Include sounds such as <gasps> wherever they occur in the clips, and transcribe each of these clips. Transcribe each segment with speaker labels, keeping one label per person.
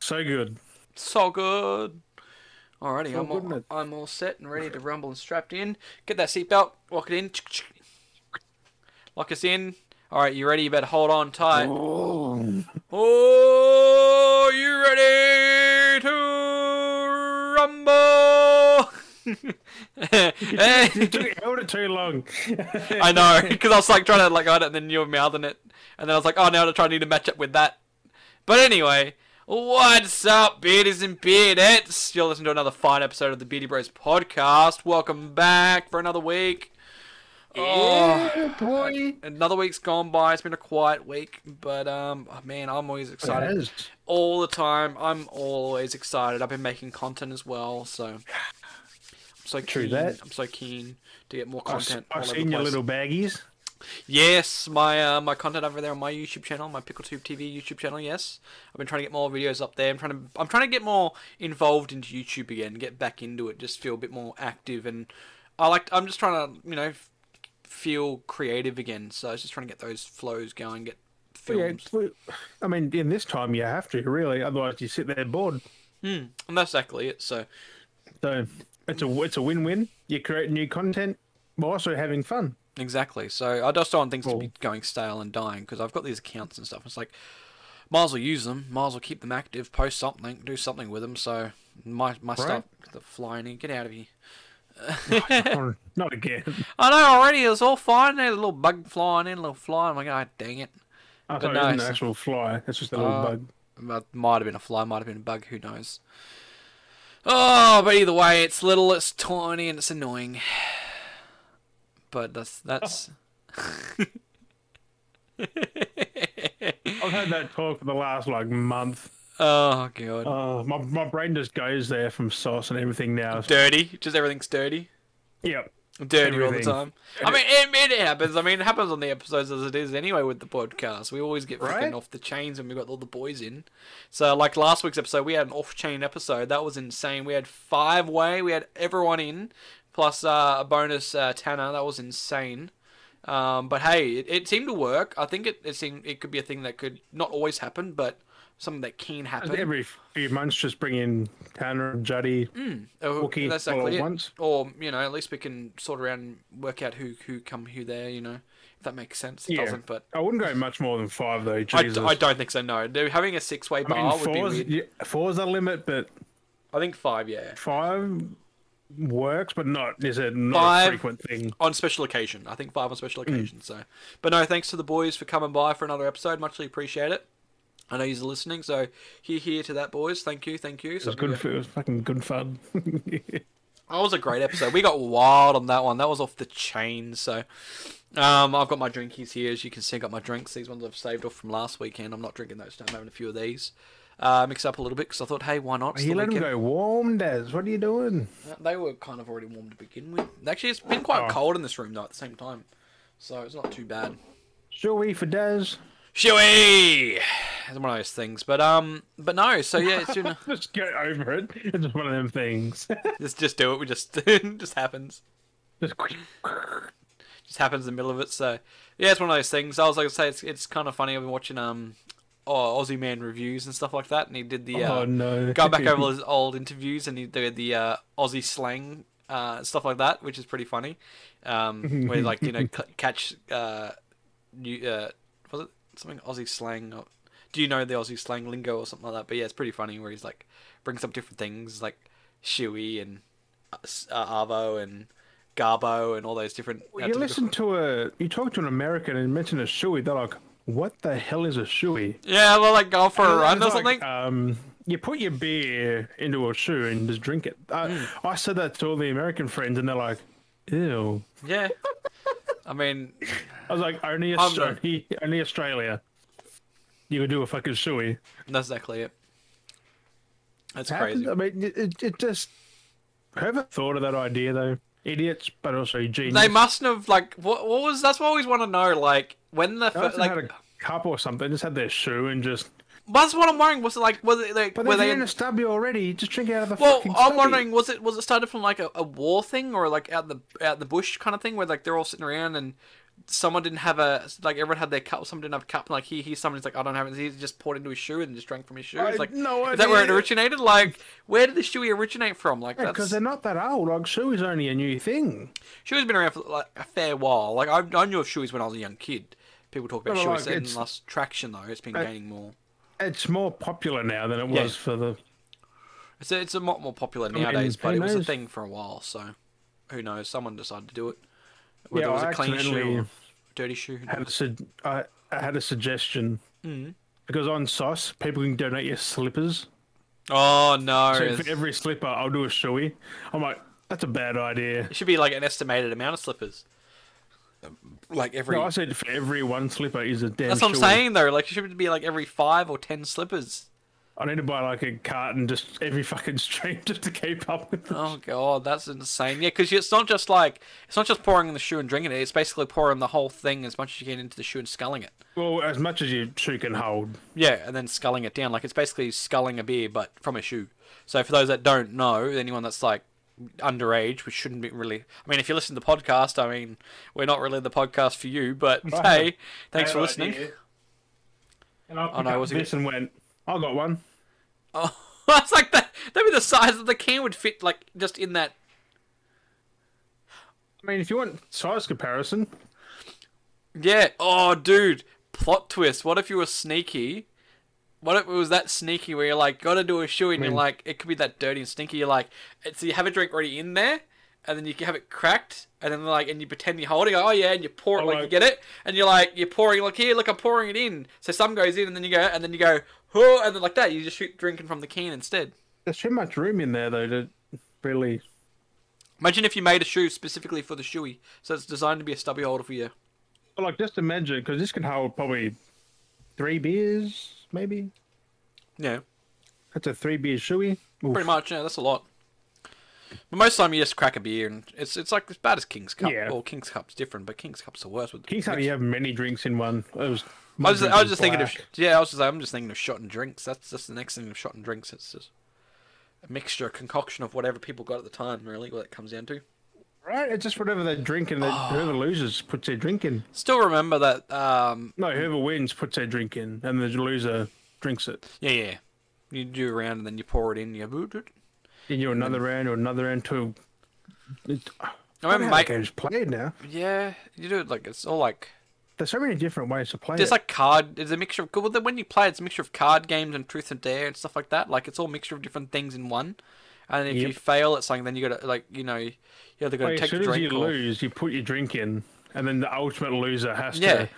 Speaker 1: So good.
Speaker 2: So good. Alrighty,
Speaker 1: So
Speaker 2: I'm, all,
Speaker 1: good, mate.
Speaker 2: I'm all set and ready to rumble and strapped in. Get that seatbelt, lock it in. Lock us in. Alright, you ready? You better hold on tight.
Speaker 1: Oh.
Speaker 2: Oh, you ready to <laughs> rumble?
Speaker 1: held it too long.
Speaker 2: <laughs> I know, because I was like trying to like hide it, and then you were mouthing it, and then I was like, oh, now I try need to match up with that. But anyway, what's up, beardies and beardettes? You're listening to another fine episode of the Beardy Bros podcast. Welcome back for another week. Oh,
Speaker 1: Yeah, boy.
Speaker 2: another week's gone by. It's been a quiet week, but um, oh, man, I'm always excited
Speaker 1: It is.
Speaker 2: all the time. I'm always excited. I've been making content as well, so I'm so
Speaker 1: True
Speaker 2: keen.
Speaker 1: that.
Speaker 2: I'm so keen to get more
Speaker 1: I've, s-
Speaker 2: content. all
Speaker 1: I've
Speaker 2: over
Speaker 1: seen
Speaker 2: the
Speaker 1: your
Speaker 2: place.
Speaker 1: little baggies.
Speaker 2: Yes, my uh, my content over there on my YouTube channel, my PickleTube TV YouTube channel. Yes, I've been trying to get more videos up there. I'm trying to I'm trying to get more involved into YouTube again, get back into it, just feel a bit more active, and I like I'm just trying to you know f- feel creative again. So I was just trying to get those flows going, get
Speaker 1: Yeah,
Speaker 2: films.
Speaker 1: it's- I mean, in this time you have to really, otherwise you sit there bored.
Speaker 2: Hmm, and that's exactly it. So
Speaker 1: So it's a it's a win-win. You create new content while also having
Speaker 2: <laughs>
Speaker 1: fun.
Speaker 2: Exactly. So I just don't want things
Speaker 1: Cool.
Speaker 2: to be going stale and dying because I've got these accounts and stuff. It's like, might as well use them. Might as well keep them active. Post something. Do something with them. So my my stuff, the flying in. Get out of here.
Speaker 1: Oh, Not again.
Speaker 2: I know already. It was all fine. There's a little bug flying in, a little fly. I'm like, ah, dang it.
Speaker 1: <laughs> I thought it was
Speaker 2: nice.
Speaker 1: an actual fly. It's just a little
Speaker 2: Uh,
Speaker 1: bug.
Speaker 2: That might have been a fly. Might have been a bug. Who knows? Oh, but either way, it's little, it's tiny, and it's annoying. <sighs> But that's that's. <laughs>
Speaker 1: I've had that talk for the last like month.
Speaker 2: oh god.
Speaker 1: Uh, my my brain just goes there from sauce and everything now.
Speaker 2: Dirty. Just everything's dirty.
Speaker 1: Yep.
Speaker 2: dirty all the
Speaker 1: Everything.
Speaker 2: time. I mean, it, it happens. I mean, it happens on the episodes as it is anyway with the podcast. We always get freaking
Speaker 1: Right?
Speaker 2: off the chains when we got all the boys in. So, like last week's episode, we had an off chain episode. That was insane. We had five way, we had everyone in, plus uh, a bonus uh, Tanner. That was insane. Um, but hey, it, it seemed to work. I think it, it seemed it could be a thing that could not always happen, but something that can happen.
Speaker 1: Every few months, just bring in Tanner and Juddy.
Speaker 2: Oh,
Speaker 1: Wookie
Speaker 2: that's
Speaker 1: all
Speaker 2: exactly
Speaker 1: at
Speaker 2: it.
Speaker 1: once.
Speaker 2: Or you know, at least we can sort around, and work out who who come who there. You know, if that makes sense. It
Speaker 1: Yeah.
Speaker 2: doesn't, but
Speaker 1: I wouldn't go much more than five though.
Speaker 2: I d-
Speaker 1: Jesus.
Speaker 2: I, don't think so. No, They're having a six way
Speaker 1: I
Speaker 2: bar
Speaker 1: mean,
Speaker 2: would be
Speaker 1: four's,
Speaker 2: weird.
Speaker 1: yeah, four's the limit, but
Speaker 2: I think five. Yeah,
Speaker 1: five works, but not is it not
Speaker 2: Five-
Speaker 1: a frequent thing.
Speaker 2: on special occasion. I think five on special
Speaker 1: Mm.
Speaker 2: occasion. So, but no, thanks to the boys for coming by for another episode. Muchly appreciate it. I know you're listening, so here, here to that, boys. Thank you, thank you. So
Speaker 1: It was good. For, it was fucking good
Speaker 2: <laughs>
Speaker 1: fun.
Speaker 2: That was a great episode. We got wild on that one. That was off the chain. So, um, I've got my drinkies here. As you can see, I got my drinks. These ones I've saved off from last weekend. I'm not drinking those. I'm having a few of these. Uh, mix up a little bit because I thought, hey, why not? It's
Speaker 1: you
Speaker 2: the
Speaker 1: let him
Speaker 2: weekend.
Speaker 1: go warm, Daz. What are you doing?
Speaker 2: Uh, They were kind of already warm to begin with. Actually, it's been quite
Speaker 1: Oh.
Speaker 2: cold in this room though. At the same time, so it's not too bad.
Speaker 1: Shoey for Daz.
Speaker 2: Shoey, it's one of those things. But um, but no. So yeah, it's <laughs> been,
Speaker 1: Just get over it. <laughs> It's just one of them things. <laughs>
Speaker 2: just just do it. We just <laughs> it just happens.
Speaker 1: just quick.
Speaker 2: just happens in the middle of it. So yeah, it's one of those things. I was like, I say it's it's kind of funny. I've been watching um, oh, Aussie Man reviews and stuff like that, and he did the uh,
Speaker 1: Oh no.
Speaker 2: going
Speaker 1: <laughs>
Speaker 2: back over all his old interviews, and he did the uh, Aussie slang. Uh, stuff like that, which is pretty funny. Um, where like
Speaker 1: <laughs>
Speaker 2: you know c- catch uh, new uh, was it something Aussie slang? Or, do you know the Aussie slang lingo or something like that? But yeah, it's pretty funny where he's like brings up different things like shooey and uh, s- uh, arvo and garbo and all those different. uh,
Speaker 1: Well, you
Speaker 2: different-
Speaker 1: listen to a, you talk to an American and mention a shoey. They're like, "What the hell is a shoey?"
Speaker 2: Yeah, well, like go for a run
Speaker 1: It's
Speaker 2: or
Speaker 1: like,
Speaker 2: something.
Speaker 1: Um, you put your beer into a shoe and just drink it. I,
Speaker 2: Hmm.
Speaker 1: I said that to all the American friends, and they're like, "Ew."
Speaker 2: yeah. I mean,
Speaker 1: I was like, "Only
Speaker 2: I'm done.
Speaker 1: Australia, <laughs> only Australia, you would do a fucking shoey."
Speaker 2: that's exactly it. That's
Speaker 1: How
Speaker 2: crazy.
Speaker 1: did- I mean, it, it, it just whoever thought of that idea though, idiots, but also genius.
Speaker 2: They mustn't have like what? What was? That's what I always want to know. Like when the
Speaker 1: They
Speaker 2: fir-
Speaker 1: must have
Speaker 2: like
Speaker 1: had a cup or something, just had their shoe and just.
Speaker 2: that's what I'm wondering. Was it like was it like
Speaker 1: But
Speaker 2: were
Speaker 1: if
Speaker 2: they?
Speaker 1: you're in a stubby already, just drink out of the
Speaker 2: well,
Speaker 1: fucking
Speaker 2: I'm
Speaker 1: stubby.
Speaker 2: wondering was it was it started from like a, a war thing or like out the out the bush kind of thing where like they're all sitting around and someone didn't have a like everyone had their cup. Someone didn't have a cup. And, like he, he's someone's like I don't have it. He just poured into his shoe and just drank from his shoe.
Speaker 1: I
Speaker 2: It's like
Speaker 1: had no
Speaker 2: is that where it
Speaker 1: idea.
Speaker 2: originated? Like where did the shoey originate from? Like that's
Speaker 1: Because they're not that old. Like, shoe's only a new thing.
Speaker 2: shoey's been around for like a fair while. Like I, I knew of shoeys when I was a young kid. People talk about
Speaker 1: Well, like,
Speaker 2: shoeys and
Speaker 1: it's-
Speaker 2: lost traction though. It's been gaining more.
Speaker 1: It's more popular now than it
Speaker 2: Yeah.
Speaker 1: was for the.
Speaker 2: It's a, it's a lot more popular
Speaker 1: mean,
Speaker 2: nowadays, but
Speaker 1: who
Speaker 2: it was a
Speaker 1: knows?
Speaker 2: thing for a while. So who knows? Someone decided to do it. Whether
Speaker 1: Yeah,
Speaker 2: it was
Speaker 1: I
Speaker 2: a clean shoe,
Speaker 1: accidentally
Speaker 2: or dirty shoe. who
Speaker 1: Had a
Speaker 2: knows?
Speaker 1: sug- I, I had a suggestion.
Speaker 2: Mm.
Speaker 1: Because on SOS, people can donate you slippers.
Speaker 2: Oh no!
Speaker 1: So
Speaker 2: it's-
Speaker 1: for every slipper, I'll do a shoey. I'm like, that's a bad idea.
Speaker 2: It should be like an estimated amount of slippers. Like every.
Speaker 1: No, I said for every one slipper is a damn
Speaker 2: That's what I'm
Speaker 1: shoey.
Speaker 2: saying though. Like it should be like every five or ten slippers.
Speaker 1: I need to buy like a carton just every fucking stream <laughs> just to keep up with it.
Speaker 2: Oh god, that's insane. Yeah, because it's not just like it's not just pouring in the shoe and drinking it. It's basically pouring the whole thing as much as you can into the shoe and sculling it.
Speaker 1: Well, as much as your shoe can hold.
Speaker 2: Yeah, and then sculling it down. Like it's basically sculling a beer, but from a shoe. So for those that don't know, anyone that's like underage, which shouldn't be really. I mean, if you listen to the podcast, I mean, we're not really the podcast for you. But hey, thanks for listening. <laughs> Oh,
Speaker 1: And I,
Speaker 2: no,
Speaker 1: no,
Speaker 2: was
Speaker 1: was
Speaker 2: it-
Speaker 1: this and went, I got one.
Speaker 2: Oh, that's like that. That'd be the size that the can would fit, like just in that.
Speaker 1: I mean, if you want size comparison,
Speaker 2: Yeah. Oh, dude. Plot twist. What if you were sneaky? What if it was that sneaky where you're like, gotta do a shoe, and you're like, it could be that dirty and stinky. You're like, so you have a drink already in there, and then you have it cracked, and then like, and you pretend you're holding. it, Oh yeah, and you pour it
Speaker 1: Oh,
Speaker 2: like
Speaker 1: right.
Speaker 2: you get it, and you're like, you're pouring. Look here, look, I'm pouring it in. So some goes in, and then you go, and then you go, oh, and then like that, you just shoot drinking from the can instead.
Speaker 1: there's too much room in there though to really.
Speaker 2: Imagine if you made a shoe specifically for the shoey, so it's designed to be a stubby holder for you.
Speaker 1: But, like, just imagine because this can hold probably three beers, maybe.
Speaker 2: Yeah,
Speaker 1: That's a three beer shoey. Oof.
Speaker 2: pretty much. Yeah, that's a lot. But most of the time you just crack a beer, and it's it's like as bad as King's Cup.
Speaker 1: Yeah.
Speaker 2: Or King's Cup's different, but King's Cup's the worst. With
Speaker 1: King's how you have many drinks in one. It was.
Speaker 2: I was I was just thinking of yeah, I was just I'm just thinking of shot and drinks. That's just the next thing of shot and drinks. It's just a mixture, a concoction of whatever people got at the time. Really, what it comes down to.
Speaker 1: Right, it's just whatever they drink, and they,
Speaker 2: Oh.
Speaker 1: whoever loses puts their drink in.
Speaker 2: Still remember that. Um,
Speaker 1: No, whoever wins puts their drink in, and the loser drinks it.
Speaker 2: yeah, yeah. You do a round and then you pour it in. You go,
Speaker 1: Then you another round or another round to. It, I
Speaker 2: Hmm. I remember,
Speaker 1: how the
Speaker 2: mate.
Speaker 1: game's played now.
Speaker 2: Yeah, you do it like it's all like
Speaker 1: There's so many different ways to play
Speaker 2: There's
Speaker 1: it.
Speaker 2: like card. It's a mixture of. Well, then when you play, it's a mixture of card games and truth and dare and stuff like that. Like it's all a mixture of different things in one. And if you
Speaker 1: Yep.
Speaker 2: fail at something, then you got to like you know you either got to
Speaker 1: Wait, as
Speaker 2: take a
Speaker 1: soon as
Speaker 2: drink
Speaker 1: you
Speaker 2: or.
Speaker 1: lose, you put your drink in, and then the ultimate loser has
Speaker 2: Yeah.
Speaker 1: to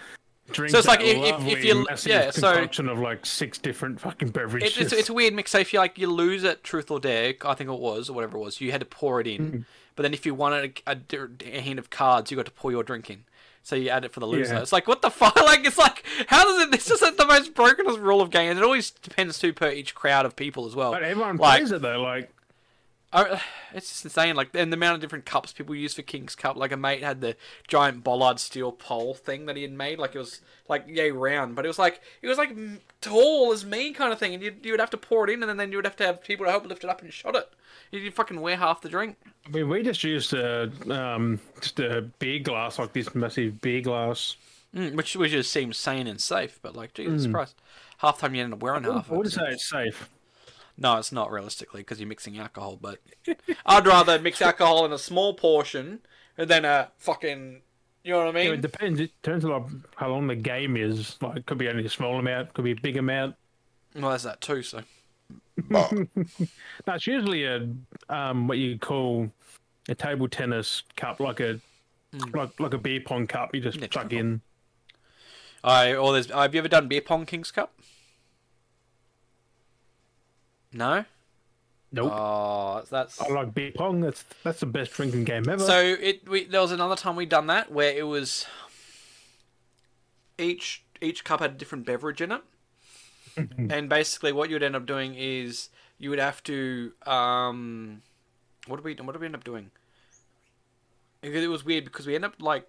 Speaker 1: drink.
Speaker 2: So it's like
Speaker 1: that
Speaker 2: if- if- if
Speaker 1: lovely
Speaker 2: you-
Speaker 1: massive
Speaker 2: yeah, so-
Speaker 1: concoction of like six different fucking beverages.
Speaker 2: It, it's, it's a weird mix. So if you like you lose at truth or dare, I think it was or whatever it was, you had to pour it in.
Speaker 1: Hmm.
Speaker 2: But then if you wanted a, a, di- a hand of cards, you got to pour your drink in. So you add it for the loser.
Speaker 1: Yeah.
Speaker 2: It's like what the <laughs> fuck? Like it's like how does it? This is like the most brokenest rule of game. And it always depends who per each crowd of people as well.
Speaker 1: <laughs> but everyone
Speaker 2: like,
Speaker 1: plays it though. Like
Speaker 2: I, <sighs> it's just insane. Like, and the amount of different cups people use for King's Cup. Like, a mate had the giant bollard steel pole thing that he had made. Like, it was like yay round, but it was like it was like m- tall as me kind of thing. And you you would have to pour it in, and then, then you would have to have people to help lift it up and shot it. You'd fucking wear half the drink.
Speaker 1: I mean, we just used a um, just a beer glass, like this massive beer glass.
Speaker 2: Mm, which which just seems sane and safe, but like Jesus Christ, half the time you end up wearing half.
Speaker 1: I
Speaker 2: Of it.
Speaker 1: would say it's safe.
Speaker 2: No, it's not realistically because you're mixing alcohol. But I'd rather mix alcohol in a small portion than a fucking. You know what I mean?
Speaker 1: Yeah, it depends. It depends on like, how long the game is. Like, it could be only a small amount, could be a big amount.
Speaker 2: Well, there's that too. So
Speaker 1: No, it's usually a um, what you call a table tennis cup, like a like like a beer pong cup. You just
Speaker 2: Hmm. Yeah,
Speaker 1: chuck
Speaker 2: sure.
Speaker 1: in.
Speaker 2: I or there's have you ever done beer pong Kings Cup? No.
Speaker 1: Nope.
Speaker 2: Oh, that's
Speaker 1: I like beer pong. That's that's the best drinking game ever.
Speaker 2: so. It we there was another time we done that where it was each each cup had a different beverage
Speaker 1: <laughs>
Speaker 2: in it, and basically what you would end up doing is you would have to um, what did we what did we end up doing? It it was weird because we end up like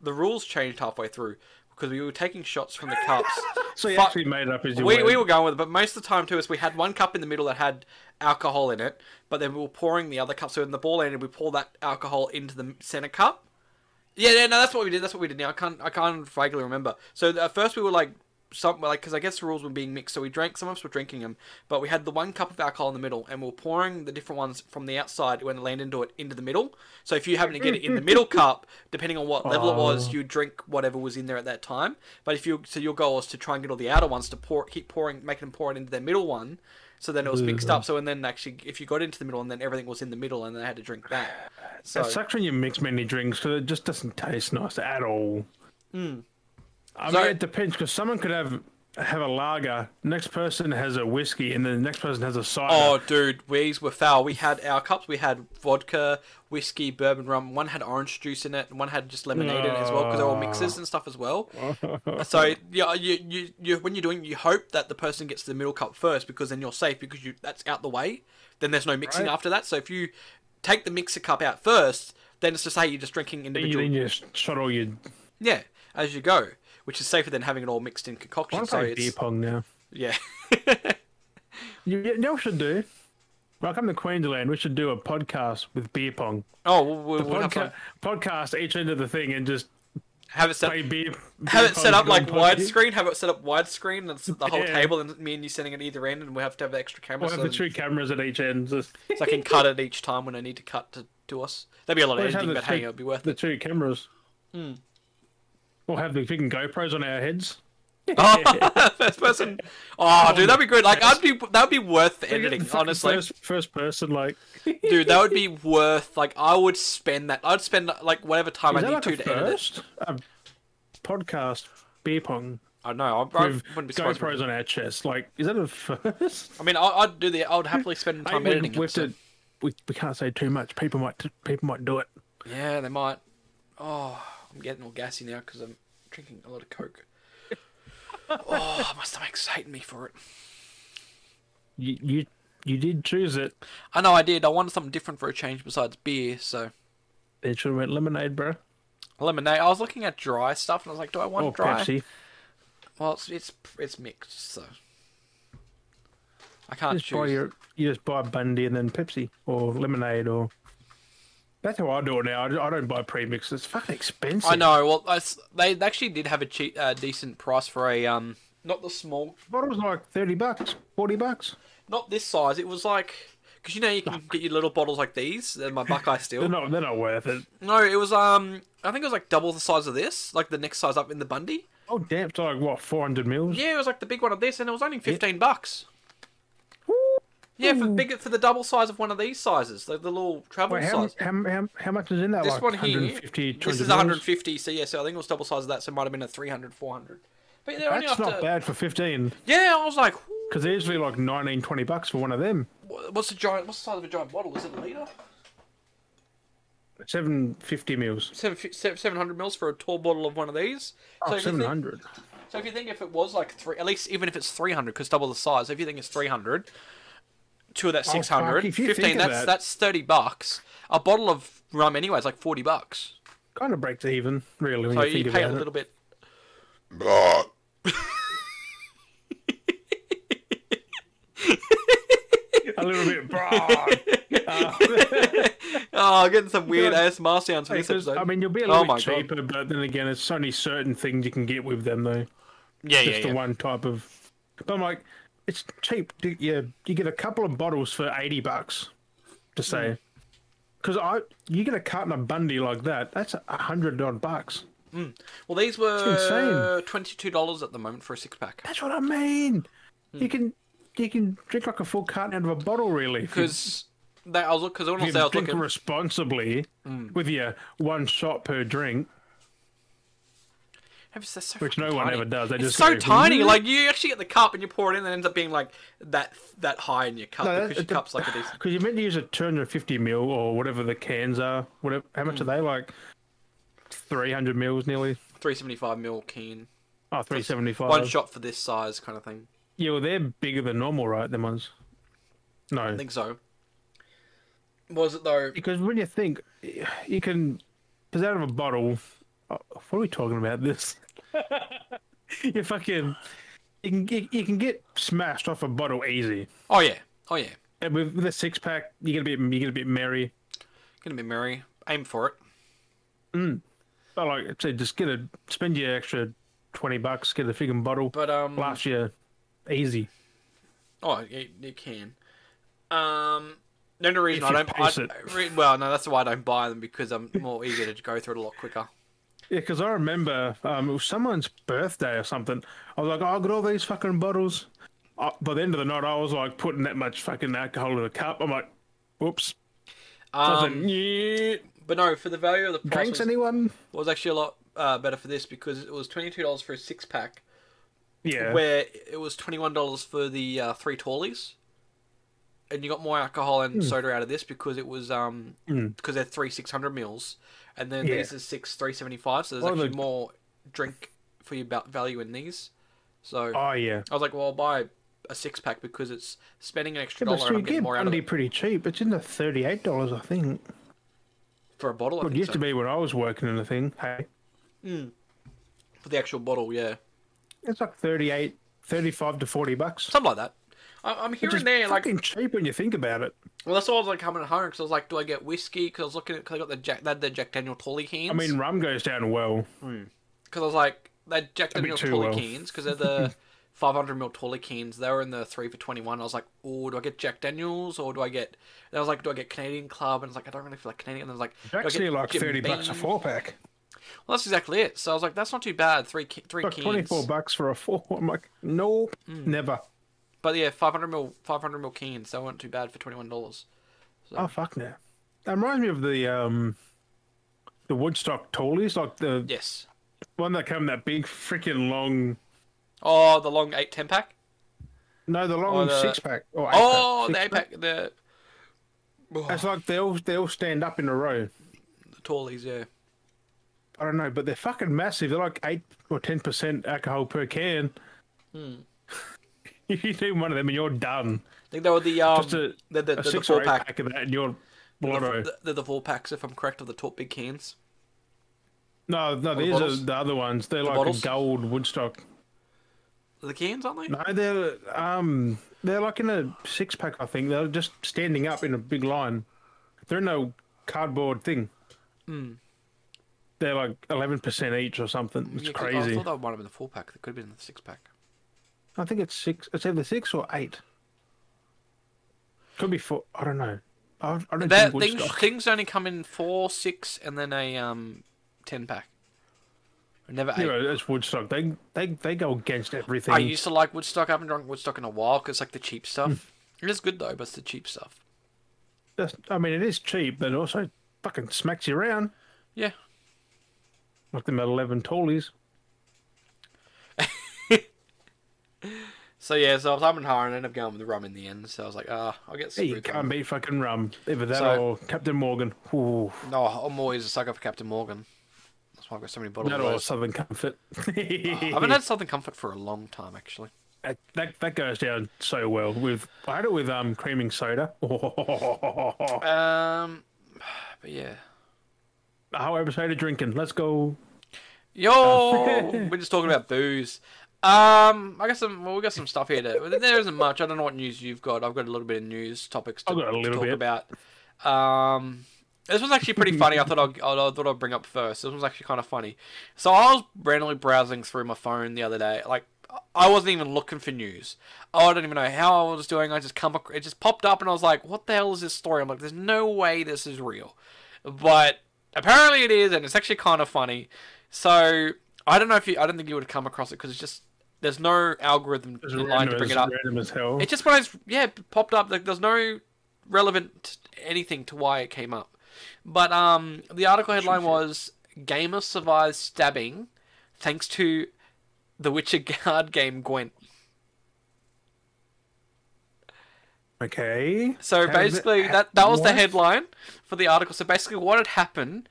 Speaker 2: the rules changed halfway through because we were taking shots from the cups.
Speaker 1: <laughs> So you
Speaker 2: fuck-
Speaker 1: actually made it up as you
Speaker 2: we,
Speaker 1: went.
Speaker 2: we were going with it, but most of the time too is we had one cup in the middle that had alcohol in it, but then we were pouring the other cup. So when the ball ended, we pour that alcohol into the center cup, Yeah, yeah, no, that's what we did. That's what we did. Now I can't, I can't vaguely remember. So at first we were like, some like because I guess the rules were being mixed. So we drank some of us were drinking them, but we had the one cup of alcohol in the middle, and we were pouring the different ones from the outside when they land into it into the middle. So if you happen to get it in the middle cup, depending on what level it was, you drink whatever was in there at that time. But if you so your goal was to try and get all the outer ones to pour, keep pouring, making them pour it into their middle one. So then it was mixed up. So and then actually, if you got into the middle, and then everything was in the middle, and they had to drink that. So
Speaker 1: It sucks when you mix many drinks because it just doesn't taste nice at all. I
Speaker 2: Hmm. So-
Speaker 1: mean, it depends because someone could have have a lager, next person has a whiskey, and then the next person has a cider.
Speaker 2: Oh, dude, we's were foul. We had our cups. We had vodka, whiskey, bourbon, rum. One had orange juice in it, and one had just lemonade in it as well, because they're all mixes and stuff
Speaker 1: <laughs>
Speaker 2: as well. so yeah, you, you, you when you're doing, you hope that the person gets the middle cup first, because then you're safe, because you that's out the way. Then there's no mixing
Speaker 1: Right.
Speaker 2: after that. So if you take the mixer cup out first, then it's just hey, you're just drinking
Speaker 1: you,
Speaker 2: individual,
Speaker 1: then you just shot all your.
Speaker 2: yeah, as you go, which is safer than having it all mixed in
Speaker 1: I
Speaker 2: concoction.
Speaker 1: want to
Speaker 2: So
Speaker 1: play beer
Speaker 2: it's,
Speaker 1: pong now.
Speaker 2: yeah. <laughs>
Speaker 1: You, you know what we should do? When I come to Queensland, we should do a podcast with beer pong.
Speaker 2: oh, we'll, we'll, we'll have,
Speaker 1: Podca-
Speaker 2: fun.
Speaker 1: podcast each end of the thing and just
Speaker 2: have it set.
Speaker 1: play beer.
Speaker 2: have
Speaker 1: beer
Speaker 2: it set
Speaker 1: pong
Speaker 2: up like
Speaker 1: on pod-
Speaker 2: widescreen. Have it set up widescreen, and it's the whole
Speaker 1: Yeah.
Speaker 2: table, and me and you sitting at either end, and we have to have extra cameras
Speaker 1: We'll have
Speaker 2: so,
Speaker 1: the two cameras at each end. Just
Speaker 2: so I can cut it each time when I need to cut to, to us. That'd be a lot of
Speaker 1: Let's have
Speaker 2: editing,
Speaker 1: the
Speaker 2: but hey,
Speaker 1: two-
Speaker 2: it'd be worth
Speaker 1: the <laughs>
Speaker 2: it.
Speaker 1: two cameras.
Speaker 2: Hmm.
Speaker 1: We'll have the big GoPros on our heads.
Speaker 2: Oh, <laughs> first person. Oh, dude, that'd be good. Like, I'd be that'd be worth the
Speaker 1: Like,
Speaker 2: editing,
Speaker 1: fucking
Speaker 2: honestly,
Speaker 1: First, first person, like.
Speaker 2: dude. That
Speaker 1: <laughs>
Speaker 2: would be worth. Like, I would spend that. I'd spend like whatever time
Speaker 1: Is that
Speaker 2: I need
Speaker 1: like
Speaker 2: to
Speaker 1: a
Speaker 2: to edit it.
Speaker 1: first? A podcast beer pong
Speaker 2: I know. I, I
Speaker 1: with
Speaker 2: wouldn't be surprised.
Speaker 1: GoPros on our chest. Like, is that a <laughs> first?
Speaker 2: I mean, I, I'd do the. I would happily spend
Speaker 1: I,
Speaker 2: time
Speaker 1: we,
Speaker 2: editing.
Speaker 1: we,
Speaker 2: it,
Speaker 1: have
Speaker 2: so-
Speaker 1: to, we, we can't say too much. People might people might do it.
Speaker 2: Yeah, they might. Oh, I'm getting all gassy now because I'm drinking a lot of Coke. oh, my stomach's hating me for it.
Speaker 1: You you, you did choose it.
Speaker 2: I know I did. I wanted something different for a change besides beer, so
Speaker 1: It should have went lemonade, bro.
Speaker 2: lemonade. I was looking at dry stuff, and I was like, do I want
Speaker 1: Or
Speaker 2: dry?
Speaker 1: Oh, Pepsi.
Speaker 2: Well, it's, it's it's mixed, so I can't
Speaker 1: Just buy
Speaker 2: choose.
Speaker 1: your, you just buy Bundy and then Pepsi or lemonade or. That's how I do it now. I, I don't buy premix. It's fucking expensive.
Speaker 2: I know. Well, I s they they actually did have a cheap, uh, decent price for a um, not the small,
Speaker 1: Bottle's like thirty bucks, forty bucks.
Speaker 2: not this size. It was like. Because you know you can get your little bottles like these, they're my
Speaker 1: <laughs>
Speaker 2: Buckeye still.
Speaker 1: They're not. They're not worth it.
Speaker 2: No, it was um, I think it was like double the size of this, like the next size up in the Bundy.
Speaker 1: Oh damn! It's like what four hundred mils.
Speaker 2: Yeah, it was like the big one of this, and it was only fifteen bucks. Yeah, for big for the double size of one of these sizes, the, the little travel
Speaker 1: Wait, how,
Speaker 2: size.
Speaker 1: how, how, how much is in that?
Speaker 2: This
Speaker 1: like
Speaker 2: one here,
Speaker 1: 150, 200
Speaker 2: this is
Speaker 1: mils?
Speaker 2: 150. So yeah, so I think it was double size of that. So it might have been a 300, 400. But they're only
Speaker 1: That's
Speaker 2: after.
Speaker 1: not bad for fifteen
Speaker 2: Yeah, I was like, "Wh-
Speaker 1: because they're usually like 19, 20 bucks for one of them.
Speaker 2: what's the giant? What's the size of a giant bottle? Is it a liter?
Speaker 1: Seven fifty mils.
Speaker 2: Seven seven hundred mils for a tall bottle of one of these. So
Speaker 1: Oh,
Speaker 2: if you think-
Speaker 1: 700.
Speaker 2: So if you think if it was like three, at least even if it's 300, because double the size, if you think it's 300, two of that 600,
Speaker 1: Oh, if you
Speaker 2: 15,
Speaker 1: think of
Speaker 2: that's,
Speaker 1: that-
Speaker 2: that's 30 bucks. A bottle of rum anyway is like 40 bucks.
Speaker 1: Kind of breaks even, really, when
Speaker 2: So
Speaker 1: you
Speaker 2: you,
Speaker 1: think
Speaker 2: pay a
Speaker 1: about it.
Speaker 2: little bit.
Speaker 1: A little
Speaker 2: <laughs>
Speaker 1: bit, broad.
Speaker 2: Oh, I'm getting some weird ASMR sounds for this
Speaker 1: Because,
Speaker 2: episode.
Speaker 1: I mean, you'll be a
Speaker 2: Oh
Speaker 1: little
Speaker 2: my
Speaker 1: bit
Speaker 2: God.
Speaker 1: cheaper, but then again, it's only certain things you can get with them, though.
Speaker 2: yeah, yeah,
Speaker 1: Just the
Speaker 2: yeah.
Speaker 1: one type of. But I'm like, it's cheap. Do You, you get a couple of bottles for 80 bucks, to say.
Speaker 2: Hmm.
Speaker 1: Because I, you get a carton of Bundy like that, that's a hundred odd bucks.
Speaker 2: Well, these were $22 at the moment for a six pack.
Speaker 1: That's what I mean.
Speaker 2: Hmm.
Speaker 1: You can you can drink like a full carton out of a bottle, really. if you
Speaker 2: Because that I was because I want
Speaker 1: you
Speaker 2: to say I was
Speaker 1: drink
Speaker 2: looking. Mm.
Speaker 1: responsibly with your one shot per drink,
Speaker 2: It's- that's so
Speaker 1: which
Speaker 2: fucking
Speaker 1: no one
Speaker 2: tiny.
Speaker 1: ever does. They
Speaker 2: It's
Speaker 1: just
Speaker 2: so
Speaker 1: go,
Speaker 2: tiny.
Speaker 1: "Hmm."
Speaker 2: Like you actually get the cup and you pour it in, and it ends up being like that that high in your cup
Speaker 1: No,
Speaker 2: because your
Speaker 1: that-
Speaker 2: cup's like a decent.
Speaker 1: Because you're meant to use a 250 mil or whatever the cans are. Whatever, how much are
Speaker 2: Mm.
Speaker 1: they? Like 300 mils nearly.
Speaker 2: 375 mil keen.
Speaker 1: Oh, 375.
Speaker 2: One shot for this size kind of thing.
Speaker 1: Yeah, well, they're bigger than normal, right? Them ones. No,
Speaker 2: I think so. Was it though?
Speaker 1: because when you think you can, because out of a bottle, oh, what are we talking about? This <laughs> you fucking you can get, you can get smashed off a bottle easy,
Speaker 2: Oh yeah. Oh yeah.
Speaker 1: and with, with a six pack, you get a bit you get a bit merry.
Speaker 2: Gonna be merry. Aim for it.
Speaker 1: I like I said, just get a spend your extra twenty bucks, get a friggin' bottle.
Speaker 2: But um,
Speaker 1: Last year, easy.
Speaker 2: oh, you, you can. Um, the only reason
Speaker 1: If you
Speaker 2: I don't, I,
Speaker 1: pace it.
Speaker 2: I re- well, no, that's why I don't buy them because I'm more eager to go through it a lot quicker.
Speaker 1: Yeah, because I remember um, it was someone's birthday or something. I was like, oh, I got all these fucking bottles. Uh, by the end of the night, I was like putting that much fucking alcohol in a cup. I'm like, whoops. I was
Speaker 2: Um,
Speaker 1: like, yeah.
Speaker 2: but no, for the value of the price,
Speaker 1: Drinks,
Speaker 2: was-
Speaker 1: anyone?
Speaker 2: was actually a lot uh, better for this because it was twenty two dollars for a six pack,
Speaker 1: Yeah.
Speaker 2: where it was twenty one dollars for the uh, three tallies, and you got more alcohol
Speaker 1: Hmm.
Speaker 2: and soda out of this because it was um because they're three six hundred mils, and then
Speaker 1: Yeah.
Speaker 2: these are six three seventy five, so there's
Speaker 1: Well,
Speaker 2: actually
Speaker 1: the-
Speaker 2: more drink for your ba- value in these. So
Speaker 1: oh, yeah.
Speaker 2: I was like, well, I'll buy a six pack because it's spending an extra
Speaker 1: Yeah, but
Speaker 2: dollar
Speaker 1: so
Speaker 2: and
Speaker 1: you
Speaker 2: I'm getting
Speaker 1: get
Speaker 2: more out of
Speaker 1: Bundy
Speaker 2: it
Speaker 1: pretty cheap. It's in the thirty-eight dollars, I think.
Speaker 2: for a bottle. I
Speaker 1: Well, it
Speaker 2: think
Speaker 1: used
Speaker 2: so.
Speaker 1: to be when I was working in the thing. Hey,
Speaker 2: for the actual bottle, yeah,
Speaker 1: it's like 38, 35 to forty bucks.
Speaker 2: something like that. I- I'm here
Speaker 1: Which is
Speaker 2: and there, like
Speaker 1: fucking cheap when you think about it.
Speaker 2: Well, that's why I was like coming home because I was like, do I get whiskey? Because I was looking at because I got the Jack, they had the Jack Daniel Tolly cans.
Speaker 1: I mean, rum goes down well.
Speaker 2: because I was like, that Jack
Speaker 1: bit
Speaker 2: Daniel
Speaker 1: too
Speaker 2: Tolly
Speaker 1: well.
Speaker 2: cans because
Speaker 1: <laughs>
Speaker 2: they're the 500 ml Tolly cans. They were in the three for 21. I was like, oh, do I get Jack Daniels or do I get? And I was like, do I get Canadian Club? And I was like, I don't really feel like Canadian. And I was like, do I get
Speaker 1: Actually, like
Speaker 2: Jim
Speaker 1: thirty bucks a
Speaker 2: Beam?
Speaker 1: four pack.
Speaker 2: Well, that's exactly it. So I was like, that's not too bad. Three ca- three
Speaker 1: Like
Speaker 2: cans. Hmm.
Speaker 1: twenty-four bucks for a four. <laughs> I'm like, nope, never.
Speaker 2: But yeah, 500 mil 500 mil cans. They weren't too bad for 21 dollars.
Speaker 1: Oh fuck no. That reminds me of the um, the Woodstock tallies, like the
Speaker 2: Yes.
Speaker 1: one that come in that big freaking long.
Speaker 2: Oh, the long eight ten pack.
Speaker 1: No, the long
Speaker 2: Oh, the-
Speaker 1: six pack. Or eight
Speaker 2: Oh,
Speaker 1: pack,
Speaker 2: the
Speaker 1: six
Speaker 2: eight pack. The oh,
Speaker 1: It's like they all they all stand up in a row.
Speaker 2: the tallies, yeah.
Speaker 1: I don't know, but they're fucking massive. They're like eight or ten percent alcohol per can.
Speaker 2: Hmm.
Speaker 1: <laughs> you do one of them and you're done.
Speaker 2: I think they were the um,
Speaker 1: Just a-
Speaker 2: the, the,
Speaker 1: A
Speaker 2: the, the
Speaker 1: six or
Speaker 2: four
Speaker 1: eight
Speaker 2: pack,
Speaker 1: pack. of that and you're blotto.
Speaker 2: the, the, the four packs, if I'm correct, of the top big cans.
Speaker 1: No, no,
Speaker 2: the
Speaker 1: these are
Speaker 2: bottles?
Speaker 1: the other ones. They're like
Speaker 2: bottles?
Speaker 1: a gold Woodstock.
Speaker 2: The cans, aren't they?
Speaker 1: No, they're um they're like in a six pack. I think they're just standing up in a big line. They're in a cardboard thing.
Speaker 2: Hmm.
Speaker 1: They're like eleven percent each or something. It's
Speaker 2: Yeah, 'cause I
Speaker 1: crazy.
Speaker 2: thought that might have been the four pack. That could have been the
Speaker 1: <laughs>
Speaker 2: six pack.
Speaker 1: I think it's six. It's either six or eight. Could be four. I don't know. I, I don't
Speaker 2: That
Speaker 1: think
Speaker 2: things
Speaker 1: Woodstock.
Speaker 2: things only come in four, six, and then a um, ten pack. Never eight.
Speaker 1: You know, it's Woodstock. They they they go against everything.
Speaker 2: I used to like Woodstock. I haven't drunk Woodstock in a while because like the cheap stuff.
Speaker 1: Hmm.
Speaker 2: It is good though, but it's the cheap stuff.
Speaker 1: That's- I mean, it is cheap, but it also fucking smacks you around
Speaker 2: Yeah.
Speaker 1: like them eleven tallies.
Speaker 2: So yeah, so I was having hard and I ended up going with the rum in the end. So I was like, ah, I'll get
Speaker 1: Yeah,
Speaker 2: screwed.
Speaker 1: you
Speaker 2: with that
Speaker 1: can't beat fucking rum. Either that
Speaker 2: So-
Speaker 1: or Captain Morgan. Ooh,
Speaker 2: one. No, I'm always a sucker for Captain Morgan. That's why I've got so many bottles.
Speaker 1: that
Speaker 2: of
Speaker 1: or
Speaker 2: those.
Speaker 1: Southern Comfort. <laughs>
Speaker 2: I haven't had Southern Comfort for a long time, actually.
Speaker 1: that, that that goes down so well with. I had it with um creaming soda. <laughs>
Speaker 2: Um, but yeah.
Speaker 1: Whole episode of drinking. Let's go. <laughs>
Speaker 2: Yo, we're just talking about booze. Um, I got some. Well, we got some stuff here. To, there isn't much. I don't know what news you've got. I've got a little bit of news topics to,
Speaker 1: I've got a
Speaker 2: to
Speaker 1: little
Speaker 2: talk
Speaker 1: bit.
Speaker 2: about. Um, this was actually pretty funny. I thought I'd, I thought I'd bring up first. This was actually kind of funny. So I was randomly browsing through my phone the other day. Like I wasn't even looking for news. Oh, I don't even know how I was doing. I just come. ac- It just popped up, and I was like, "What the hell is this story?" I'm like, "There's no way this is real," but apparently it is, and it's actually kind of funny. So I don't know if you. I don't think you would have come across it because it's just there's no algorithm
Speaker 1: It's
Speaker 2: in line
Speaker 1: random
Speaker 2: to bring
Speaker 1: as-
Speaker 2: it up.
Speaker 1: Random as hell.
Speaker 2: It just when I s- yeah it popped up like there's no relevant anything to why it came up. But um, the article headline was "Gamer survives stabbing thanks to the Witcher <laughs> card game Gwent."
Speaker 1: Okay.
Speaker 2: So
Speaker 1: How does it-
Speaker 2: basically,
Speaker 1: ha-
Speaker 2: that that was the
Speaker 1: what?
Speaker 2: headline for the article. So basically, what had happened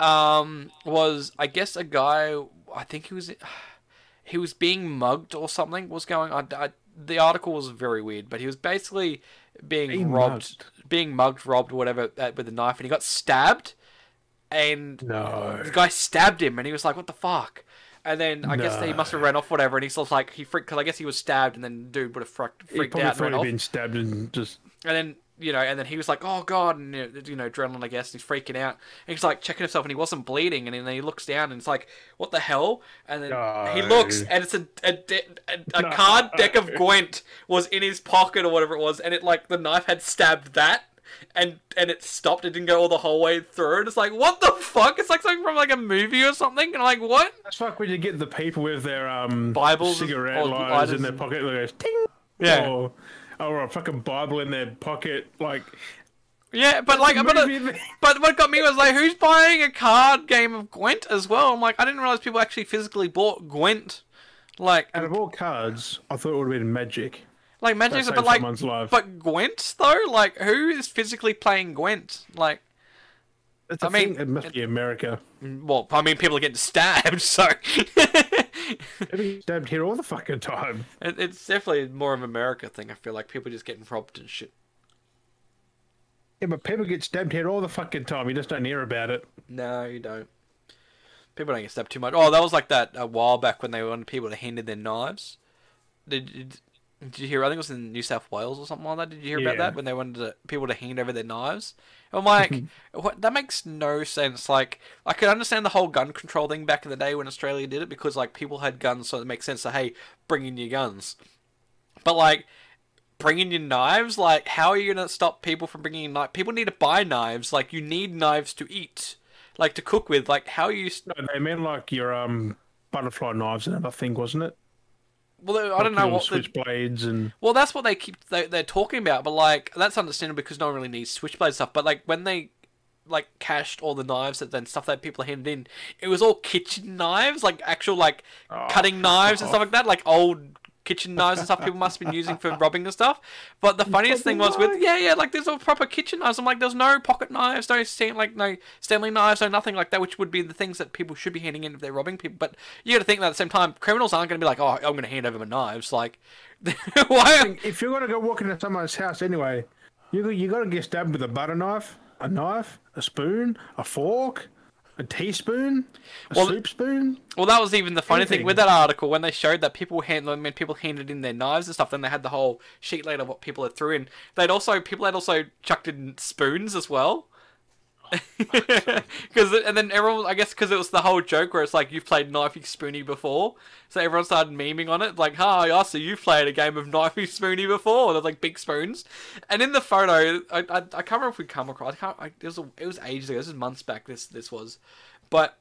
Speaker 2: um, was, I guess, a guy. I think he was <sighs> he was being mugged or something was going. I, I, the article was very weird, but he was basically being,
Speaker 1: Being
Speaker 2: robbed, being mugged, robbed, whatever, uh, with a knife, and he got stabbed. And
Speaker 1: No.
Speaker 2: the guy stabbed him, and he was like, "What the fuck." And then I guess he
Speaker 1: No.
Speaker 2: must have ran off, whatever. And he's sort of like he freaked because I guess he was stabbed, and then dude would have freaked,
Speaker 1: He
Speaker 2: freaked
Speaker 1: probably
Speaker 2: out and
Speaker 1: thought
Speaker 2: ran
Speaker 1: he'd
Speaker 2: off.
Speaker 1: been stabbed and just
Speaker 2: And then you know, and then he was like, "Oh God!" and you know, you know, adrenaline, I guess. And he's freaking out. And he's like checking himself, and he wasn't bleeding. And then he looks down, and it's like, "What the hell?" And then he
Speaker 1: No.
Speaker 2: looks, and it's a a, de- a,
Speaker 1: <laughs>
Speaker 2: a
Speaker 1: No.
Speaker 2: card deck of Gwent was in his pocket or whatever it was, and it like the knife had stabbed that. And, and it stopped. It didn't go all the whole way through. And it's like, what the fuck? It's like something from like a movie or something. And I'm like, what?
Speaker 1: That's like when you get the people with their um
Speaker 2: Bibles
Speaker 1: cigarette
Speaker 2: or
Speaker 1: lighters in
Speaker 2: lighters.
Speaker 1: their pocket. They goes ting.
Speaker 2: Yeah.
Speaker 1: Or, or a fucking Bible in their pocket, like
Speaker 2: Yeah, but like, but,
Speaker 1: movie thing.
Speaker 2: but what got me was like, who's buying a card game of Gwent as well? I'm like, I didn't realize people actually physically bought Gwent. Like,
Speaker 1: out of all cards, I thought it would have been magic.
Speaker 2: like Magic,
Speaker 1: saved
Speaker 2: but like,
Speaker 1: someone's life.
Speaker 2: but Gwent though, like, who is physically playing Gwent? Like,
Speaker 1: It's a
Speaker 2: I mean,
Speaker 1: thing. it must be America.
Speaker 2: well, I mean, people are getting stabbed, <laughs> so it,
Speaker 1: Every stabbed here all the fucking time.
Speaker 2: it's definitely more of an America thing. I feel like people just getting robbed and shit.
Speaker 1: Yeah, but people get stabbed here all the fucking time. You just don't hear about it.
Speaker 2: No, you don't. People don't get stabbed too much. Oh, that was like that a while back when they wanted people to hand in their knives. Did, did, did you hear? I think it was in New South Wales or something like that. Did you hear about
Speaker 1: Yeah.
Speaker 2: that when they wanted to, people to hand over their knives? I'm like, what? That makes no sense. Like, I could understand the whole gun control thing back in the day when Australia did it because like people had guns, so it makes sense. So hey, bring in your guns. But like, bringing your knives, like, how are you gonna stop people from bringing in knives? People need to buy knives. Like, you need knives to eat, like to cook with. Like, how are you? St-
Speaker 1: No, they meant like your um butterfly knives and that thing, wasn't it?
Speaker 2: well, I don't know
Speaker 1: Your
Speaker 2: what. The-
Speaker 1: switchblades and
Speaker 2: well, that's what they keep they, they're talking about, but like that's understandable because no one really needs switchblade stuff. But like when they like cached all the knives that then stuff that people handed in, it was all kitchen knives, like actual like cutting knives and stuff like that, like old kitchen knives and stuff people must have been using for robbing and stuff. But the funniest thing was with yeah, yeah, like there's all proper kitchen knives. I'm like, there's no pocket knives, no Stan- like no Stanley knives, no nothing like that, which would be the things that people should be handing in if they're robbing people. But you got to think that at the same time, criminals aren't going to be like, oh, I'm going to hand over my knives. Like, <laughs> why?
Speaker 1: if you're gonna go walk into someone's house anyway, you you gotta get stabbed with a butter knife, a knife, a spoon, a fork, a teaspoon, a
Speaker 2: Well,
Speaker 1: soup spoon.
Speaker 2: Well, that was even the funny thing
Speaker 1: Anything.
Speaker 2: with that article when they showed that people hand when people handed in their knives and stuff. Then they had the whole sheet later of what people had threw in. They'd also people had also chucked in spoons as well. Because and then everyone, I guess, because it was the whole joke where it's like you've played knifey spoony before, so everyone started memeing on it, like, "Ha, I see you played a game of knifey spoony before." They're like big spoons, and in the photo, I, I, I can't remember if we come across. I can't. I, it was a, it was ages ago. This is months back. This this was, but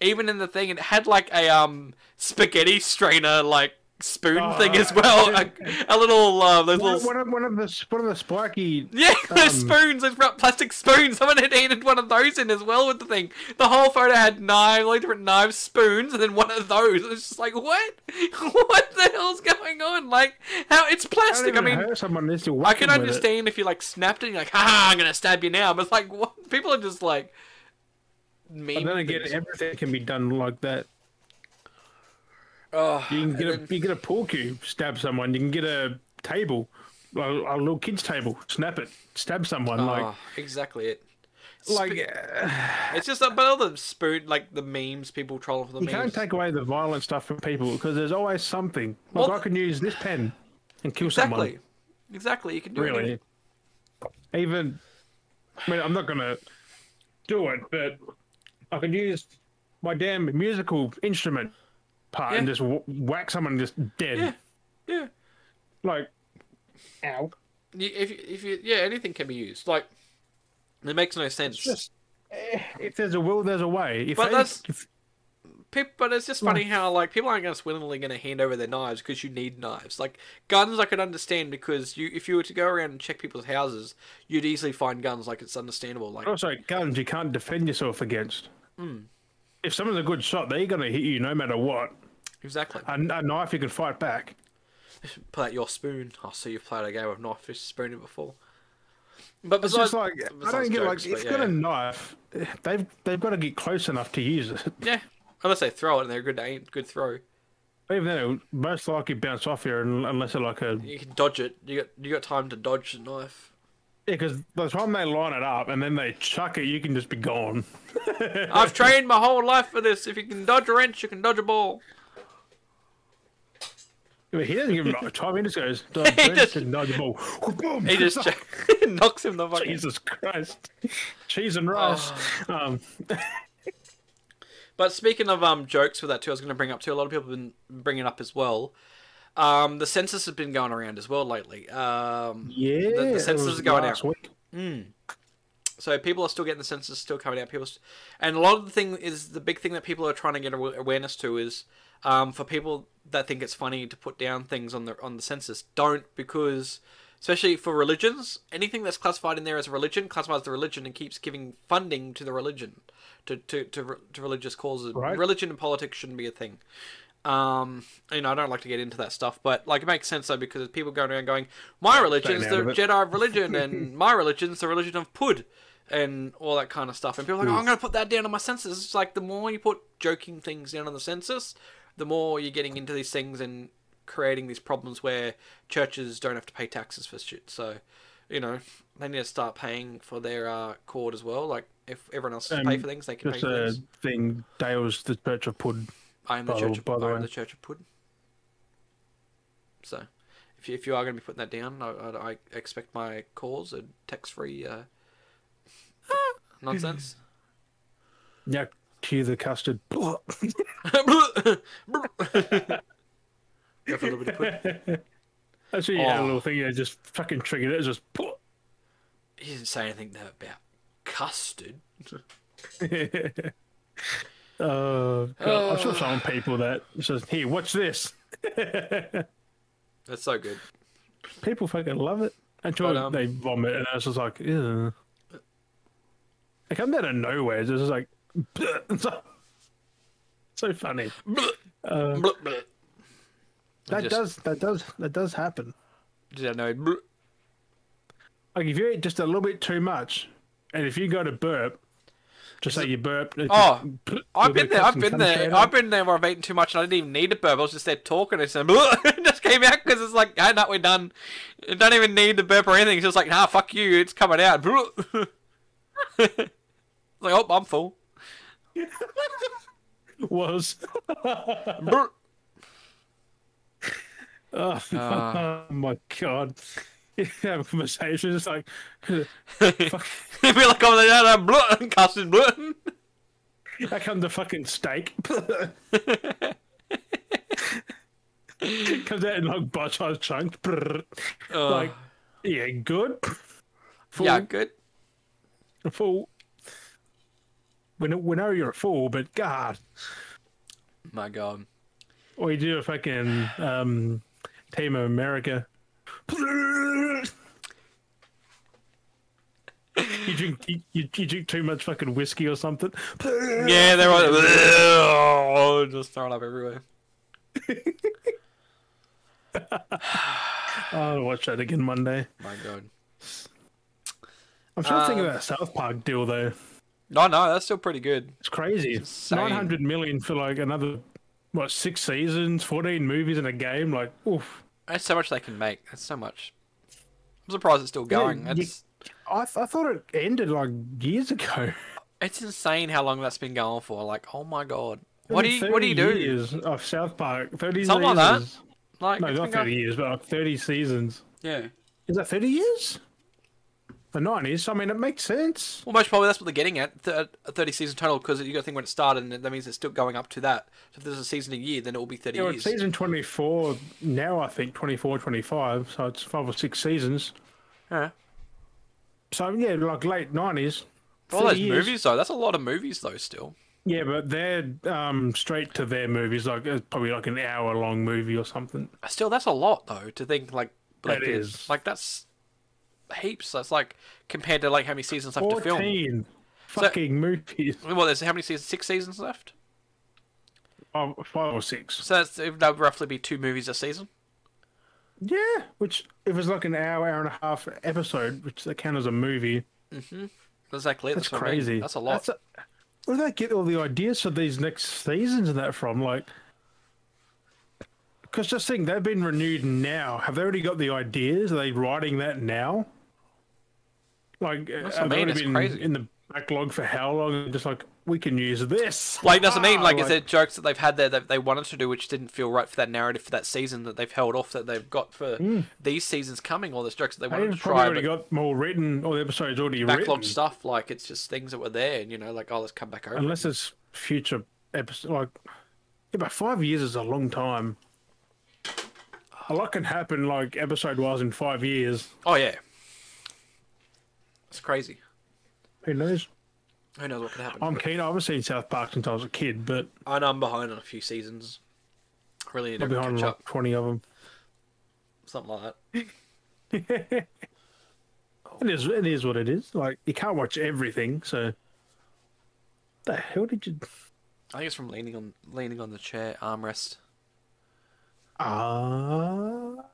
Speaker 2: even in the thing, it had like a um spaghetti strainer like spoon
Speaker 1: Oh.
Speaker 2: thing as well, a, a little uh, those
Speaker 1: One,
Speaker 2: little.
Speaker 1: one of, one of the one of the spiky.
Speaker 2: Yeah, those
Speaker 1: Um,
Speaker 2: <laughs> spoons, those pl- plastic spoons. Someone had handed one of those in as well with the thing. The whole photo had knives, like different knives, spoons, and then one of those. It's just like, what? <laughs> what the hell's going on? Like, how? It's
Speaker 1: I,
Speaker 2: plastic. I mean,
Speaker 1: hurt someone unless you're
Speaker 2: I can
Speaker 1: walking with it.
Speaker 2: understand if you like snapped it, and you're like, ha, I'm gonna stab you now. But it's like, what? People are just like,
Speaker 1: But then
Speaker 2: mean.
Speaker 1: again, everything can be done like that.
Speaker 2: Oh,
Speaker 1: You can get a you get a pool cue, stab someone. You can get a table, a, a little kid's table, snap it, stab someone. Like
Speaker 2: oh, exactly it.
Speaker 1: like
Speaker 2: Sp-
Speaker 1: uh,
Speaker 2: it's just about all the spoon, like the memes people trolling for the
Speaker 1: you
Speaker 2: memes.
Speaker 1: can't take away the violent stuff from people because there's always something. Like I
Speaker 2: Well,
Speaker 1: can use this pen and kill
Speaker 2: exactly,
Speaker 1: someone.
Speaker 2: exactly. You can do it.
Speaker 1: Really, even I mean, I'm not gonna do it, but I can use my damn musical instrument part and
Speaker 2: Yeah.
Speaker 1: just wh- whack someone just dead.
Speaker 2: Yeah. Yeah.
Speaker 1: Like, ow.
Speaker 2: You- if you- if you, yeah, anything can be used. Like, it makes no sense.
Speaker 1: just eh, if there's a will, there's a way. If
Speaker 2: But
Speaker 1: they-
Speaker 2: that's-
Speaker 1: if-
Speaker 2: Peop- but it's just funny how like people aren't going to willingly going to hand over their knives because you need knives. Like guns, I could understand because you if you were to go around and check people's houses, you'd easily find guns. Like it's understandable. Like
Speaker 1: also oh, guns you can't defend yourself against.
Speaker 2: Hmm.
Speaker 1: If someone's a good shot, they're gonna hit you no matter what.
Speaker 2: exactly.
Speaker 1: A, a knife you can fight back.
Speaker 2: Pull out your spoon. I see you've played a game of knife fish spooning before. But
Speaker 1: It's
Speaker 2: besides,
Speaker 1: just like I don't
Speaker 2: besides
Speaker 1: get
Speaker 2: jokes,
Speaker 1: like
Speaker 2: but
Speaker 1: if
Speaker 2: yeah.
Speaker 1: you've got a knife, eh, they've they've got to get close enough to use it.
Speaker 2: yeah. Unless they throw it and they're a good aim, good throw.
Speaker 1: Even then, it'll most likely bounce off you un- unless they're like a
Speaker 2: You can dodge it. You got you got time to dodge the knife.
Speaker 1: because by the time they line it up and then they chuck it, you can just be gone.
Speaker 2: I've trained my whole life for this. If you can dodge a wrench, you can dodge a ball.
Speaker 1: mean, he doesn't give him time. He just goes,
Speaker 2: <laughs>
Speaker 1: "Dun, dun,
Speaker 2: just-
Speaker 1: dun, dun, the ball. Boom.
Speaker 2: He
Speaker 1: <laughs>
Speaker 2: just <laughs> knocks him the fucking.
Speaker 1: Jesus Christ, cheese
Speaker 2: Oh.
Speaker 1: and rice. Um,
Speaker 2: But speaking of um jokes with that too, I was going to bring up too. A lot of people have been bringing up as well. Um, the census has been going around as well lately. Um,
Speaker 1: yeah,
Speaker 2: the
Speaker 1: it
Speaker 2: census
Speaker 1: was
Speaker 2: is going
Speaker 1: last
Speaker 2: out.
Speaker 1: week.
Speaker 2: So people are still getting the census, still coming out. People, st- and a lot of the thing is the big thing that people are trying to get awa- awareness to is um, for people that think it's funny to put down things on the on the census. Don't because especially for religions, anything that's classified in there as a religion classifies the religion and keeps giving funding to the religion to to to, re- to religious causes.
Speaker 1: Right.
Speaker 2: Religion and politics shouldn't be a thing. Um, you know, I don't like to get into that stuff, but like it makes sense though because there's people going around going, "My religion's
Speaker 1: out
Speaker 2: the
Speaker 1: of it.
Speaker 2: Jedi religion, and my religion's the religion of Pud, and all that kind of stuff." And people are like, oh, "I'm going to put that down on my census." It's like the more you put joking things down on the census, the more you're getting into these things and creating these problems where churches don't have to pay taxes for shit. So, you know, they need to start paying for their uh, court as well. Like if everyone else has to pay
Speaker 1: Um,
Speaker 2: for things, they can pay
Speaker 1: That's
Speaker 2: for
Speaker 1: a
Speaker 2: things.
Speaker 1: thing. Dale's the Church of Pud.
Speaker 2: I am the
Speaker 1: by the-
Speaker 2: Church of
Speaker 1: by the
Speaker 2: I am
Speaker 1: way.
Speaker 2: the Church of Pud. So, if you, if you are going to be putting that down, I, I, I expect my calls are tax
Speaker 1: <laughs>
Speaker 2: free uh, nonsense. <laughs>
Speaker 1: Yeah, cue the custard. <laughs>
Speaker 2: Go for a little bit of pud.
Speaker 1: That's what you had a
Speaker 2: Oh.
Speaker 1: little thing. You know, just fucking triggered it. It's just.
Speaker 2: He didn't say anything there about custard.
Speaker 1: <laughs> Oh, God. I'm sure some people that says, "Hey, watch this."
Speaker 2: That's so good.
Speaker 1: People fucking love it until
Speaker 2: But, um,
Speaker 1: they vomit, and it's just like, Ew. it comes out of nowhere. It's just like, <laughs> it's like- so funny. Uh,
Speaker 2: Blup, blup.
Speaker 1: That
Speaker 2: just-
Speaker 1: does that does that does happen.
Speaker 2: Did I know? Blup.
Speaker 1: Like if you eat just a little bit too much, and if you go to burp, just say you burp. it's <laughs>
Speaker 2: Oh,
Speaker 1: just-
Speaker 2: I've been there. I've
Speaker 1: Comes
Speaker 2: been
Speaker 1: straight
Speaker 2: there.
Speaker 1: out.
Speaker 2: I've been there where I've eaten too much and I didn't even need a burp. I was just there talking and some <laughs> it just came out because it's like, hey, no, we're done. You don't even need the burp or anything. It's just like, nah, fuck you. It's coming out. <laughs> like, oh,
Speaker 1: <laughs>
Speaker 2: I'm full. <laughs>
Speaker 1: was. <laughs>
Speaker 2: Ah.
Speaker 1: oh my god. <laughs> You have a conversation, it's like <laughs>
Speaker 2: I feel like "Oh, I'm there, <laughs> blah, cussing, blah.
Speaker 1: I come the fucking steak. <laughs> Comes out in like bite sized chunks. Brrr.
Speaker 2: Uh,
Speaker 1: <laughs> Like, yeah, good. Full,
Speaker 2: yeah, good.
Speaker 1: full. We know, we know you're a fool, but God,
Speaker 2: My God.
Speaker 1: or you do a fucking um, Team of America. you drink you, you, you drink too much fucking whiskey or something.
Speaker 2: Yeah, they're all <laughs> just throwing up everywhere.
Speaker 1: I'll watch that again one day.
Speaker 2: My God.
Speaker 1: I'm still thinking about that South Park deal though.
Speaker 2: No, no, that's still pretty good.
Speaker 1: It's crazy.
Speaker 2: insane.
Speaker 1: Nine hundred million for like another what six seasons, fourteen movies and a game. Like, oof.
Speaker 2: That's so much they can make. That's so much. I'm surprised it's still going.
Speaker 1: you-
Speaker 2: It's
Speaker 1: I I thought it ended like years <laughs> ago.
Speaker 2: it's insane how long that's been going for. Like, oh my god, what do you what do you
Speaker 1: 30
Speaker 2: do?
Speaker 1: Years of South Park. Thirty
Speaker 2: Something like that.
Speaker 1: seasons.
Speaker 2: Like,
Speaker 1: No,
Speaker 2: it's
Speaker 1: not
Speaker 2: been going-
Speaker 1: thirty years, but like thirty seasons.
Speaker 2: yeah.
Speaker 1: Is that 30 years? The 90s? I mean, it makes sense.
Speaker 2: Well, most probably that's what they're getting at. Th- a 30 season total because you got to think when it started, and that means it's still going up to that. So if there's a season a year, then it will be 30
Speaker 1: Yeah, well,
Speaker 2: years.
Speaker 1: it's season 24 now, I think, 24, 25. So it's five or six seasons.
Speaker 2: Yeah.
Speaker 1: So, yeah, like late 90s.
Speaker 2: For all those
Speaker 1: 30 years.
Speaker 2: movies though, that's a lot of movies though. Still,
Speaker 1: Yeah, but they're um, straight to their movies. Like, it's probably like an hour long movie or something.
Speaker 2: still that's a lot though to think like like
Speaker 1: That
Speaker 2: there's-
Speaker 1: is.
Speaker 2: like that's heaps. That's like compared to like how many seasons left to film.
Speaker 1: 14 fucking movies.
Speaker 2: Well, there's how many seasons? Six seasons left.
Speaker 1: Oh, five or six.
Speaker 2: So that's that would roughly be two movies a season.
Speaker 1: Yeah, which, if it's like an hour, hour and a half episode, which they count as a movie,
Speaker 2: Exactly.
Speaker 1: That's
Speaker 2: That's, what I mean.
Speaker 1: crazy.
Speaker 2: That's a lot.
Speaker 1: That's where do they get all the ideas for these next seasons and that from? Like, because just think they've been renewed now. Have they already got the ideas? Are they writing that now? Like,
Speaker 2: what I
Speaker 1: have they
Speaker 2: mean,
Speaker 1: already
Speaker 2: it's
Speaker 1: been
Speaker 2: crazy.
Speaker 1: in the backlog for how long? And just like we can use this.
Speaker 2: Like that's what I mean.
Speaker 1: Ah,
Speaker 2: Like, it's the jokes that they've had there that they wanted to do, which didn't feel right for that narrative for that season that they've held off that they've got for these seasons coming. All those jokes that they wanted to
Speaker 1: They've Hmm. probably
Speaker 2: try,
Speaker 1: already
Speaker 2: but
Speaker 1: got more written, or the episode's already
Speaker 2: backlog
Speaker 1: written.
Speaker 2: stuff. Like it's just things that were there, and you know, like oh, let's come back over. it.
Speaker 1: Unless it's future episode, like yeah, but five years is a long time. A lot can happen, like episode wise, in five years.
Speaker 2: Oh yeah, it's crazy.
Speaker 1: Who knows?
Speaker 2: Who knows what could happen?
Speaker 1: I'm keen. I haven't seen South Park since I was a kid, but
Speaker 2: I know I'm behind on a few seasons. I Really need to
Speaker 1: I'm behind
Speaker 2: catch
Speaker 1: like
Speaker 2: up,
Speaker 1: 20 of them.
Speaker 2: something like that.
Speaker 1: It is. It is what it is. Like you can't watch everything. So the hell did you?
Speaker 2: I think it's from leaning on leaning on the chair armrest.
Speaker 1: Ah,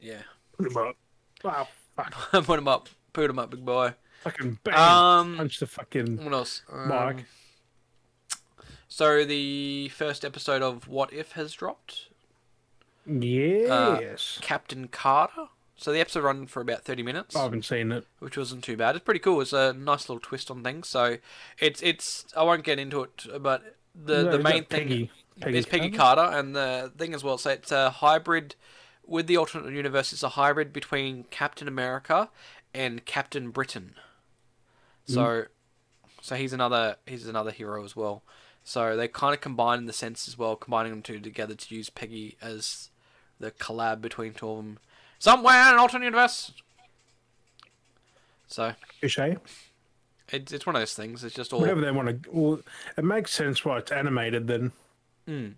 Speaker 2: Yeah, <laughs>
Speaker 1: put him up. Wow, fuck!
Speaker 2: put him up, put him up, big boy.
Speaker 1: Fucking bang!
Speaker 2: Um,
Speaker 1: Punch the fucking
Speaker 2: What else? Um,
Speaker 1: mic.
Speaker 2: So the first episode of What If has dropped.
Speaker 1: Yes,
Speaker 2: Captain Carter. So the episode ran for about thirty minutes,
Speaker 1: I haven't seen it.
Speaker 2: which wasn't too bad. It's pretty cool. It's a nice little twist on things. So it's it's I won't get into it, but the
Speaker 1: No,
Speaker 2: the
Speaker 1: is
Speaker 2: main
Speaker 1: that
Speaker 2: thing
Speaker 1: Peggy, Peggy
Speaker 2: is Peggy Carter. and the thing as well. So it's a hybrid with the alternate universe. It's a hybrid between Captain America and Captain Britain. So,
Speaker 1: Mm.
Speaker 2: so he's another he's another hero as well. So they kind of combine in the sense as well, combining them two together to use Peggy as the collab between two of them somewhere in an alternate universe. So
Speaker 1: Cliche.
Speaker 2: it's it's one of those things. It's just all
Speaker 1: Whatever they want to. Well, it makes sense why it's animated then.
Speaker 2: the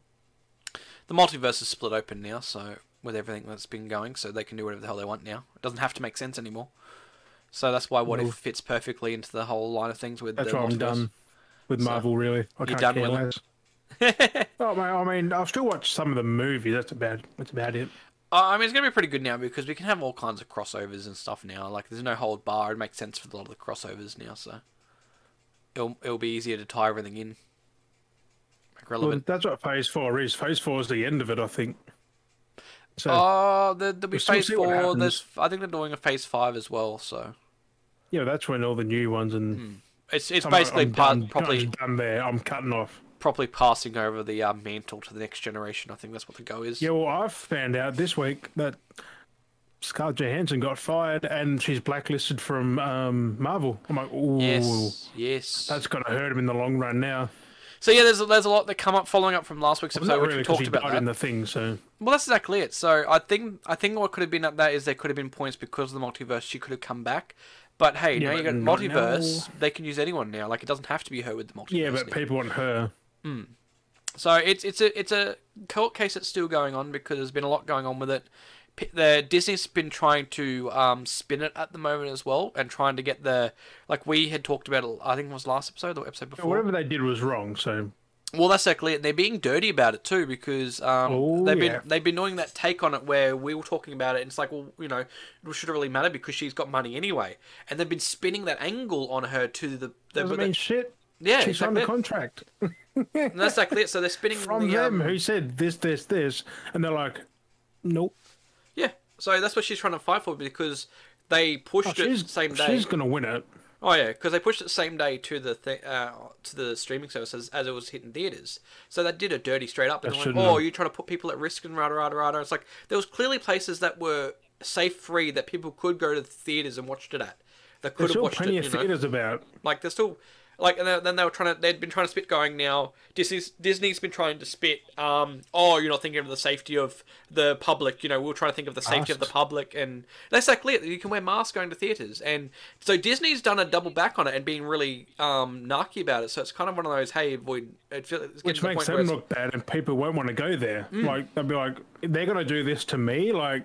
Speaker 2: multiverse is split open now, so with everything that's been going, so they can do whatever the hell they want now. It doesn't have to make sense anymore. So that's why what if fits perfectly into the whole line of things with
Speaker 1: That's
Speaker 2: the
Speaker 1: why I'm
Speaker 2: multiverse.
Speaker 1: done with Marvel. really, I can't
Speaker 2: done
Speaker 1: care
Speaker 2: with
Speaker 1: less.
Speaker 2: <laughs>
Speaker 1: oh, man, I mean, I'll still watch some of the movies. That's about. That's about it.
Speaker 2: Uh, I mean, it's gonna be pretty good now because we can have all kinds of crossovers and stuff now. Like, there's no hold bar. It makes sense for a lot of the crossovers now, so it'll it'll be easier to tie everything in. Like
Speaker 1: Well,
Speaker 2: relevant.
Speaker 1: that's what Phase Four is. Phase Four is the end of it, I think. So
Speaker 2: Oh, there, there'll be
Speaker 1: uh, We'll still
Speaker 2: phase
Speaker 1: see what
Speaker 2: four.
Speaker 1: happens.
Speaker 2: There's, I think they're doing a phase five as well. So
Speaker 1: yeah, that's when all the new ones and
Speaker 2: it's it's
Speaker 1: I'm-
Speaker 2: hmm. basically
Speaker 1: I'm
Speaker 2: part
Speaker 1: done,
Speaker 2: probably
Speaker 1: I'm done there. I'm cutting off.
Speaker 2: properly passing over the uh, mantle to the next generation. I think that's what the go is.
Speaker 1: Yeah, well, I've found out this week that Scarlett Johansson got fired and she's blacklisted from um, Marvel. I'm like, ooh,
Speaker 2: Yes. Yes.
Speaker 1: that's gonna hurt him in the long run now.
Speaker 2: So yeah, there's a, there's a lot that come up following up from last week's
Speaker 1: Well,
Speaker 2: episode,
Speaker 1: not
Speaker 2: which
Speaker 1: really,
Speaker 2: we
Speaker 1: 'cause
Speaker 2: talked
Speaker 1: he
Speaker 2: about.
Speaker 1: died
Speaker 2: that.
Speaker 1: in the thing, so
Speaker 2: Well, that's exactly it. So I think I think what could have been at that is there could have been points because of the multiverse she could have come back. But hey, now
Speaker 1: but
Speaker 2: you got
Speaker 1: not
Speaker 2: multiverse. They can use anyone now. Like it doesn't have to be her with the multiverse.
Speaker 1: yeah, but
Speaker 2: now.
Speaker 1: people want her.
Speaker 2: So it's it's a it's a court case that's still going on because there's been a lot going on with it. P- The Disney's been trying to um, spin it at the moment as well, and trying to get the like we had talked about. it, I think it was last episode, the episode before.
Speaker 1: Whatever they did was wrong. So
Speaker 2: Well, that's exactly it. They're being dirty about it too because um,
Speaker 1: Oh,
Speaker 2: they've
Speaker 1: yeah.
Speaker 2: been they've been doing that take on it where we were talking about it, and it's like, well, you know, it should really matter because she's got money anyway, and they've been spinning that angle on her to the. the,
Speaker 1: doesn't
Speaker 2: but
Speaker 1: mean
Speaker 2: the-
Speaker 1: shit.
Speaker 2: yeah,
Speaker 1: She signed
Speaker 2: exactly.
Speaker 1: the
Speaker 2: <laughs>
Speaker 1: contract
Speaker 2: And that's exactly it. So they're
Speaker 1: <laughs>
Speaker 2: spinning
Speaker 1: from
Speaker 2: the, um,
Speaker 1: them who said this, this, this, and they're like, nope.
Speaker 2: Yeah, so that's what she's trying to fight for because they pushed it
Speaker 1: Oh, She's,
Speaker 2: same day.
Speaker 1: she's gonna win it.
Speaker 2: Oh yeah, because they pushed it same day to the th- uh, to the streaming services as it was hitting theaters. So that did a dirty straight up. And
Speaker 1: That
Speaker 2: they're like,
Speaker 1: shouldn't
Speaker 2: oh,
Speaker 1: have.
Speaker 2: you're trying to put people at risk and rada rada rada. It's like there was clearly places that were safe free that people could go to the theaters and watched it at. That could
Speaker 1: There's
Speaker 2: have
Speaker 1: still
Speaker 2: watched it.
Speaker 1: plenty
Speaker 2: You
Speaker 1: of
Speaker 2: know?
Speaker 1: theaters about.
Speaker 2: Like they're still like and then- then they were trying to they'd been trying to spit going now. Disney's Disney's been trying to spit um oh you're not thinking of the safety of the public, you know, we are trying to think of the safety of the
Speaker 1: Masks.
Speaker 2: public and that's exactly it. You can wear masks going to theatres and so Disney's done a double back on it and being really um narky about it. So it's kind of one of those, hey, avoid it feel, it's getting
Speaker 1: Which
Speaker 2: to the
Speaker 1: makes
Speaker 2: point where
Speaker 1: them
Speaker 2: it's, Mm.
Speaker 1: look bad, and people won't want to go there. Like they'll be like, they're gonna do this to me. Like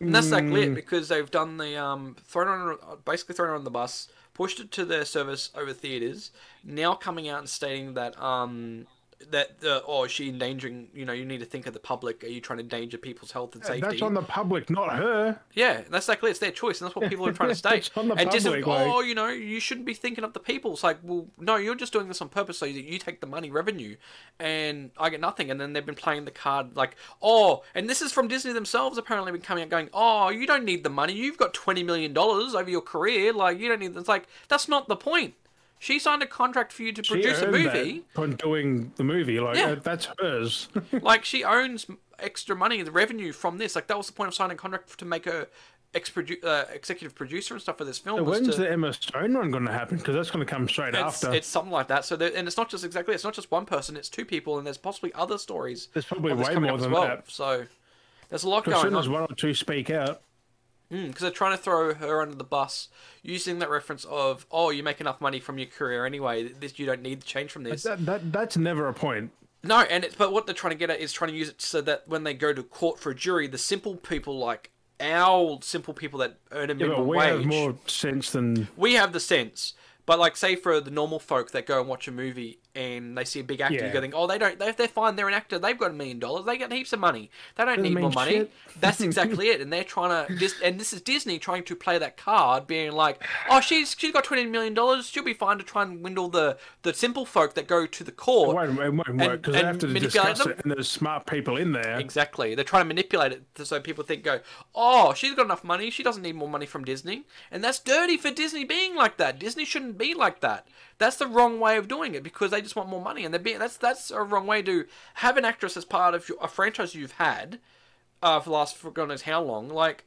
Speaker 2: And that's exactly
Speaker 1: Mm.
Speaker 2: it because they've done the um thrown on basically thrown on the bus, pushed it to their service over theaters. Now coming out and stating that um that uh, or is she endangering you know you need to think of the public are you trying to endanger people's health and safety
Speaker 1: That's on the public, not her.
Speaker 2: yeah that's exactly it's their choice and that's what people are trying
Speaker 1: <laughs>
Speaker 2: to state
Speaker 1: It's on the
Speaker 2: and just
Speaker 1: public,
Speaker 2: oh you know you shouldn't be thinking of the people it's like well no you're just doing this on purpose so that you take the money revenue and i get nothing and then they've been playing the card like oh and this is from disney themselves apparently been coming out going oh you don't need the money you've got 20 million dollars over your career like you don't need it's like that's not the point she signed a contract for you to
Speaker 1: She
Speaker 2: produce a
Speaker 1: earned
Speaker 2: movie
Speaker 1: that on doing the movie. Like
Speaker 2: Yeah.
Speaker 1: uh, that's
Speaker 2: <laughs>
Speaker 1: hers.
Speaker 2: like she owns m- extra money the revenue from this like that was the point of signing a contract to make her ex uh, executive producer and stuff for this film was
Speaker 1: When's
Speaker 2: to-
Speaker 1: the Emma Stone one going to happen? Because that's going to come straight
Speaker 2: it's,
Speaker 1: after.
Speaker 2: it's something like that so there, and it's not just exactly it's not just one person it's two people and there's possibly other stories
Speaker 1: There's probably
Speaker 2: of this
Speaker 1: way
Speaker 2: coming
Speaker 1: more
Speaker 2: up as
Speaker 1: than
Speaker 2: well
Speaker 1: that.
Speaker 2: so there's a lot
Speaker 1: As soon
Speaker 2: going on
Speaker 1: as one or two speak out,
Speaker 2: because they're trying to throw her under the bus using that reference of oh you make enough money from your career anyway this you don't need the change from this
Speaker 1: that, that that's never a point.
Speaker 2: No, and it's but what they're trying to get at is trying to use it so that when they go to court for a jury, the simple people like our simple people that earn a
Speaker 1: Yeah, but
Speaker 2: minimum
Speaker 1: we
Speaker 2: wage,
Speaker 1: have more sense than
Speaker 2: we have the sense. But like, say for the normal folk that go and watch a movie and they see a big actor,
Speaker 1: Yeah.
Speaker 2: you go think, oh, they don't. They, if they're fine, they're an actor. They've got a million dollars. They get heaps of money. They don't need
Speaker 1: mean
Speaker 2: more money.
Speaker 1: shit. <laughs>
Speaker 2: That's exactly it. And they're trying to just. And this is Disney trying to play that card, being like, oh, she's she's got twenty million dollars. She'll be fine to try and windle the the simple folk that go to the court.
Speaker 1: it won't, it won't work because they
Speaker 2: and
Speaker 1: have to
Speaker 2: manipulate
Speaker 1: discuss
Speaker 2: them?
Speaker 1: it, and there's smart people in there.
Speaker 2: Exactly. They're trying to manipulate it so people think, go, oh, she's got enough money. She doesn't need more money from Disney. And that's dirty for Disney being like that. Disney shouldn't be like that. That's the wrong way of doing it because they just want more money. And they're being, that's that's a wrong way to have an actress as part of your, a franchise you've had uh, for the last for God knows how long. Like,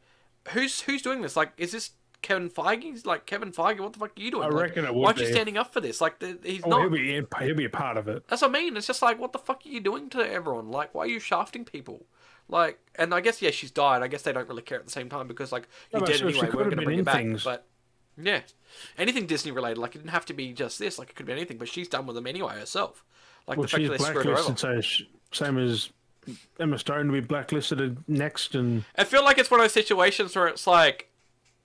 Speaker 2: who's who's doing this? Like, is this Kevin Feige? Like, Kevin Feige, what the fuck are you doing?
Speaker 1: I
Speaker 2: Like,
Speaker 1: reckon it
Speaker 2: Why
Speaker 1: would
Speaker 2: aren't you
Speaker 1: be.
Speaker 2: standing up for this? Like, the, he's
Speaker 1: Oh,
Speaker 2: not.
Speaker 1: he'll be in- he'll be a part of it.
Speaker 2: That's what I mean. It's just like, what the fuck are you doing to everyone? Like, why are you shafting people? Like, and I guess yeah, she's died. I guess they don't really care at the same time because like
Speaker 1: No,
Speaker 2: you're
Speaker 1: but
Speaker 2: dead
Speaker 1: Oh, she- she
Speaker 2: anyway.
Speaker 1: could
Speaker 2: We're
Speaker 1: have
Speaker 2: gonna
Speaker 1: been
Speaker 2: bring you
Speaker 1: in
Speaker 2: back.
Speaker 1: things.
Speaker 2: But yeah, anything Disney related. Like, it didn't have to be just this. Like, it could be anything. But she's done with them anyway herself. Like
Speaker 1: Well,
Speaker 2: the fact
Speaker 1: she's
Speaker 2: that they screwed her over.
Speaker 1: blacklisted, so sh same as Emma Stone to be blacklisted next, and
Speaker 2: I feel like it's one of those situations where it's like,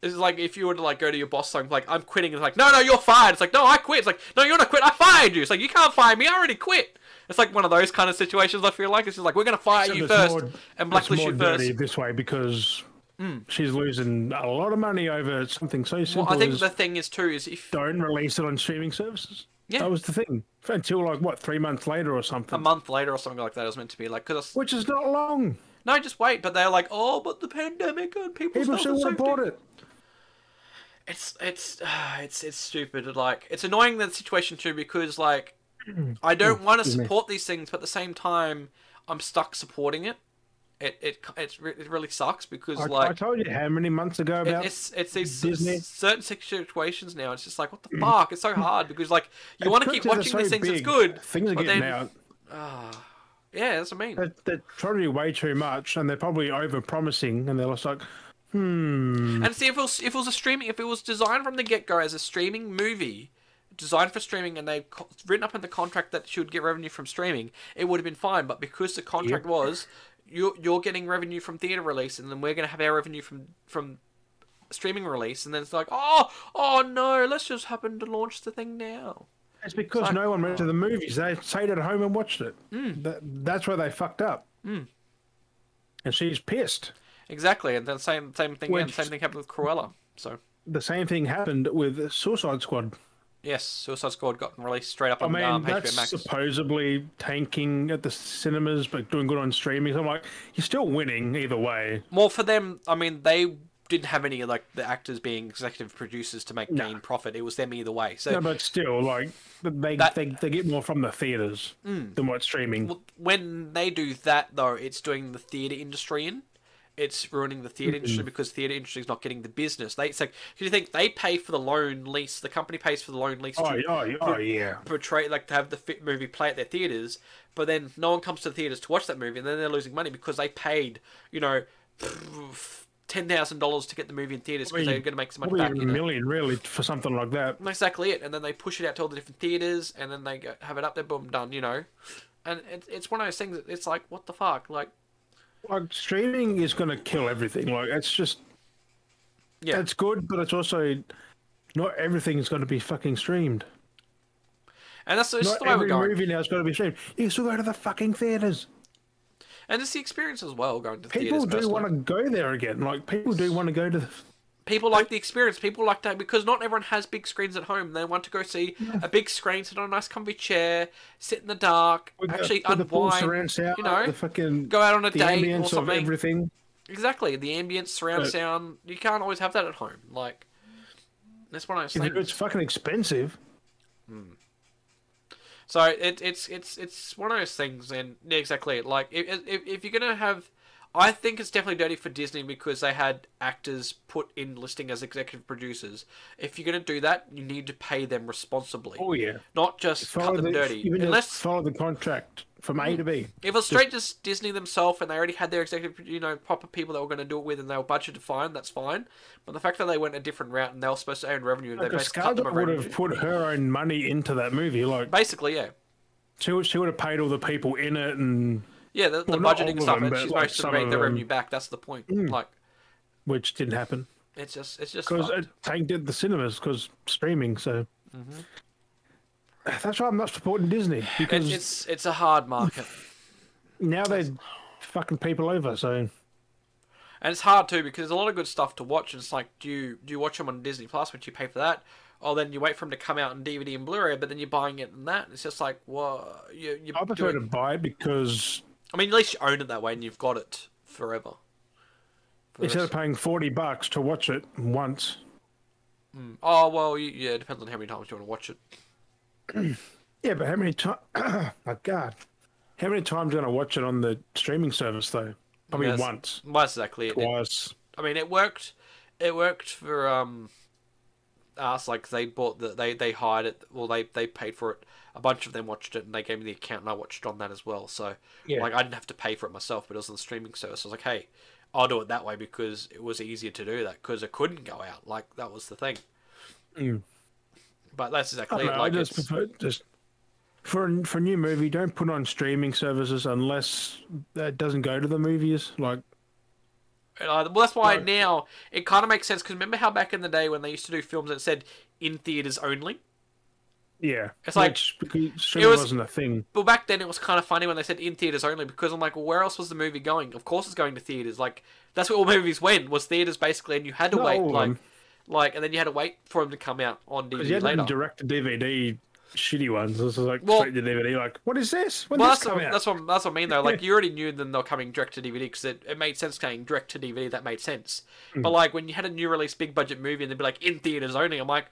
Speaker 2: it's like if you were to like go to your boss, something like I'm quitting. It's like, no, no, you're fired. It's like, no, I quit. It's like, no, you're not quit. I fired you. It's like you can't fire me. I already quit. It's like one of those kind of situations. I feel like it's just like we're gonna fire you
Speaker 1: It's
Speaker 2: first
Speaker 1: more-
Speaker 2: and
Speaker 1: it's
Speaker 2: blacklist
Speaker 1: more
Speaker 2: you
Speaker 1: dirty
Speaker 2: first. Hmm.
Speaker 1: this way because she's losing a lot of money over something so simple
Speaker 2: Well, I think
Speaker 1: as
Speaker 2: the thing is too is if
Speaker 1: don't release it on streaming services.
Speaker 2: Yeah.
Speaker 1: That was the thing until like what three months later or something,
Speaker 2: a month later or something like that is meant to be like because
Speaker 1: which is not long.
Speaker 2: no, just wait. But they're like, oh, but the pandemic and people's
Speaker 1: People
Speaker 2: health
Speaker 1: still
Speaker 2: and
Speaker 1: would have
Speaker 2: safety."
Speaker 1: bought it.
Speaker 2: it's it's <sighs> it's it's stupid. Like it's annoying that situation too because like I don't want to
Speaker 1: Mm. excuse me.
Speaker 2: support these things, but at the same time I'm stuck supporting it. It it it's, re- it really sucks because
Speaker 1: I, I
Speaker 2: like
Speaker 1: told you how many months ago about
Speaker 2: it's it's these
Speaker 1: Disney. Mm.
Speaker 2: s- certain situations now. It's just like what the fuck. It's so hard because like you want to keep
Speaker 1: Because they're
Speaker 2: watching
Speaker 1: so
Speaker 2: these things. It's
Speaker 1: big,
Speaker 2: good.
Speaker 1: Things are
Speaker 2: but
Speaker 1: getting
Speaker 2: then-
Speaker 1: out.
Speaker 2: Yeah, that's what I mean.
Speaker 1: They're, they're trying to do way too much, and they're probably over promising, and they're just like, Mm.
Speaker 2: And see, if it was if it was a streaming, if it was designed from the get go as a streaming movie, designed for streaming, and they've co- written up in the contract that she would get revenue from streaming, it would have been fine. But because the contract was, you're you're getting revenue from theater release, and then we're gonna have our revenue from from streaming release, and then it's like, oh, oh no, let's just happen to launch the thing now.
Speaker 1: It's because no one went to the movies. They stayed at home and watched it. That, that's where they fucked up. And she's pissed.
Speaker 2: Exactly, and then same same thing, and
Speaker 1: Which-
Speaker 2: same thing happened with Cruella. So.
Speaker 1: The same thing happened with Suicide Squad.
Speaker 2: Yes, Suicide Squad got released straight up
Speaker 1: I
Speaker 2: on
Speaker 1: mean,
Speaker 2: um, HBO
Speaker 1: that's
Speaker 2: Max.
Speaker 1: supposedly tanking at the cinemas, but doing good on streaming. So I'm like, you're still winning either way.
Speaker 2: Well, for them, I mean, they didn't have any like the actors being executive producers to make gain profit. It was them either way. So
Speaker 1: No, but still, like, they,
Speaker 2: That-
Speaker 1: they, they get more from the theaters than what streaming.
Speaker 2: when they do that, though, it's doing the theater industry in. It's ruining the theater industry because theater industry is not getting the business. They it's like, 'cause you think they pay for the loan lease? The company pays for the loan lease
Speaker 1: oh,
Speaker 2: to
Speaker 1: oh, oh, yeah.
Speaker 2: portray like to have the fit movie play at their theaters, but then no one comes to the theaters to watch that movie, and then they're losing money because they paid you know ten thousand dollars to get the movie in theaters because
Speaker 1: Probably-
Speaker 2: they're going to make some money
Speaker 1: Probably
Speaker 2: back.
Speaker 1: a
Speaker 2: you know?
Speaker 1: million, really, for something like that.
Speaker 2: And that's exactly it. And then they push it out to all the different theaters, and then they go, have it up there, boom, done. You know, and it, it's one of those things. that It's like, what the fuck? Like,
Speaker 1: Like, streaming is going to kill everything. Like, it's just.
Speaker 2: yeah,
Speaker 1: That's good, but it's also not everything's going to be fucking streamed.
Speaker 2: and that's that's just
Speaker 1: Not
Speaker 2: the way we're
Speaker 1: every
Speaker 2: going.
Speaker 1: movie now's got to be streamed. You still go to the fucking theaters.
Speaker 2: And it's the experience as well going to
Speaker 1: People
Speaker 2: theaters.
Speaker 1: do
Speaker 2: personally.
Speaker 1: want to go there again. Like people do want to go to. The,
Speaker 2: People like the experience. People like to because not everyone has big screens at home. They want to go see a big screen, sit on a nice comfy chair, sit in the dark,
Speaker 1: with the-
Speaker 2: actually
Speaker 1: with the full
Speaker 2: unwind,
Speaker 1: surround sound,
Speaker 2: you know,
Speaker 1: the fucking
Speaker 2: go out on a
Speaker 1: the
Speaker 2: date or
Speaker 1: ambience of
Speaker 2: something.
Speaker 1: everything.
Speaker 2: Exactly, the ambient surround
Speaker 1: But-
Speaker 2: sound. You can't always have that at home. Like that's what I'm saying.
Speaker 1: It's fucking expensive.
Speaker 2: So it, it's it's it's one of those things, and yeah, exactly like if, if if you're gonna have, I think it's definitely dirty for Disney because they had actors put in listing as executive producers. If you're gonna do that, you need to pay them responsibly,
Speaker 1: Oh yeah.
Speaker 2: not just cut them dirty.
Speaker 1: even
Speaker 2: Unless Mm.
Speaker 1: just follow the contract from A to B.
Speaker 2: if it's straight to Disney themselves and they already had their executive, you know, proper people they were going to do it with and they were budgeted fine, that's fine. But the fact that they went a different route and they were supposed to earn revenue, and they
Speaker 1: Because
Speaker 2: basically cut them a
Speaker 1: Scarlett would
Speaker 2: revenue.
Speaker 1: have put her own money into that movie. Like
Speaker 2: Basically, yeah.
Speaker 1: she would, she would have paid all the people in it, and
Speaker 2: Yeah, the, the
Speaker 1: Well, not all
Speaker 2: budgeting
Speaker 1: of
Speaker 2: stuff,
Speaker 1: them,
Speaker 2: and
Speaker 1: but,
Speaker 2: she's
Speaker 1: like,
Speaker 2: supposed to
Speaker 1: some
Speaker 2: make
Speaker 1: of
Speaker 2: the
Speaker 1: them. Hmm.
Speaker 2: revenue back. That's the point. Like,
Speaker 1: which didn't happen
Speaker 2: it's just, it's just.
Speaker 1: because
Speaker 2: fucked. Mm-hmm.
Speaker 1: it tainted uh, the cinemas because streaming. So that's why I'm not supporting Disney
Speaker 2: It,
Speaker 1: because
Speaker 2: it's it's a
Speaker 1: <laughs>
Speaker 2: hard market,
Speaker 1: now they're fucking people over. So
Speaker 2: and it's hard too because there's a lot of good stuff to watch. And it's like, do you do you watch them on Disney Plus, which you pay for that? Oh, then you wait for them to come out in DVD and Blu-ray, but then you're buying it and that. It's just like, whoa, you you.
Speaker 1: I prefer
Speaker 2: doing-
Speaker 1: to buy it because
Speaker 2: I mean, at least you own it that way and you've got it forever. For
Speaker 1: instead of
Speaker 2: this-
Speaker 1: paying forty bucks to watch it once,
Speaker 2: oh, well, you, yeah, it depends on how many times you want to watch it.
Speaker 1: yeah. But how many times? <clears throat> my God, how many times am I gonna watch it on the streaming service though? Probably
Speaker 2: Yes.
Speaker 1: once,
Speaker 2: Well, that's exactly it. it.
Speaker 1: twice.
Speaker 2: I mean, it worked. It worked for um, us. Like they bought the they they hired it. Well, they they paid for it. A bunch of them watched it, and they gave me the account, and I watched it on that as well. So,
Speaker 1: Yeah.
Speaker 2: like, I didn't have to pay for it myself, but it was on the streaming service. I was like, hey, I'll do it that way because it was easier to do that because it couldn't go out. Like that was the thing.
Speaker 1: Mm.
Speaker 2: But that's
Speaker 1: I,
Speaker 2: exactly
Speaker 1: don't
Speaker 2: it.
Speaker 1: know,
Speaker 2: Like
Speaker 1: I just
Speaker 2: it's-
Speaker 1: prefer just for a, for a new movie. Don't put on streaming services unless that doesn't go to the movies. Like
Speaker 2: Uh, well, that's why
Speaker 1: Right.
Speaker 2: now it kind of makes sense because remember how back in the day when they used to do films that said in theaters only.
Speaker 1: yeah,
Speaker 2: It's like-
Speaker 1: Which, because streaming
Speaker 2: was-
Speaker 1: was, not a thing.
Speaker 2: But back then it was kind of funny when they said in theaters only because I'm like, well, where else was the movie going? Of course it's going to theaters. Like that's where all movies went was theaters basically, and you had to
Speaker 1: Not
Speaker 2: wait
Speaker 1: all of
Speaker 2: like,
Speaker 1: them.
Speaker 2: like, and then you had to wait for them to come out on
Speaker 1: Because you
Speaker 2: DVD
Speaker 1: had them
Speaker 2: later.
Speaker 1: direct to DVD shitty ones. This is like
Speaker 2: Well-
Speaker 1: straight to DVD. Like what is this? When
Speaker 2: Well,
Speaker 1: this
Speaker 2: that's
Speaker 1: come
Speaker 2: what,
Speaker 1: out?
Speaker 2: that's what that's what I mean though.
Speaker 1: <laughs>
Speaker 2: Like you already knew then they were coming direct to DVD because it, it made sense going direct to DVD. That made sense.
Speaker 1: Hmm.
Speaker 2: But like when you had a new release big budget movie and they'd be like in theaters only, I'm like,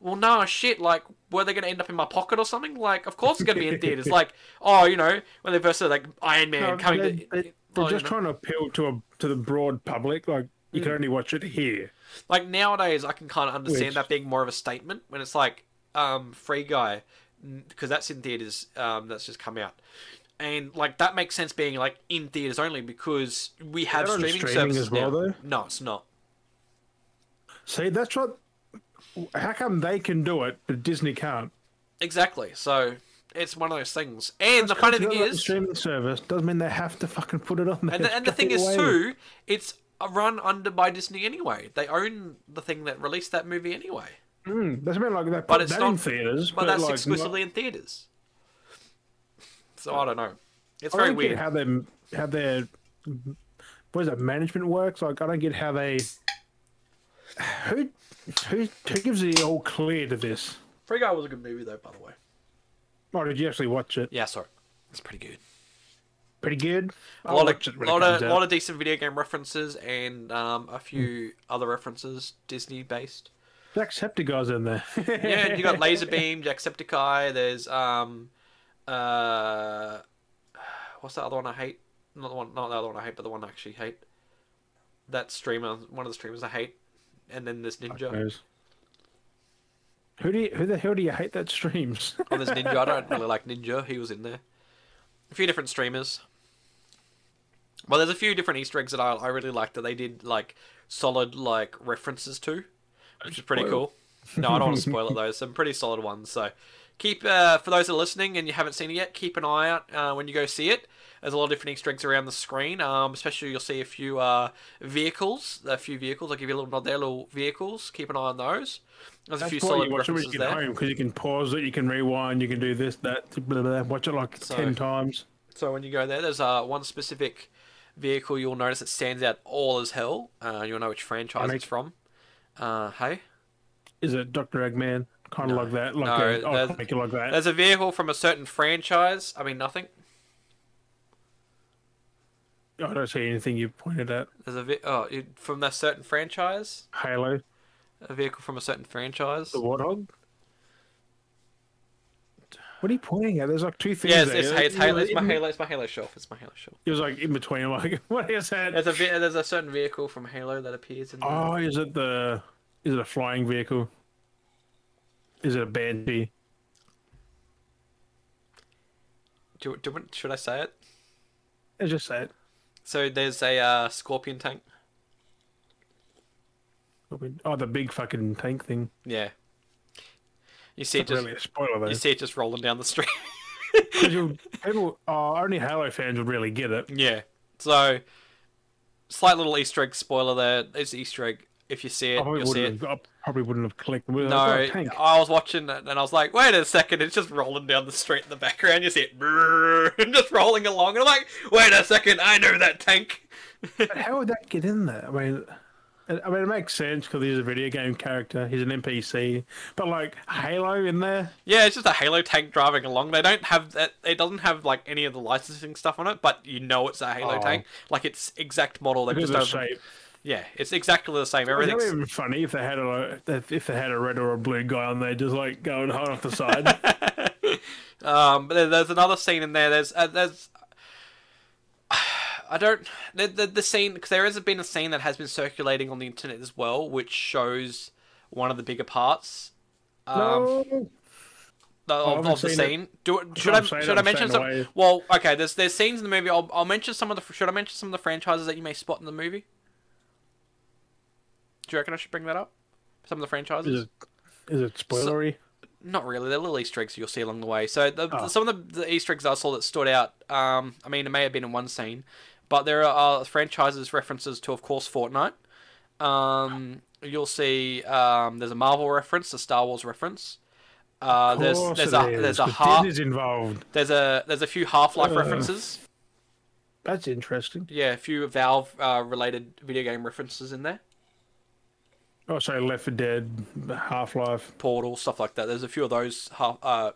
Speaker 2: well, nah, shit. Like, were they going to end up in my pocket or something? Like, of course it's going to be
Speaker 1: <laughs>
Speaker 2: in theaters. like, oh, you know, when they first said like Iron Man
Speaker 1: No,
Speaker 2: coming
Speaker 1: Uh, they,
Speaker 2: to.
Speaker 1: are
Speaker 2: oh, you
Speaker 1: just
Speaker 2: know.
Speaker 1: trying to appeal to a to the broad public. Like you
Speaker 2: Mm.
Speaker 1: can only watch it here.
Speaker 2: Like nowadays, I can kind of understand
Speaker 1: Which-
Speaker 2: that being more of a statement when it's like um, Free Guy, because that's in theaters. Um, that's just come out, and like that makes sense being like in theaters only because we have
Speaker 1: that on
Speaker 2: streaming,
Speaker 1: streaming
Speaker 2: services
Speaker 1: as well,
Speaker 2: now.
Speaker 1: though?
Speaker 2: No, it's not.
Speaker 1: See, that's what. How come they can do it but Disney can't?
Speaker 2: Exactly. So it's one of those things. And the funny thing
Speaker 1: Because
Speaker 2: is,
Speaker 1: streaming service does mean they have to fucking put it on there.
Speaker 2: and the, and the
Speaker 1: straight
Speaker 2: thing is
Speaker 1: away.
Speaker 2: too, it's run under by Disney anyway. They own the thing that released that movie anyway.
Speaker 1: Mm, that's been like they put
Speaker 2: But it's
Speaker 1: that
Speaker 2: not-
Speaker 1: in theaters,
Speaker 2: But that's
Speaker 1: like, not-
Speaker 2: exclusively in theaters. So I don't know. It's
Speaker 1: I
Speaker 2: very
Speaker 1: don't get
Speaker 2: weird.
Speaker 1: how they how their what is that management works. Like I don't get how they who who who gives the all clear to this.
Speaker 2: Free Guy was a good movie though, by the way.
Speaker 1: Oh, did you actually watch it?
Speaker 2: Yeah, sorry. It's pretty good.
Speaker 1: Pretty good. Oh,
Speaker 2: A
Speaker 1: I'll
Speaker 2: lot
Speaker 1: watch
Speaker 2: of,
Speaker 1: it when it
Speaker 2: lot,
Speaker 1: comes
Speaker 2: of,
Speaker 1: out.
Speaker 2: lot of decent video game references and um, a few
Speaker 1: Hmm.
Speaker 2: other references,
Speaker 1: <laughs>
Speaker 2: Disney based.
Speaker 1: Jacksepticeye's in there.
Speaker 2: Yeah, and you got Laserbeam, Jacksepticeye. There's um, uh, what's that other one I hate? Not the one, not the other one I hate, but the one I actually hate. That streamer, one of the streamers I hate, and then there's
Speaker 1: <laughs>
Speaker 2: Ninja.
Speaker 1: Knows. Who do you, who the hell do you hate that streams?
Speaker 2: Oh, there's Ninja. I don't really like Ninja. He was in there. A few different streamers. Well, there's a few different Easter eggs that I, I really like that they did like solid like references to, which is pretty
Speaker 1: Spoil.
Speaker 2: cool. No, I don't want to spoil it though. Some pretty solid ones. So keep uh, for those that are listening and you haven't seen it yet, keep an eye out uh, when you go see it. There's a lot of different Easter eggs around the screen. Um, especially you'll see a few uh, vehicles, a few vehicles. I'll give you a little nod there, little vehicles. Keep an eye on those. There's a
Speaker 1: That's
Speaker 2: few
Speaker 1: why
Speaker 2: solid
Speaker 1: you watch it when you
Speaker 2: references
Speaker 1: get
Speaker 2: there.
Speaker 1: home because you can pause it, you can rewind, you can do this, that, blah, blah, blah. Watch it like
Speaker 2: So-
Speaker 1: ten times.
Speaker 2: So when you go there, there's uh, one specific vehicle you'll notice that stands out all as hell. Uh, you'll know which franchise
Speaker 1: Emmett.
Speaker 2: it's from. Uh, hey,
Speaker 1: Is it Doctor Eggman? Kind of
Speaker 2: No.
Speaker 1: like that. Like
Speaker 2: No,
Speaker 1: a, oh,
Speaker 2: there's-
Speaker 1: comic like that.
Speaker 2: there's a vehicle from a certain franchise. I mean, nothing.
Speaker 1: I don't see anything you pointed at.
Speaker 2: There's a vi- oh, you, from that certain franchise,
Speaker 1: Halo,
Speaker 2: a vehicle from a certain franchise.
Speaker 1: the Warthog. What are you pointing at? There's like two things.
Speaker 2: Yeah, it's,
Speaker 1: there.
Speaker 2: it's, it's,
Speaker 1: You were
Speaker 2: Halo, it's my
Speaker 1: in-
Speaker 2: Halo. It's my Halo shelf. It's my Halo shelf.
Speaker 1: It was like in between. Like, <laughs> what is that?
Speaker 2: There's a ve- there's a certain vehicle from Halo that appears in. The-
Speaker 1: Oh, is it the? Is it a flying vehicle? Is it a banshee?
Speaker 2: do, do, should I say it?
Speaker 1: It's just that.
Speaker 2: So there's a uh, Scorpion tank.
Speaker 1: Oh, the big fucking tank thing.
Speaker 2: Yeah. You see it
Speaker 1: Not
Speaker 2: just
Speaker 1: really a spoiler though.
Speaker 2: you see it just rolling down the street.
Speaker 1: 'Cause you'll- people, oh, only Halo fans would really get it.
Speaker 2: Yeah. So, slight little Easter egg spoiler there. It's an Easter egg. If you
Speaker 1: I
Speaker 2: see it,
Speaker 1: probably
Speaker 2: you'll see
Speaker 1: wouldn't,
Speaker 2: it.
Speaker 1: have, I probably wouldn't have clicked. Well,
Speaker 2: No,
Speaker 1: I've got a oh, tank.
Speaker 2: I was watching it and I was like, wait a second, it's just rolling down the street in the background. You see it brrrr, <laughs> and just rolling along. And I'm like, wait a second, I know that tank.
Speaker 1: But how would that get in there? I mean, it- I mean, it makes sense because he's a video game character. He's an NPC, but like Halo in there,
Speaker 2: Yeah, it's just a Halo tank driving along. They don't have that. It doesn't have like any of the licensing stuff on it, but you know it's a Halo
Speaker 1: Oh.
Speaker 2: tank. Like it's exact model. They
Speaker 1: because
Speaker 2: just
Speaker 1: of the
Speaker 2: don't.
Speaker 1: shape.
Speaker 2: Yeah, it's exactly the same.
Speaker 1: It'd
Speaker 2: Everything's
Speaker 1: be even funny if they had a like, if- if they had a red or a blue guy on there, just like going hard off the side.
Speaker 2: Um, but there- there's another scene in there. There's uh, there's <sighs> I don't the the, the scene because there has been a scene that has been circulating on the internet as well, which shows one of the bigger parts. <laughs> Um,
Speaker 1: no,
Speaker 2: the, of,
Speaker 1: haven't
Speaker 2: of the
Speaker 1: seen it.
Speaker 2: scene. Do it, should
Speaker 1: what
Speaker 2: I
Speaker 1: I'm saying,
Speaker 2: should I
Speaker 1: I'm
Speaker 2: mention
Speaker 1: staying
Speaker 2: some?
Speaker 1: away.
Speaker 2: Well, okay. There's there's scenes in the movie. I'll, I'll mention some of the. Should I mention some of the franchises that you may spot in the movie? Do you reckon I should bring that up? Some of the franchises.
Speaker 1: is it is it spoilery?
Speaker 2: Not really. They're little Easter eggs you'll see along the way. So the,
Speaker 1: Oh.
Speaker 2: some of the, the Easter eggs I saw that stood out. Um, I mean, it may have been in one scene, but there are uh, franchises references to, of course, Fortnite. Um, you'll see. Um, there's a Marvel reference, a Star Wars reference. Uh, there's
Speaker 1: Of course
Speaker 2: there's
Speaker 1: it
Speaker 2: a
Speaker 1: Oh, is,
Speaker 2: there's a
Speaker 1: 'cause
Speaker 2: half
Speaker 1: Disney's involved.
Speaker 2: there's a there's a few Half Life
Speaker 1: Uh.
Speaker 2: references.
Speaker 1: That's interesting.
Speaker 2: Yeah, a few Valve uh, related video game references in there.
Speaker 1: Also, Oh, Left 4 Dead, Half Life.
Speaker 2: Portal, stuff like that. There's a few of those half, uh,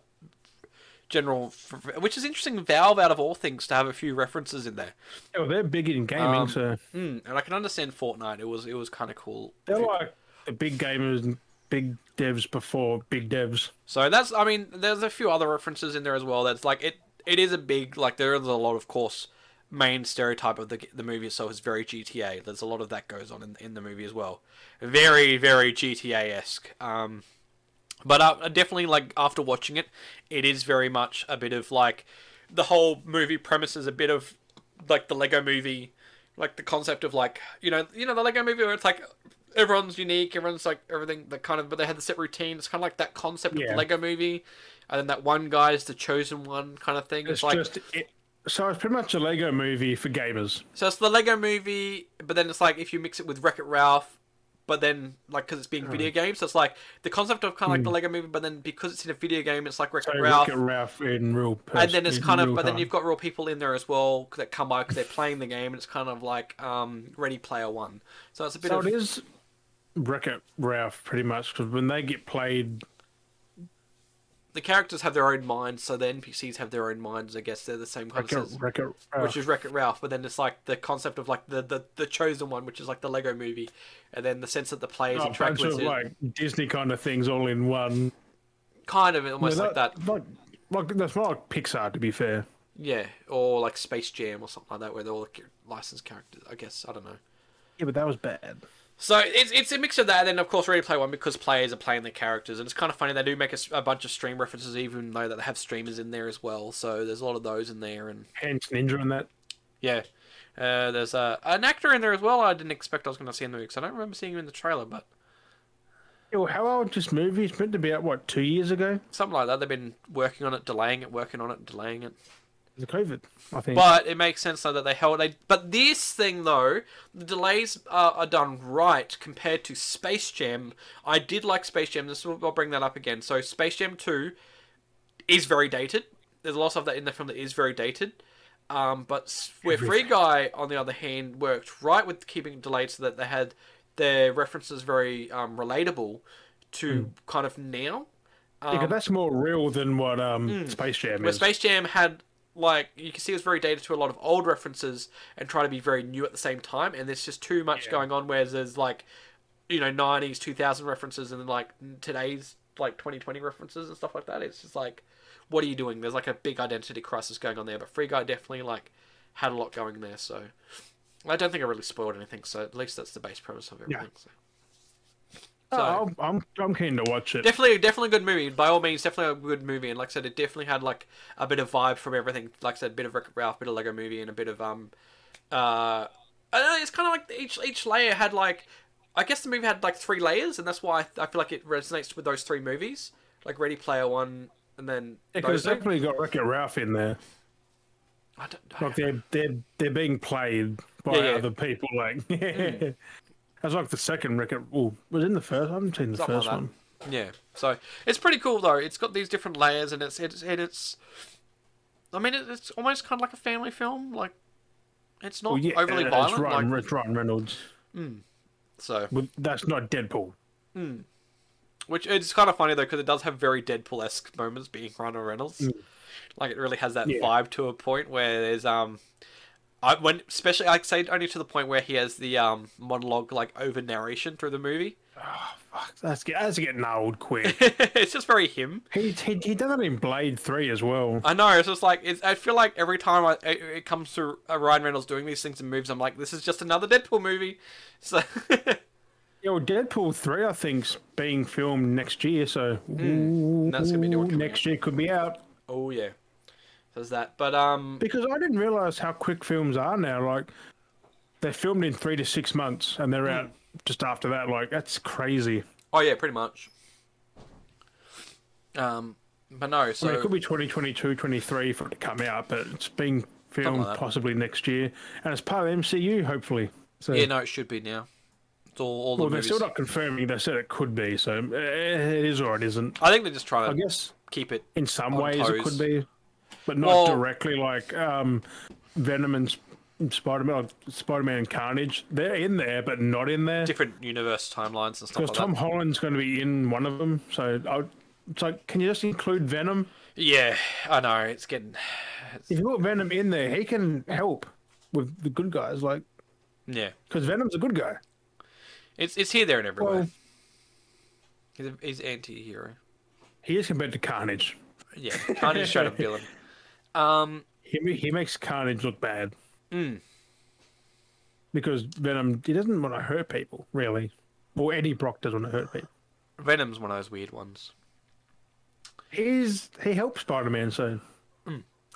Speaker 2: general, f- which is interesting. Valve, out of all things, to have a few references in there.
Speaker 1: Yeah, well, Oh, they're big in gaming,
Speaker 2: Um,
Speaker 1: so
Speaker 2: Mm, and I can understand Fortnite. It was it was kind of cool.
Speaker 1: they're like the big gamers and big devs before big devs.
Speaker 2: So that's I mean, there's a few other references in there as well. That's like it. It is a big like there is a lot of course main stereotype of the the movie itself is very GTA. There's a lot of that goes on in, in the movie as well. Very very GTA esque. Um, but uh, definitely like after watching it, it is very much a bit of like the whole movie premise is a bit of like the Lego movie, like the concept of like you know you know the Lego movie where it's like everyone's unique, everyone's like everything that kind of but they had the set routine. It's kind of like that concept of
Speaker 1: Yeah.
Speaker 2: the Lego movie, and then that one guy is the chosen one kind of thing. It's,
Speaker 1: It's
Speaker 2: like
Speaker 1: just it, so it's pretty much a Lego movie for gamers.
Speaker 2: so it's the Lego movie, but then it's like if you mix it with Wreck It Ralph, but then like because it's
Speaker 1: Uh-huh.
Speaker 2: being video games, so it's like the concept of kind of like the Lego movie, but then because it's in a video game, it's like Wreck It
Speaker 1: Hmm. So
Speaker 2: Ralph.
Speaker 1: Ralph, Ralph in real person,
Speaker 2: and then it's kind of,
Speaker 1: real
Speaker 2: but then
Speaker 1: time.
Speaker 2: you've got real people in there as well that come out because they're playing the game, and it's kind of like um, Ready Player One. So it's a bit
Speaker 1: so
Speaker 2: of
Speaker 1: it is Wreck It Ralph pretty much because when they get played,
Speaker 2: the characters have their own minds, so the NPCs have their own minds. I guess they're the same kind
Speaker 1: Wreck
Speaker 2: of
Speaker 1: It,
Speaker 2: system,
Speaker 1: Wreck It
Speaker 2: which
Speaker 1: Ralph.
Speaker 2: is Wreck It Ralph. But then it's like the concept of like the, the the chosen one, which is like the Lego Movie, and then the sense that the players
Speaker 1: a
Speaker 2: interact
Speaker 1: bunch
Speaker 2: with
Speaker 1: Oh, of
Speaker 2: it,
Speaker 1: like Disney kind of things all in one.
Speaker 2: kind of almost like that.
Speaker 1: Like, like that's more like Pixar to be fair.
Speaker 2: Yeah, or like Space Jam or something like that, where they're all like, licensed characters. I guess I don't know.
Speaker 1: Yeah, but that was bad.
Speaker 2: So it's, it's a mix of that, and then of course Ready Player One because players are playing the characters, and it's kind of funny they do make a, s- a bunch of stream references, even though that they have streamers in there as well. So there's a lot of those in there, and
Speaker 1: Hence Ninja and that.
Speaker 2: yeah, uh, there's uh, an actor in there as well. I didn't expect I was going to see in the movie 'cause I don't remember seeing him in the trailer, but
Speaker 1: Yeah, well, how old this movie? It's meant to be out what two years ago.
Speaker 2: something like that. They've been working on it, delaying it, working on it, delaying it.
Speaker 1: of COVID, I think.
Speaker 2: But it makes sense though that they held. They, but this thing though, the delays are, are done right compared to Space Jam. I did like Space Jam. This will, I'll bring that up again. So Space Jam Two is very dated. There's a lot of that in the film that is very dated. Um, but s- where Free Guy, on the other hand, worked right with keeping it delayed so that they had their references very um, relatable to kind of now.
Speaker 1: Hmm. Yeah, 'cause that's more real than what um, Space Jam
Speaker 2: Where
Speaker 1: is.
Speaker 2: um, hmm. Space Jam had like you can see it was very dated to a lot of old references and try to be very new at the same time, and there's just too much going on. Whereas there's like you know '90s, 2000 references, and then like today's like 2020 references and stuff like that. It's just like, what are you doing? There's like a big identity crisis going on there. But Free Guy definitely like had a lot going there, so. I don't think I really spoiled anything, so at least that's the base premise of everything. So.
Speaker 1: Oh, I'm- I'm I'm keen to watch it.
Speaker 2: Definitely, definitely a good movie. By all means, definitely a good movie. And like I said, it definitely had like a bit of vibe from everything. Like I said, a bit of Wreck-It Ralph, bit of Lego Movie, and a bit of um, uh, I don't know, it's kind of like each each layer had like, I guess the movie had like three layers, and that's why I, I feel like it resonates with those three movies, like Ready Player One, and then
Speaker 1: Because
Speaker 2: those
Speaker 1: it's
Speaker 2: two.
Speaker 1: definitely got Wreck-It Ralph in there.
Speaker 2: I don't, I
Speaker 1: Like they're they're they're being played by
Speaker 2: Yeah, yeah. Hmm.
Speaker 1: other people. Like <laughs> that's like the second Wreck-It. Well, was in the first. I haven't seen the
Speaker 2: Something like
Speaker 1: first
Speaker 2: that.
Speaker 1: one.
Speaker 2: Yeah, so it's pretty cool though. It's got these different layers, and it's it's and it's. I mean, it- it's almost kind of like a family film. Like, it's not
Speaker 1: Well, yeah,
Speaker 2: overly
Speaker 1: uh,
Speaker 2: violent.
Speaker 1: It's Ryan,
Speaker 2: like,
Speaker 1: it's Ryan Reynolds.
Speaker 2: so
Speaker 1: Well, that's not Deadpool.
Speaker 2: which it's kind of funny though because it does have very Deadpool esque moments being Ryan Reynolds. Like it really has that
Speaker 1: Yeah.
Speaker 2: vibe to a point where there's um, I when especially I'd say only to the point where he has the um monologue like over narration through the movie. <laughs>
Speaker 1: Fuck, that's get, that's getting old quick.
Speaker 2: it's just very him.
Speaker 1: he, he he done that in Blade Three as well.
Speaker 2: I know. It's just like it's, I feel like every time I, it, it comes to uh, Ryan Reynolds doing these things and moves, I'm like, this is just another Deadpool movie. <laughs> So
Speaker 1: Yeah, well, Deadpool three I think's being filmed next year, so
Speaker 2: Hmm. That's gonna be the one coming
Speaker 1: next year could be out.
Speaker 2: oh yeah, there's that. But um,
Speaker 1: Because I didn't realize how quick films are now. Like they're filmed in three to six months, and they're out
Speaker 2: Hmm.
Speaker 1: just after that. Like that's crazy.
Speaker 2: oh yeah, pretty much. Um, but no. So
Speaker 1: I mean, it could be 2022, 23 for it to come out, but it's being filmed
Speaker 2: that.
Speaker 1: possibly next year, and it's part of the MCU hopefully. So
Speaker 2: Yeah, no, it should be now. It's all, all the
Speaker 1: well, they're
Speaker 2: movies.
Speaker 1: still not confirming. They said it could be, so uh, it is or it isn't.
Speaker 2: I think they're just
Speaker 1: I
Speaker 2: trying to
Speaker 1: guess
Speaker 2: keep it.
Speaker 1: in some
Speaker 2: on
Speaker 1: ways it
Speaker 2: toes.
Speaker 1: could be, but not
Speaker 2: Well-
Speaker 1: directly like um, Venom and Sp- Spider-Man, like Spider-Man and Carnage. They're in there, but not in there
Speaker 2: Different universe timelines and stuff
Speaker 1: because
Speaker 2: like
Speaker 1: Tom
Speaker 2: that.
Speaker 1: Holland's going to be in one of them. So I, would- it's like, can you just include Venom?
Speaker 2: Yeah, I know. It's getting.
Speaker 1: If you put Venom in there, he can help with the good guys, like
Speaker 2: Yeah.
Speaker 1: because Venom's a good guy.
Speaker 2: It's it's here, there, and everywhere.
Speaker 1: Well-
Speaker 2: He's, a, he's anti hero.
Speaker 1: He is compared to Carnage.
Speaker 2: Yeah, kind of straight
Speaker 1: <laughs>
Speaker 2: up villain. Um,
Speaker 1: He ma- he makes Carnage look bad. Because Venom, he doesn't want to hurt people, really. Or Eddie Brock doesn't want to hurt people.
Speaker 2: Venom's one of those weird ones.
Speaker 1: he's he helps Spider Man, so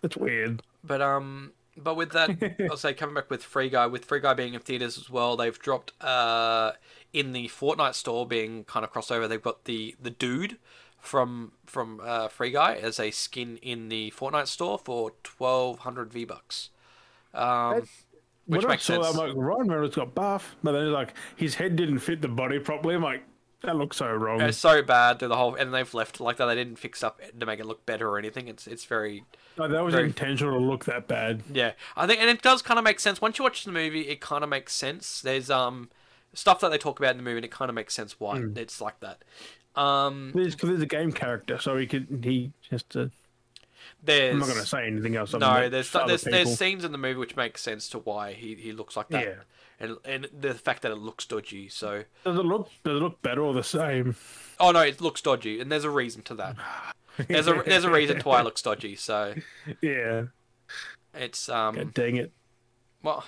Speaker 1: it's weird.
Speaker 2: But um, but
Speaker 1: <laughs>
Speaker 2: with that, I'll say coming back with Free Guy, with Free Guy being in theaters as well, they've dropped uh in the Fortnite store being kind of crossover. They've got the the dude from from uh, Free Guy as a skin in the Fortnite store for twelve hundred V bucks. Um, which
Speaker 1: when
Speaker 2: makes
Speaker 1: I saw
Speaker 2: sense.
Speaker 1: that, I'm like, Ryan Reynolds got buff, but then he's like, his head didn't fit the body properly. I'm like, that looks so wrong.
Speaker 2: It's so bad through the whole, and they've left it like that. They didn't fix up to make it look better or anything. It's it's very
Speaker 1: Like, that was
Speaker 2: very-
Speaker 1: intentional to look that bad.
Speaker 2: Yeah, I think, and it does kind of make sense once you watch the movie. It kind of makes sense. There's um stuff that they talk about in the movie, and it kind of makes sense why
Speaker 1: Hmm.
Speaker 2: it's like that. Um,
Speaker 1: There's, cause there's a game character, so he could he just. Uh,
Speaker 2: there's
Speaker 1: I'm not gonna say anything else. other
Speaker 2: no,
Speaker 1: than
Speaker 2: there's
Speaker 1: other
Speaker 2: there's,
Speaker 1: people.
Speaker 2: there's scenes in the movie which make sense to why he, he looks like that,
Speaker 1: Yeah.
Speaker 2: and and the fact that it looks dodgy. So
Speaker 1: Does it look does it look better or the same?
Speaker 2: oh no, it looks dodgy, and there's a reason to that. There's a there's a reason to why it looks dodgy. So
Speaker 1: Yeah.
Speaker 2: it's um
Speaker 1: God dang it.
Speaker 2: well,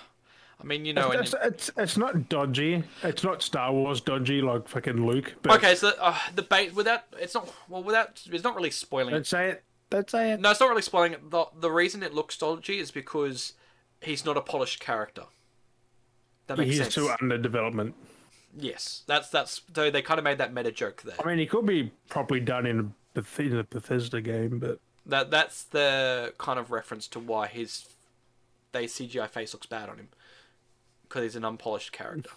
Speaker 2: I mean you know when you-
Speaker 1: it's, it's it's not dodgy. It's not Star Wars dodgy like fucking Luke. But
Speaker 2: okay, so uh, the bait without it's not well without it's not really spoiling. it.
Speaker 1: Don't say it. Don't say it.
Speaker 2: No, it's not really spoiling it. The, the reason it looks dodgy is because he's not a polished character. That makes
Speaker 1: He's
Speaker 2: sense.
Speaker 1: too under development.
Speaker 2: Yes, that's that's. So they kind of made that meta joke there.
Speaker 1: I mean, he could be properly done in a Beth- in a Bethesda game, but
Speaker 2: That that's the kind of reference to why his they CGI face looks bad on him because he's an
Speaker 1: <laughs>
Speaker 2: unpolished character.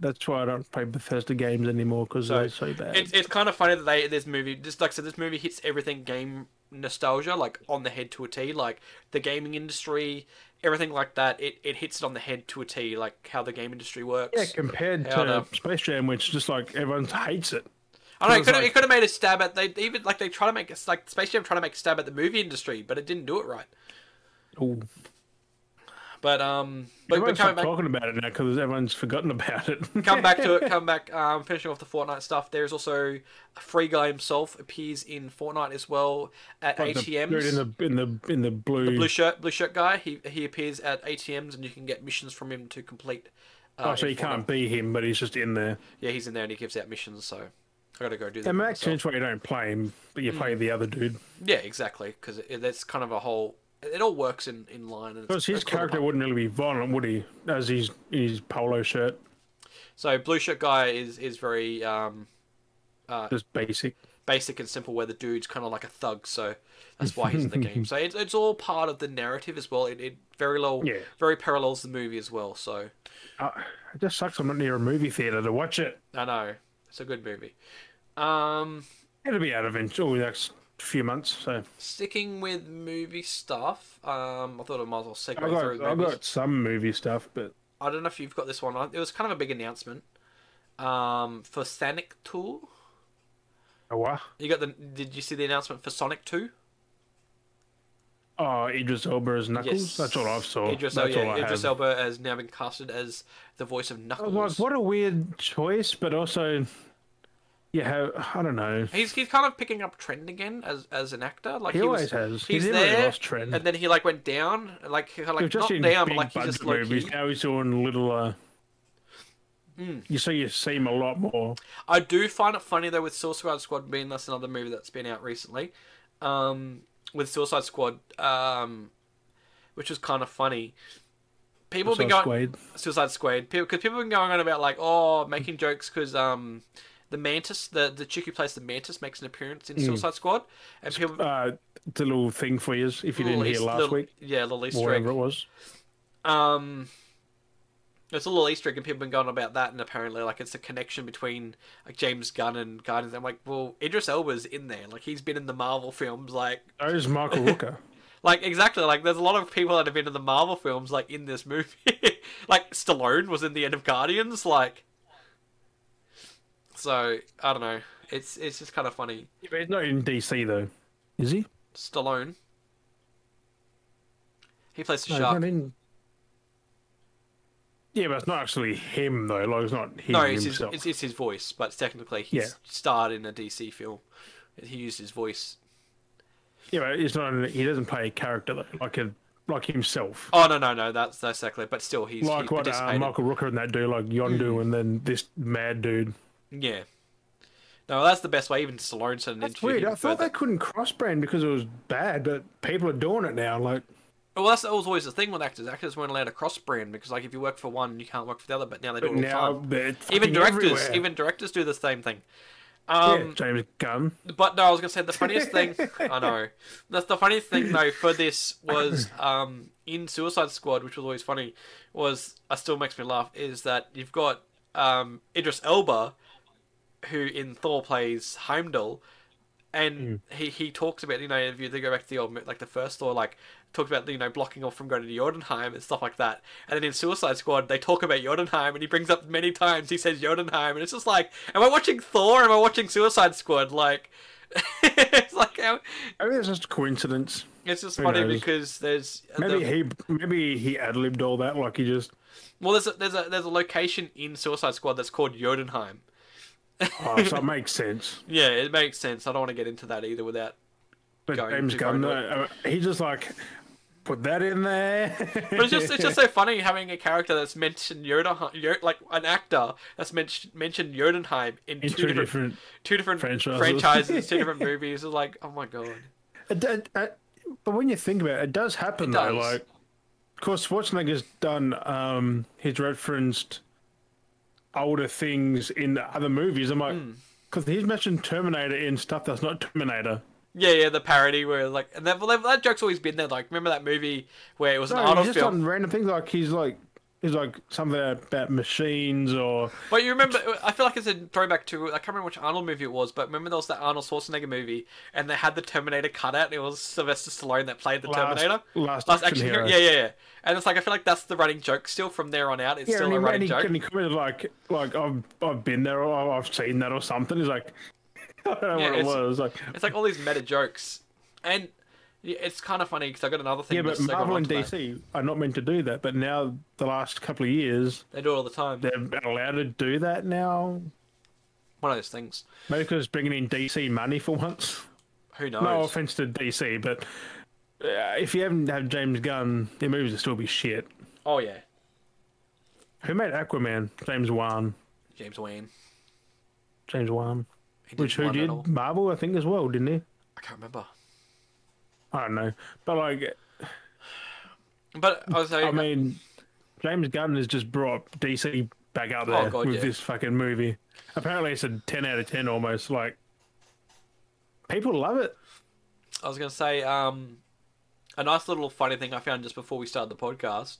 Speaker 1: That's why I don't play Bethesda games anymore because
Speaker 2: So,
Speaker 1: they're so bad.
Speaker 2: It's, it's kind of funny that they this movie just like I said this movie hits everything game nostalgia like on the head to a T like the gaming industry everything like that it, it hits it on the head to a T like how the game industry works.
Speaker 1: yeah, compared
Speaker 2: Hell
Speaker 1: to
Speaker 2: no.
Speaker 1: Space Jam, which just like everyone hates it.
Speaker 2: I don't know.
Speaker 1: It was
Speaker 2: It could have
Speaker 1: like-
Speaker 2: it could have made a stab at they even like they try to make a- like Space Jam try to make a stab at the movie industry, but it didn't do it right.
Speaker 1: Ooh.
Speaker 2: But um, but, but
Speaker 1: Everyone's
Speaker 2: coming
Speaker 1: not
Speaker 2: back,
Speaker 1: talking about it now because everyone's forgotten about it. <laughs>
Speaker 2: come back to it. Come back. Um, finishing off the Fortnite stuff. There's also a free guy himself appears in Fortnite as well at
Speaker 1: Like the
Speaker 2: ATMs.
Speaker 1: dude in the in the in the blue.
Speaker 2: blue shirt, blue shirt guy. He he appears at ATMs, and you can get missions from him to complete. Uh,
Speaker 1: oh, so
Speaker 2: in
Speaker 1: you can't
Speaker 2: Fortnite.
Speaker 1: be him, but he's just in there.
Speaker 2: Yeah, he's in there and he gives out missions. So I gotta go do that.
Speaker 1: It
Speaker 2: by
Speaker 1: makes
Speaker 2: myself.
Speaker 1: sense why you don't play him, but
Speaker 2: Hmm.
Speaker 1: you play the other dude
Speaker 2: Yeah, exactly. Because that's kind of a whole. It all works in, in line. and it's
Speaker 1: because his
Speaker 2: a cool part.
Speaker 1: character wouldn't really be violent, would he? As his his polo shirt,
Speaker 2: So blue shirt guy is is very um,
Speaker 1: just basic.
Speaker 2: basic and simple, where the dude's kind of like a thug, so that's why he's in the game. So it's, it's all part of the narrative as well. It, it very low,
Speaker 1: Yeah.
Speaker 2: very parallels the movie as well. So
Speaker 1: Uh, it just sucks. I'm not near a movie theater to watch it.
Speaker 2: I know it's a good movie. Um,
Speaker 1: It'll be out eventually the next few months. So
Speaker 2: sticking with movie stuff, um, I thought I might as well segue
Speaker 1: I
Speaker 2: through.
Speaker 1: got
Speaker 2: the
Speaker 1: I
Speaker 2: movies.
Speaker 1: got some movie stuff, but
Speaker 2: I don't know if you've got this one. I- It was kind of a big announcement um, for Sonic Two.
Speaker 1: oh, what?
Speaker 2: You got the? Did you see the announcement for Sonic Two?
Speaker 1: Oh, Idris Elba as Knuckles.
Speaker 2: Yes.
Speaker 1: That's all I saw.
Speaker 2: Idris,
Speaker 1: That's
Speaker 2: oh, yeah,
Speaker 1: all I
Speaker 2: Idris
Speaker 1: have.
Speaker 2: Elba has now been casted as the voice of
Speaker 1: I was
Speaker 2: Knuckles.
Speaker 1: like, what a weird choice, but also, you have I don't know.
Speaker 2: He's, he's kind of picking up trend again as as an actor. Like
Speaker 1: He
Speaker 2: he,
Speaker 1: always
Speaker 2: was,
Speaker 1: has. He
Speaker 2: He's
Speaker 1: never really
Speaker 2: there,
Speaker 1: lost trend.
Speaker 2: and then he like went down, like he-
Speaker 1: He
Speaker 2: like
Speaker 1: was just
Speaker 2: not
Speaker 1: in
Speaker 2: down, but
Speaker 1: big
Speaker 2: like he
Speaker 1: budget
Speaker 2: just low
Speaker 1: movies.
Speaker 2: key.
Speaker 1: Now he's doing little. Uh,
Speaker 2: Mm.
Speaker 1: You see, you see him a lot more.
Speaker 2: I do find it funny though with Suicide Squad being that's another movie that's been out recently. Um, with Suicide Squad, um, which is kind of funny. People have been
Speaker 1: Besides
Speaker 2: going
Speaker 1: Quaid.
Speaker 2: Suicide Squad because people, have been going on about like oh making jokes because um the mantis the the chick who plays the mantis makes an appearance in
Speaker 1: Mm.
Speaker 2: Suicide Squad and people
Speaker 1: Uh, it's a little thing for you if you didn't
Speaker 2: little
Speaker 1: hear
Speaker 2: East-
Speaker 1: last
Speaker 2: little-
Speaker 1: week,
Speaker 2: yeah little
Speaker 1: or
Speaker 2: Easter egg
Speaker 1: whatever it was.
Speaker 2: um it's a little Easter egg, and people have been going about that, and apparently, like, it's a connection between like James Gunn and Guardians. I'm like, well, Idris Elba's in there, like, he's been in the Marvel films, like,
Speaker 1: That was Oh, Michael Rooker.
Speaker 2: like exactly, like, there's a lot of people that have been in the Marvel films, like, in this movie, <laughs> like Stallone was in the end of Guardians, like, so I don't know, it's it's just kind of funny.
Speaker 1: <laughs> Yeah, but he's not in DC though, is he?
Speaker 2: Stallone, he plays the
Speaker 1: No, he's
Speaker 2: shark.
Speaker 1: not in. Yeah, but it's not actually him though. Like it's not him
Speaker 2: No, it's his,
Speaker 1: himself.
Speaker 2: it's, it's his voice, but technically he
Speaker 1: Yeah.
Speaker 2: starred in a DC film. He used his voice.
Speaker 1: Yeah, but it's not. He doesn't play a character though, like a like himself.
Speaker 2: Oh no, no, no, that's that's exactly. But still, he's he
Speaker 1: like what uh,
Speaker 2: participated.
Speaker 1: Michael Rooker and that dude, like Yondu, and then this mad dude.
Speaker 2: Yeah. No, that's the best way. Even Stallone said in an
Speaker 1: That's
Speaker 2: interview.
Speaker 1: weird.
Speaker 2: he
Speaker 1: I thought
Speaker 2: preferred
Speaker 1: they couldn't cross brand because it was bad, but people are doing it now. Like,
Speaker 2: Well, that's that was always the thing with actors. Actors weren't allowed to cross brand because, like, if you work for one, you can't work for the other. But now they do it all the
Speaker 1: now
Speaker 2: time.
Speaker 1: they're
Speaker 2: Even
Speaker 1: fucking
Speaker 2: directors,
Speaker 1: everywhere.
Speaker 2: even directors do the same thing.
Speaker 1: Yeah,
Speaker 2: Um,
Speaker 1: James Gunn.
Speaker 2: But no, I was gonna say the funniest thing. I know that's the funniest thing though for this was um in Suicide Squad, which was always funny. Was uh, still makes me laugh is that you've got um Idris Elba, who in Thor plays Heimdall, and he he talks about you know if you they go back to the old mo- like the first Thor like talks about you know blocking off from going to Jotunheim and stuff like that. And then in Suicide Squad they talk about Jotunheim and he brings up many times he says Jotunheim and it's just like am I watching Thor? Or am I watching Suicide Squad? Like <laughs> it's like how-
Speaker 1: I mean, it's just a coincidence.
Speaker 2: it's just
Speaker 1: Who
Speaker 2: funny
Speaker 1: knows?
Speaker 2: because there's
Speaker 1: Maybe
Speaker 2: the-
Speaker 1: he, maybe he ad libbed all that. Like he just,
Speaker 2: well there's a, there's a there's a location in Suicide Squad that's called Jotunheim.
Speaker 1: oh,
Speaker 2: <laughs>
Speaker 1: so it makes sense.
Speaker 2: Yeah, it makes sense. I don't want to get into that either without
Speaker 1: But
Speaker 2: Going
Speaker 1: James
Speaker 2: too
Speaker 1: Gunn,
Speaker 2: far
Speaker 1: uh, he just like put that in there.
Speaker 2: But it's just it's just so funny having a character that's mentioned Yoda, Yo- like an actor that's mentioned mentioned Jotunheim in,
Speaker 1: in <laughs> two different.
Speaker 2: two different
Speaker 1: franchises.
Speaker 2: franchises,
Speaker 1: <laughs>
Speaker 2: two different movies. It's like, oh my god,
Speaker 1: It, it, it- but when you think about it, it does happen
Speaker 2: It
Speaker 1: though.
Speaker 2: does.
Speaker 1: Like, of course, Schwarzenegger's done. Um, he's referenced older
Speaker 2: Hmm.
Speaker 1: things in the other movies. I'm like, because he's mentioned Terminator in stuff that's not Terminator.
Speaker 2: Yeah, yeah, the parody where like, and that, well, that, that joke's always been there. Like, remember that movie where it was an
Speaker 1: No, he's
Speaker 2: Arnold
Speaker 1: just
Speaker 2: film?
Speaker 1: done random things like he's like he's like something about machines or
Speaker 2: But you remember, uh, I feel like it's a throwback to, I can't remember which Arnold movie it was, but remember there was that Arnold Schwarzenegger movie, and they had the Terminator cut out, and it was Sylvester Stallone that played the
Speaker 1: last,
Speaker 2: Terminator?
Speaker 1: last,
Speaker 2: Last
Speaker 1: action, hero.
Speaker 2: Yeah, yeah, yeah. And it's like, I feel like that's the running joke still from there on out. It's
Speaker 1: Yeah,
Speaker 2: still
Speaker 1: and he,
Speaker 2: a
Speaker 1: and
Speaker 2: running
Speaker 1: he,
Speaker 2: joke.
Speaker 1: and he commented like, like I've I've been there or I've seen that or something. He's like, <laughs> I don't know
Speaker 2: Yeah,
Speaker 1: what it
Speaker 2: it's-
Speaker 1: was. Like,
Speaker 2: It's like all these meta jokes. And yeah, it's kind of funny because I've got another thing.
Speaker 1: yeah, but
Speaker 2: that's like
Speaker 1: Marvel
Speaker 2: on
Speaker 1: and
Speaker 2: to that.
Speaker 1: DC are not meant to do that. But now the last couple of years,
Speaker 2: They do it all the time.
Speaker 1: they're allowed to do that now.
Speaker 2: One of those things.
Speaker 1: Maybe because it's bringing in DC money for once.
Speaker 2: Who knows?
Speaker 1: No offense to DC, but uh, if you haven't had James Gunn, their movies will still be shit.
Speaker 2: oh, yeah.
Speaker 1: Who made Aquaman? James Wan.
Speaker 2: James Wayne.
Speaker 1: James Wan.
Speaker 2: He did
Speaker 1: Which who
Speaker 2: one at
Speaker 1: did
Speaker 2: all.
Speaker 1: Marvel, I think, as well, didn't he?
Speaker 2: I can't remember.
Speaker 1: I don't know, but like
Speaker 2: But I was saying,
Speaker 1: I mean, James Gunn has just brought DC back up there
Speaker 2: Oh, God,
Speaker 1: with
Speaker 2: yeah.
Speaker 1: this fucking movie. Apparently, it's a 10 out of 10 almost. Like, people love it.
Speaker 2: I was going to say um, a nice little funny thing I found just before we started the podcast.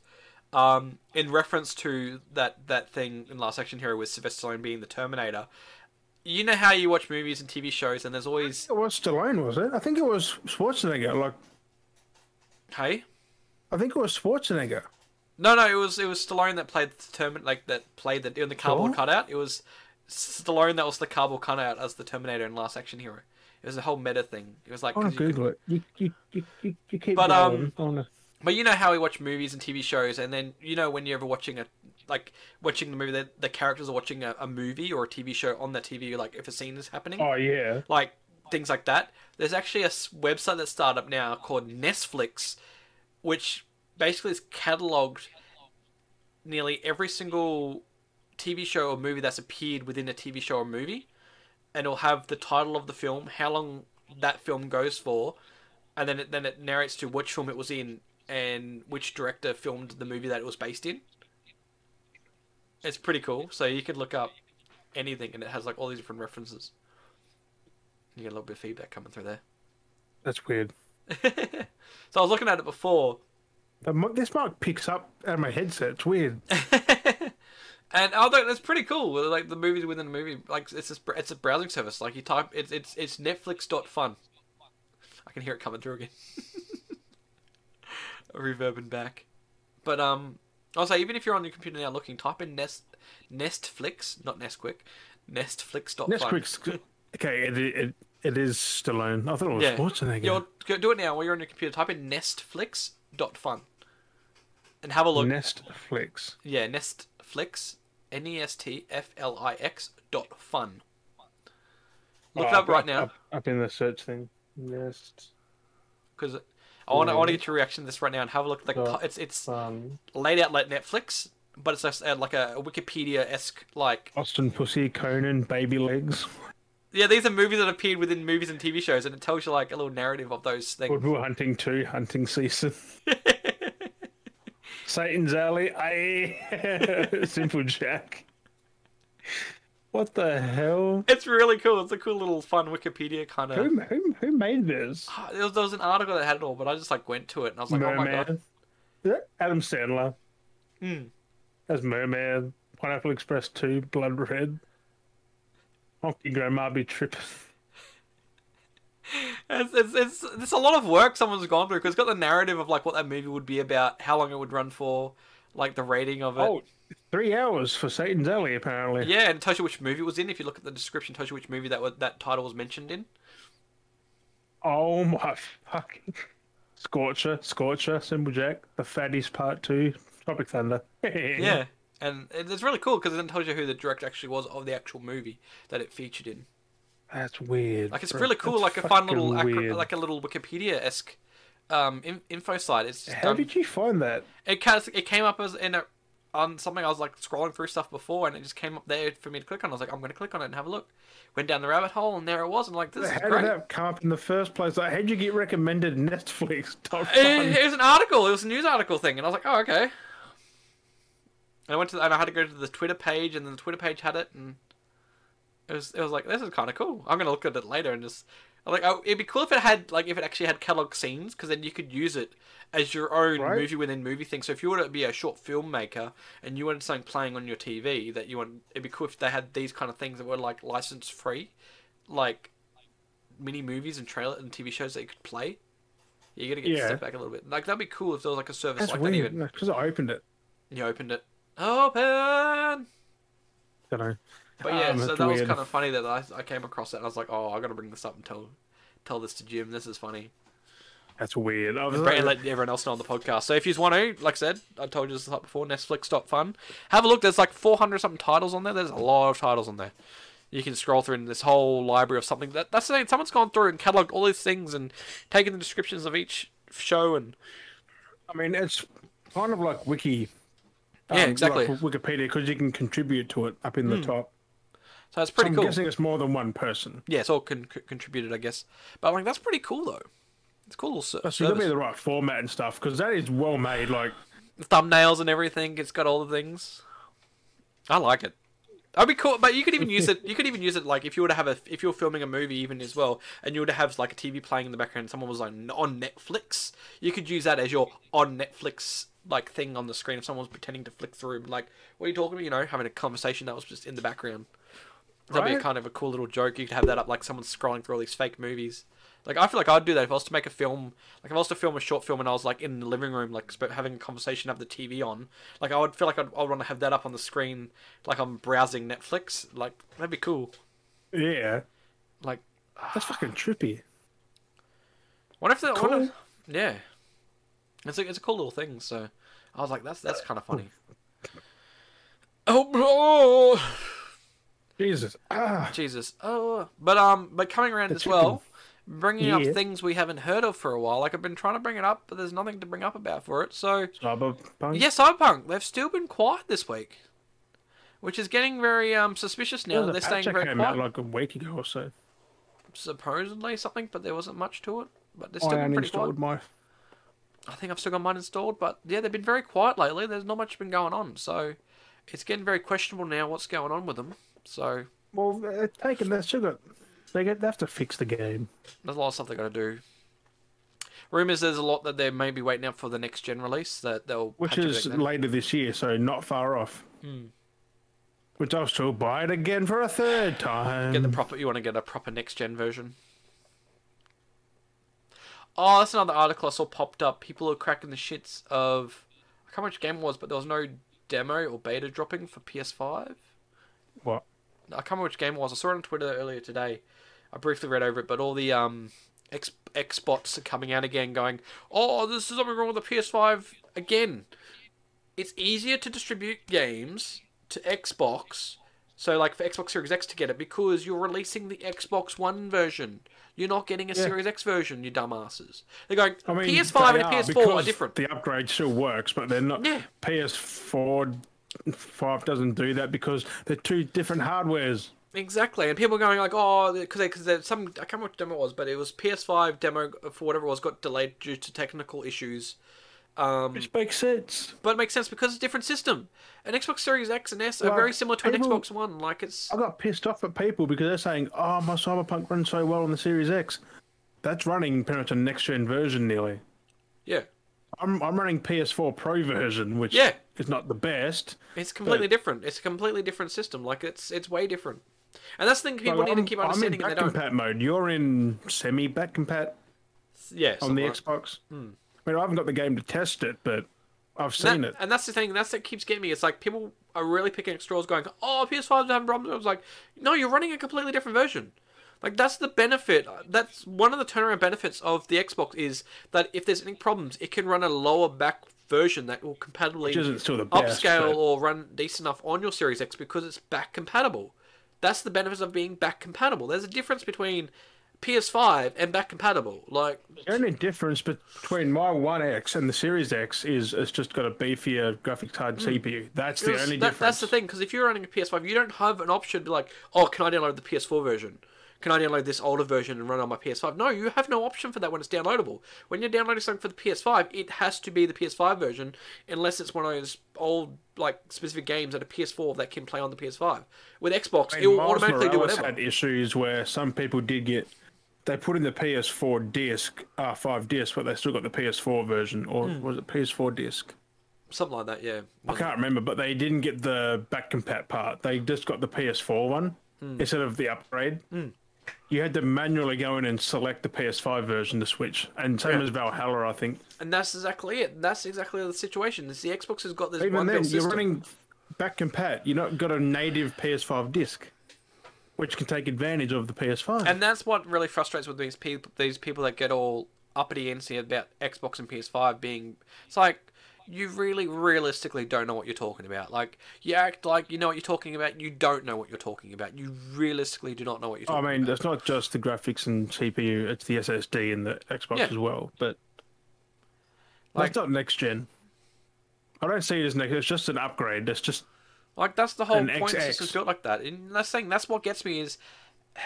Speaker 2: Um, in reference to that, that thing in Last Action Hero with Sylvester Stallone being the Terminator, you know how you watch movies and TV shows and there's always,
Speaker 1: It was Stallone, was it? I think it was Schwarzenegger. Like,
Speaker 2: hey?
Speaker 1: I think it was Schwarzenegger.
Speaker 2: No, no, it was it was Stallone that played the Termin like that played the in the cardboard
Speaker 1: Sure.
Speaker 2: cutout. It was Stallone that was the cardboard cutout as the Terminator in Last Action Hero. It was a whole meta thing. It was like,
Speaker 1: I want
Speaker 2: 'cause
Speaker 1: to
Speaker 2: you could-
Speaker 1: Google it. You, you, you, you, you keep
Speaker 2: Oh, But, um,
Speaker 1: going. Oh, I wanna-
Speaker 2: but you know how we watch movies and TV shows, and then you know when you're ever watching a like watching the movie, the, the characters are watching a, a movie or a TV show on the TV. Like if a scene is happening,
Speaker 1: Oh, yeah.
Speaker 2: like things like that. There's actually a s- website that's started up now called Netflix, which basically has catalogued nearly every single TV show or movie that's appeared within a TV show or movie, and it'll have the title of the film, how long that film goes for, and then it, then it narrates to which film it was in and which director filmed the movie that it was based in. It's pretty cool. So you could look up anything, and it has like all these different references. You get a little bit of feedback coming through there.
Speaker 1: That's weird.
Speaker 2: so I was looking at it before,
Speaker 1: The mi- This mic picks up out of my headset. It's weird.
Speaker 2: and although that's pretty cool, with, like the movies within the movie, like it's just, it's a browsing service. Like you type it's it's it's Netflix.fun. I can hear it coming through again, <laughs> reverbing back. But um, I'll say even if you're on your computer now looking, type in Nest Nestflix, not Nestquick, Nestflix.fun.
Speaker 1: Netflix. Okay, it, it, it is Stallone. I thought it was
Speaker 2: Yeah.
Speaker 1: Schwarzenegger.
Speaker 2: You'll go do it now while you're on your computer. Type in Nestflix.fun, and have a look.
Speaker 1: Netflix.
Speaker 2: Yeah, Nestflix, N E S T F L I X dot fun. Look it
Speaker 1: Oh,
Speaker 2: up right now
Speaker 1: Up, up in the search thing. Nest.
Speaker 2: because I want to I want to get your reaction to this right now and have a look. Like
Speaker 1: Yeah.
Speaker 2: t- it's it's
Speaker 1: Um,
Speaker 2: laid out like Netflix, but it's just, uh, like a Wikipedia esque like
Speaker 1: Austin Pussy, Conan, Baby Legs,
Speaker 2: yeah. These are movies that appeared within movies and TV shows, and it tells you like a little narrative of those things.
Speaker 1: Goodwill Hunting 2, Hunting
Speaker 2: <laughs>
Speaker 1: Season, Satan's Alley, aye. <laughs> Simple Jack. What the hell?
Speaker 2: it's really cool. It's a cool little fun Wikipedia kind of.
Speaker 1: Who, who, who made this?
Speaker 2: There was, there was an article that had it all, but I just like went to it and I was like, oh my god.
Speaker 1: Merman. Is that Adam Sandler.
Speaker 2: Mm.
Speaker 1: That's Merman. Pineapple Express 2, Blood Red. Honky Grandma Be Tripping.
Speaker 2: It's, it's, it's, it's a lot of work someone's gone through because it's got the narrative of like what that movie would be about, how long it would run for, like the rating of it.
Speaker 1: Oh, three hours for Satan's Alley, apparently.
Speaker 2: Yeah, and it tells you which movie it was in. If you look at the description, it tells you which movie that wa- that title was mentioned in.
Speaker 1: Oh my fucking Scorcher, Scorcher, Simple Jack, The Fatties Part Two, Tropic Thunder. <laughs>
Speaker 2: Yeah, and it, it's really cool because it then tells you who the director actually was of the actual movie that it featured in.
Speaker 1: that's weird.
Speaker 2: Like it's
Speaker 1: bro.
Speaker 2: really cool,
Speaker 1: That's
Speaker 2: like a fun
Speaker 1: fucking
Speaker 2: little acro-
Speaker 1: weird.
Speaker 2: like a little Wikipedia esque um in, info site. It's just um,
Speaker 1: How
Speaker 2: done-
Speaker 1: did you find that?
Speaker 2: it kind of, it came up as in a on something I was like scrolling through stuff before, and it just came up there for me to click on. I was like, I'm going to click on it and have a look. Went down the rabbit hole, and there it was. I'm like, this is
Speaker 1: How
Speaker 2: great.
Speaker 1: did that come up in the first place? Like, how'd you get recommended Netflix? <laughs> Top
Speaker 2: <laughs> It,
Speaker 1: fun.
Speaker 2: it was an article. It was a news article thing, and I was like, oh okay. And I went to the, and I had to go to the Twitter page, and then the Twitter page had it, and it was it was like this is kind of cool. I'm going to look at it later and just Like, oh, it'd be cool if it had like if it actually had catalog scenes, because then you could use it as your own
Speaker 1: Right.
Speaker 2: movie within movie thing. So if you were to be a short filmmaker and you wanted something playing on your TV that you want, it'd be cool if they had these kind of things that were like license free, like mini movies and trailer and TV shows that you could play. You're gonna get
Speaker 1: Yeah.
Speaker 2: to step back a little bit. Like that'd be cool if there was like a service
Speaker 1: That's
Speaker 2: like that.
Speaker 1: weird
Speaker 2: Even
Speaker 1: because I opened it.
Speaker 2: you opened it, open.
Speaker 1: Don't know.
Speaker 2: But yeah,
Speaker 1: Um,
Speaker 2: so
Speaker 1: that's
Speaker 2: that was
Speaker 1: weird.
Speaker 2: kind of funny that I, I came across that. And I was like, oh, I got to bring this up and tell tell this to Jim. This is funny.
Speaker 1: That's weird. I was
Speaker 2: But and
Speaker 1: like,
Speaker 2: let everyone else know on the podcast. So if you want to, like I said, I told you this up before, Netflix.fun. Have a look. There's like 400 something titles on there. There's a lot of titles on there. You can scroll through in this whole library of something. That, that's the thing. Someone's gone through and catalogued all these things and taken the descriptions of each show and
Speaker 1: I mean, it's kind of like Wiki. um,
Speaker 2: Yeah, exactly. Hmm.
Speaker 1: like Wikipedia because you can contribute to it up in the top.
Speaker 2: so it's pretty
Speaker 1: I'm
Speaker 2: cool.
Speaker 1: guessing it's more than one person.
Speaker 2: yeah, it's all con- con- contributed, I guess. But I'm like, that's pretty cool though. It's a cool little ser-
Speaker 1: Oh, So you got to be
Speaker 2: service.
Speaker 1: the right format and stuff because that is well made. Like,
Speaker 2: thumbnails and everything. It's got all the things. I like it. That'd be cool, but you could even use it. You could even use it like if you were to have a if you were filming a movie even as well, and you were to have like a TV playing in the background. And someone was like on Netflix. You could use that as your on Netflix like thing on the screen. If someone was pretending to flick through, like what are you talking about? You know, having a conversation that was just in the background. That'd be a
Speaker 1: Right.
Speaker 2: kind of a cool little joke. You could have that up like someone's scrolling through all these fake movies. Like I feel like I'd do that if I was to make a film, like if I was to film a short film and I was like in the living room, like sp- having a conversation, have the TV on. Like I would feel like I'd, I'd want to have that up on the screen, like I'm browsing Netflix. Like that'd be cool.
Speaker 1: yeah,
Speaker 2: Like
Speaker 1: that's fucking trippy.
Speaker 2: what if the what
Speaker 1: Cool.
Speaker 2: if- yeah, it's a it's a cool little thing. So I was like, that's that's kind of
Speaker 1: <laughs>
Speaker 2: funny. Oh, oh.
Speaker 1: Jesus. Ah,
Speaker 2: Jesus. Oh, but um, but coming around as
Speaker 1: chicken.
Speaker 2: well, bringing
Speaker 1: Yeah.
Speaker 2: up things we haven't heard of for a while. Like I've been trying to bring it up, but there's nothing to bring up about for it. So
Speaker 1: cyberpunk.
Speaker 2: yeah, Cyberpunk. They've still been quiet this week, which is getting very um suspicious now.
Speaker 1: Well,
Speaker 2: that
Speaker 1: the
Speaker 2: they're staying
Speaker 1: patch that
Speaker 2: very
Speaker 1: came out
Speaker 2: quiet.
Speaker 1: like a week ago or so.
Speaker 2: Supposedly something, but there wasn't much to it. But they're still
Speaker 1: I
Speaker 2: been pretty quiet.
Speaker 1: uninstalled my.
Speaker 2: I think I've still got mine installed, but yeah, they've been very quiet lately. There's not much been going on, so it's getting very questionable now what's going on with them. So
Speaker 1: Well, they're taking that sugar. They get they have to fix the game.
Speaker 2: There's a lot of stuff they got to do. Rumors there's a lot that they may be waiting out for the next gen release that they'll
Speaker 1: which
Speaker 2: patch it
Speaker 1: is
Speaker 2: back then. Hmm.
Speaker 1: later this year, so not far off. Which I'll still buy it again for a third time.
Speaker 2: get the proper. You want to get a proper next gen version. Oh, that's another article I saw popped up. People are cracking the shits of I can't remember which game it was, but there was no demo or beta dropping for PS5.
Speaker 1: what?
Speaker 2: I can't remember which game it was. I saw it on Twitter earlier today. I briefly read over it, but all the um, X Xbots are coming out again, going, "Oh, this is something wrong with the PS5 again." It's easier to distribute games to Xbox, so like for Xbox Series X to get it because you're releasing the Xbox One version. You're not getting a Series X version, you dumbasses. They're going
Speaker 1: I mean,
Speaker 2: PS5
Speaker 1: they
Speaker 2: and a
Speaker 1: are,
Speaker 2: PS4 are
Speaker 1: because
Speaker 2: different.
Speaker 1: The upgrade still works, but they're not.
Speaker 2: Yeah.
Speaker 1: PS4 five doesn't do that because they're two different hardwares.
Speaker 2: Exactly, and people are going like, oh, because because some I can't remember what demo it was, but it was PS5 demo for whatever it was got delayed due to technical issues. Um,
Speaker 1: Which makes sense.
Speaker 2: but it makes sense because it's a different system. An Xbox Series X and S are
Speaker 1: Well,
Speaker 2: very similar to an
Speaker 1: people-
Speaker 2: Xbox One. Like it's
Speaker 1: I got pissed off at people because they're saying, "Oh, my Cyberpunk runs so well on the Series X." That's running pretty much a next gen version nearly.
Speaker 2: yeah,
Speaker 1: I'm I'm running PS4 Pro version, which
Speaker 2: Yeah.
Speaker 1: is not the best.
Speaker 2: it's completely different. It's a completely different system. Like it's it's way different. And that's the thing people
Speaker 1: Like,
Speaker 2: need to keep understanding,
Speaker 1: I'm
Speaker 2: and
Speaker 1: in
Speaker 2: they
Speaker 1: back compat
Speaker 2: don't.
Speaker 1: mode. You're in semi back compat
Speaker 2: yeah, uh,
Speaker 1: on the
Speaker 2: something like-
Speaker 1: Xbox.
Speaker 2: Hmm.
Speaker 1: I mean, I haven't got the game to test it, but I've seen
Speaker 2: That-
Speaker 1: it.
Speaker 2: And that's the thing. That's that keeps getting me. It's like people are really picking at straws, going, "Oh, PS5 is having problems." I was like, "No, you're running a completely different version." Like that's the benefit. That's one of the turnaround benefits of the Xbox is that if there's any problems, it can run a lower back version that will compatibly
Speaker 1: Which isn't still the best,
Speaker 2: upscale
Speaker 1: but-
Speaker 2: or run decent enough on your Series X because it's back compatible. That's the benefits of being back compatible. There's a difference between PS5 and back compatible. Like
Speaker 1: The only difference between my One X and the Series X is it's just got a beefier graphics card CPU. That's the
Speaker 2: Because
Speaker 1: only
Speaker 2: Hmm. that-
Speaker 1: difference.
Speaker 2: That's the thing, because if you're running a PS5, you don't have an option to be like, oh, can I download the PS4 version? Can I download this older version and run it on my PS5? No, you have no option for that when it's downloadable. When you're downloading something for the PS5, it has to be the PS5 version, unless it's one of those old, like, specific games that a PS4 that can play on the PS5. With Xbox,
Speaker 1: I
Speaker 2: it
Speaker 1: mean,
Speaker 2: will
Speaker 1: Miles
Speaker 2: automatically do
Speaker 1: Morales
Speaker 2: whatever.
Speaker 1: had issues where some people did get they put in the PS4 disc, R5 disc, but they still got the PS4 version, or
Speaker 2: Hmm.
Speaker 1: was it PS4 disc?
Speaker 2: Something like that, yeah.
Speaker 1: I can't remember, but they didn't get the back compat part. They just got the PS4 one
Speaker 2: Hmm.
Speaker 1: instead of the upgrade. You had to manually go in and select the PS5 version to switch, and same as Valhalla, I think.
Speaker 2: And that's exactly it. That's exactly the situation. Is the Xbox has got this
Speaker 1: Even
Speaker 2: one
Speaker 1: then,
Speaker 2: built
Speaker 1: you're
Speaker 2: system.
Speaker 1: running back compat. You're not got a native PS5 disc, which can take advantage of the PS5.
Speaker 2: And that's what really frustrates with these people. These people that get all uppity antsy about Xbox and PS5 being. It's like you really, realistically don't know what you're talking about. Like you act like you know what you're talking about. You don't know what you're talking about. You realistically do not know what you're
Speaker 1: I
Speaker 2: talking.
Speaker 1: mean, it's not just the graphics and CPU; it's the SSD and the Xbox
Speaker 2: Yeah.
Speaker 1: as well. But
Speaker 2: Like-
Speaker 1: that's not next gen. I don't see it as next. It's just an upgrade. It's just
Speaker 2: Like that's the whole
Speaker 1: An
Speaker 2: point.
Speaker 1: XX.
Speaker 2: System's built like that, and that's the thing. That's what gets me is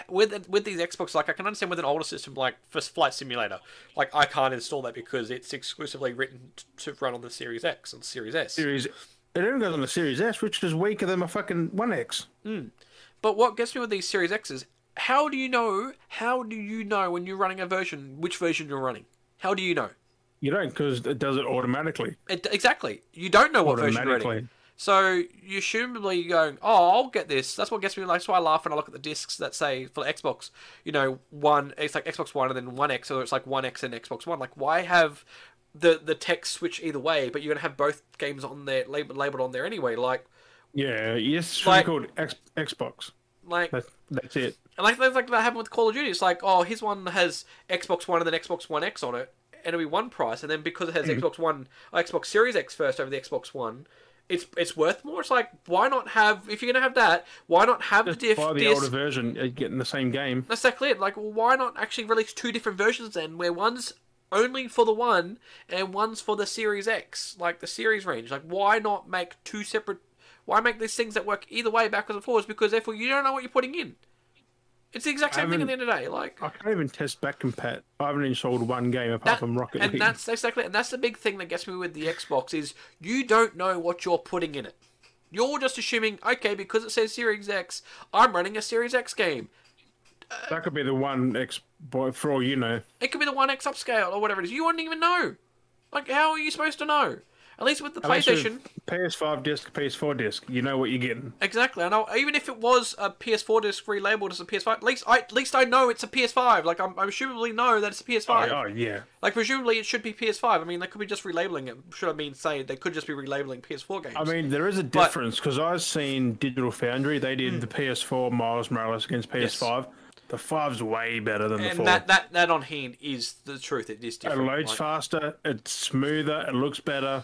Speaker 2: with with these Xbox. Like I can understand with an older system, like for Flight Simulator, like I can't install that because it's exclusively written t- to run on the Series X and Series S.
Speaker 1: series. It even goes on the Series S, which is weaker than my fucking One X.
Speaker 2: But what gets me with these Series X's, how do you know? How do you know when you're running a version which version you're running? How do you know?
Speaker 1: You don't, because it does it automatically.
Speaker 2: It, exactly. You don't know what version you're running.
Speaker 1: Automatically.
Speaker 2: So you assumably going, oh, I'll get this. That's what gets me. Like, that's why I laugh when I look at the discs that say for Xbox, you know, one. It's like Xbox One and then One X, or it's like One X and Xbox One. Like, why have the the text switch either way? But you're gonna have both games on there labeled, labeled on there anyway. Like,
Speaker 1: Yeah. Yes. It's
Speaker 2: Like-
Speaker 1: called X- Xbox.
Speaker 2: like
Speaker 1: That's that's it.
Speaker 2: And like that's like that happened with Call of Duty. It's like, oh, his one has Xbox One and then Xbox One X on it, and it'll be one price. And then because it has
Speaker 1: Mm-hmm.
Speaker 2: Xbox One, uh, Xbox Series X first over the Xbox One, it's it's worth more. It's like, why not have if you're gonna have that, why not have the diff
Speaker 1: Buy the
Speaker 2: disc?
Speaker 1: older version, you're getting the same game.
Speaker 2: that's exactly it. Like, well, why not actually release two different versions then, where one's only for the one and one's for the Series X, like the Series range. Like, why not make two separate? Why make these things that work either way, backwards and forwards? Because therefore, you don't know what you're putting in. It's the exact same thing at the end of the day. Like,
Speaker 1: I can't even test back compat. I haven't installed one game apart
Speaker 2: that-
Speaker 1: from Rocket
Speaker 2: and
Speaker 1: League.
Speaker 2: that's exactly and that's the big thing that gets me with the Xbox is you don't know what you're putting in it. You're just assuming, okay, because it says Series X, I'm running a Series X game.
Speaker 1: That could be the one X boy for all you know.
Speaker 2: It could be the One X upscale or whatever it is. You wouldn't even know. Like, how are you supposed to know? At least with the
Speaker 1: Unless you've
Speaker 2: PlayStation,
Speaker 1: PS5 disc, PS4 disc, you know what you're getting.
Speaker 2: exactly. I know. Even if it was a PS4 disc relabeled as a PS5, at least I at least I know it's a PS5. Like, I'm, I presumably know that it's a PS5.
Speaker 1: Oh yeah,
Speaker 2: Like, presumably it should be PS5. I mean, they could be just relabeling it. Should I mean say they could just be relabeling PS4 games?
Speaker 1: I mean there is a difference because I've seen Digital Foundry. They
Speaker 2: Hmm.
Speaker 1: did the PS4 Miles Morales against PS5. The five's way better than the
Speaker 2: and
Speaker 1: four.
Speaker 2: that, that that on hand is the truth. It is
Speaker 1: it
Speaker 2: different.
Speaker 1: loads
Speaker 2: Like,
Speaker 1: faster. It's smoother. It looks better.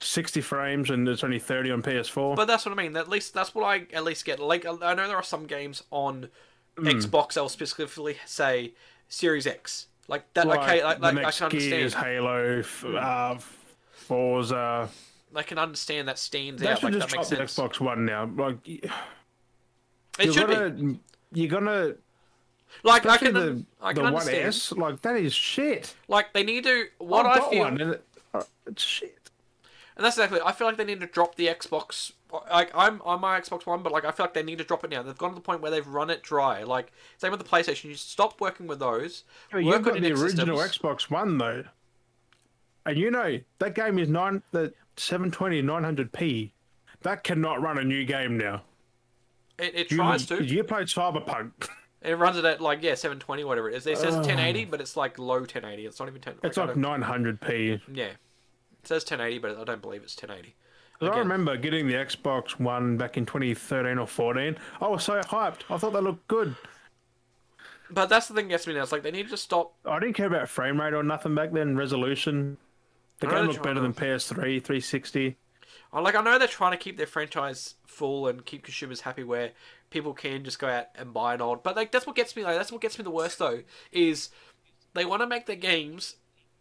Speaker 1: Sixty frames and it's only thirty on PS4.
Speaker 2: Hmm. but that's what I mean. At least that's what I at least get. Like I know there are some games on
Speaker 1: Hmm.
Speaker 2: Xbox. I'll specifically say Series X. Like that. okay, like, like
Speaker 1: the
Speaker 2: I
Speaker 1: next
Speaker 2: can understand.
Speaker 1: Gears, Halo, f- uh, Forza.
Speaker 2: I can understand that stands
Speaker 1: They
Speaker 2: out.
Speaker 1: should
Speaker 2: Like
Speaker 1: just
Speaker 2: that
Speaker 1: drop
Speaker 2: makes
Speaker 1: the
Speaker 2: sense.
Speaker 1: Xbox One now. Like
Speaker 2: It
Speaker 1: you're
Speaker 2: should be.
Speaker 1: gonna, you're gonna
Speaker 2: Like I
Speaker 1: Actually,
Speaker 2: can.
Speaker 1: the,
Speaker 2: I
Speaker 1: the
Speaker 2: can
Speaker 1: one
Speaker 2: understand.
Speaker 1: S, like that is shit.
Speaker 2: Like they need to. What
Speaker 1: I've
Speaker 2: I
Speaker 1: got
Speaker 2: feel.
Speaker 1: one and it, uh, it's shit.
Speaker 2: And that's exactly. I feel like they need to drop the Xbox. Like I'm on my Xbox One, but like I feel like they need to drop it now. They've gone to the point where they've run it dry. Like same with the PlayStation. You stop working with those.
Speaker 1: But
Speaker 2: work
Speaker 1: you've got
Speaker 2: on
Speaker 1: the
Speaker 2: your next
Speaker 1: original
Speaker 2: systems.
Speaker 1: Xbox One though, and you know that game is nine the 720 900p. That cannot run a new game now.
Speaker 2: It, it
Speaker 1: You,
Speaker 2: tries to.
Speaker 1: You played Cyberpunk.
Speaker 2: It runs it at like yeah, 720 whatever it is. It says 1080, but it's like low 1080. It's not even 10.
Speaker 1: Oh. It's
Speaker 2: like, I
Speaker 1: like
Speaker 2: don't-
Speaker 1: 900p.
Speaker 2: yeah, it says 1080, but I don't believe it's 1080.
Speaker 1: 'Cause I
Speaker 2: Again.
Speaker 1: remember getting the Xbox One back in 2013 or 14. I was so hyped. I thought they looked good.
Speaker 2: But that's the thing that gets me now. It's like they need to just stop.
Speaker 1: I didn't care about frame rate or nothing back then. Resolution. The
Speaker 2: I know
Speaker 1: game
Speaker 2: the
Speaker 1: looked better than PS3, 360.
Speaker 2: I Like I know they're trying to keep their franchise full and keep consumers happy, where people can just go out and buy an old. But like that's what gets me. Like that's what gets me the worst though is they want to make their games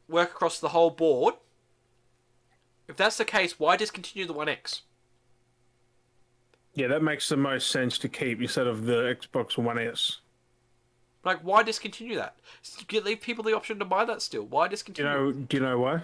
Speaker 2: work across the whole board. If that's the case, why discontinue the One X?
Speaker 1: Yeah, that makes the most sense to keep instead of the Xbox One S.
Speaker 2: Like why discontinue that? S- Give leave people the option to buy that still. Why
Speaker 1: Do you
Speaker 2: discontinue?
Speaker 1: know? Do you know why?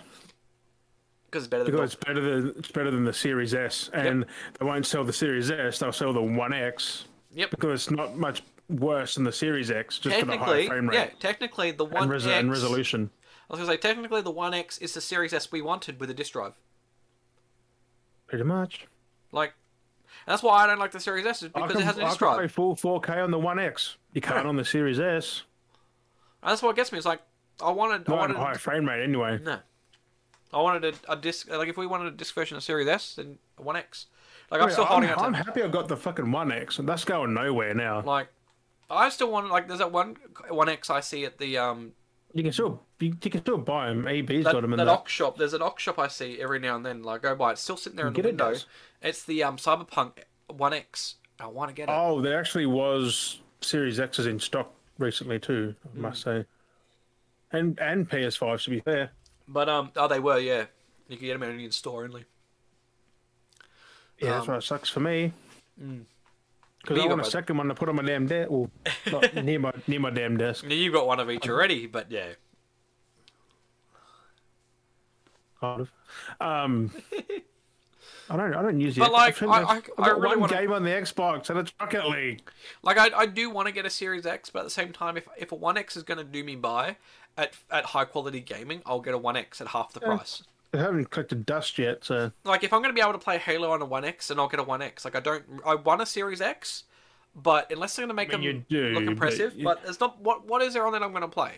Speaker 2: Because it's better than
Speaker 1: Because it's better than it's better than the Series S, and they won't sell the Series S. They'll sell the One X
Speaker 2: Yep.
Speaker 1: because it's not much worse than the Series X just for the higher
Speaker 2: technically,
Speaker 1: frame rate
Speaker 2: yeah, technically the one
Speaker 1: and, res-
Speaker 2: X,
Speaker 1: and resolution.
Speaker 2: I was gonna say technically the One X is the Series S we wanted with a disc drive.
Speaker 1: Pretty much.
Speaker 2: Like, and that's why I don't like the Series S is because
Speaker 1: I can,
Speaker 2: it has a
Speaker 1: I
Speaker 2: disc
Speaker 1: can
Speaker 2: drive.
Speaker 1: play full 4K on the One X. You can't on the Series S.
Speaker 2: And that's what gets me. It's like I wanted, I
Speaker 1: Not
Speaker 2: wanted
Speaker 1: on higher frame rate anyway.
Speaker 2: no, I wanted a, a disc. Like if we wanted a disc version of Series S then a One X, like I'm
Speaker 1: Oh, Yeah,
Speaker 2: still holding
Speaker 1: I'm,
Speaker 2: out. to-
Speaker 1: I'm happy I got the fucking One X, and that's going nowhere now.
Speaker 2: Like, I still want like there's that one one X I see at the um
Speaker 1: You can still you, you can still buy them. EB's
Speaker 2: that,
Speaker 1: got them in
Speaker 2: that
Speaker 1: there.
Speaker 2: Ock shop. There's an Ock shop I see every now and then. Like go by. It's still sitting there in the
Speaker 1: Get it,
Speaker 2: window.
Speaker 1: guys.
Speaker 2: It's the um Cyberpunk One X. I want to get it.
Speaker 1: Oh, there actually was Series X's in stock recently too.
Speaker 2: Hmm.
Speaker 1: I must say, and and PS5s to be fair.
Speaker 2: But um, oh, they were yeah. You can get them at any store only.
Speaker 1: Yeah, that's why it sucks for me.
Speaker 2: Hmm.
Speaker 1: Because
Speaker 2: But
Speaker 1: I
Speaker 2: you
Speaker 1: want
Speaker 2: got
Speaker 1: a
Speaker 2: my-
Speaker 1: second one to put on my damn desk. Well,
Speaker 2: <laughs>
Speaker 1: not near my near my damn desk.
Speaker 2: You got one of each
Speaker 1: Oh.
Speaker 2: already, but yeah.
Speaker 1: Kind of. Um, I don't. I don't use the.
Speaker 2: But,
Speaker 1: Xbox.
Speaker 2: like,
Speaker 1: think
Speaker 2: I-
Speaker 1: that's-
Speaker 2: I-
Speaker 1: I've
Speaker 2: I
Speaker 1: got
Speaker 2: really
Speaker 1: one
Speaker 2: wanna-
Speaker 1: game on the Xbox, and it's Rocket League.
Speaker 2: Like I, I do want to get a Series X, but at the same time, if if a One X is going to do me by at at high quality gaming, I'll get a One X at half the price.
Speaker 1: I haven't collected dust yet, so
Speaker 2: Like if I'm going to be able to play Halo on a One X, then I'll get a One X. Like I don't, I want a Series X, but unless they're going to make
Speaker 1: I mean,
Speaker 2: them
Speaker 1: you do,
Speaker 2: look
Speaker 1: but
Speaker 2: impressive,
Speaker 1: you-
Speaker 2: but, it's not what what is there on that I'm going to play.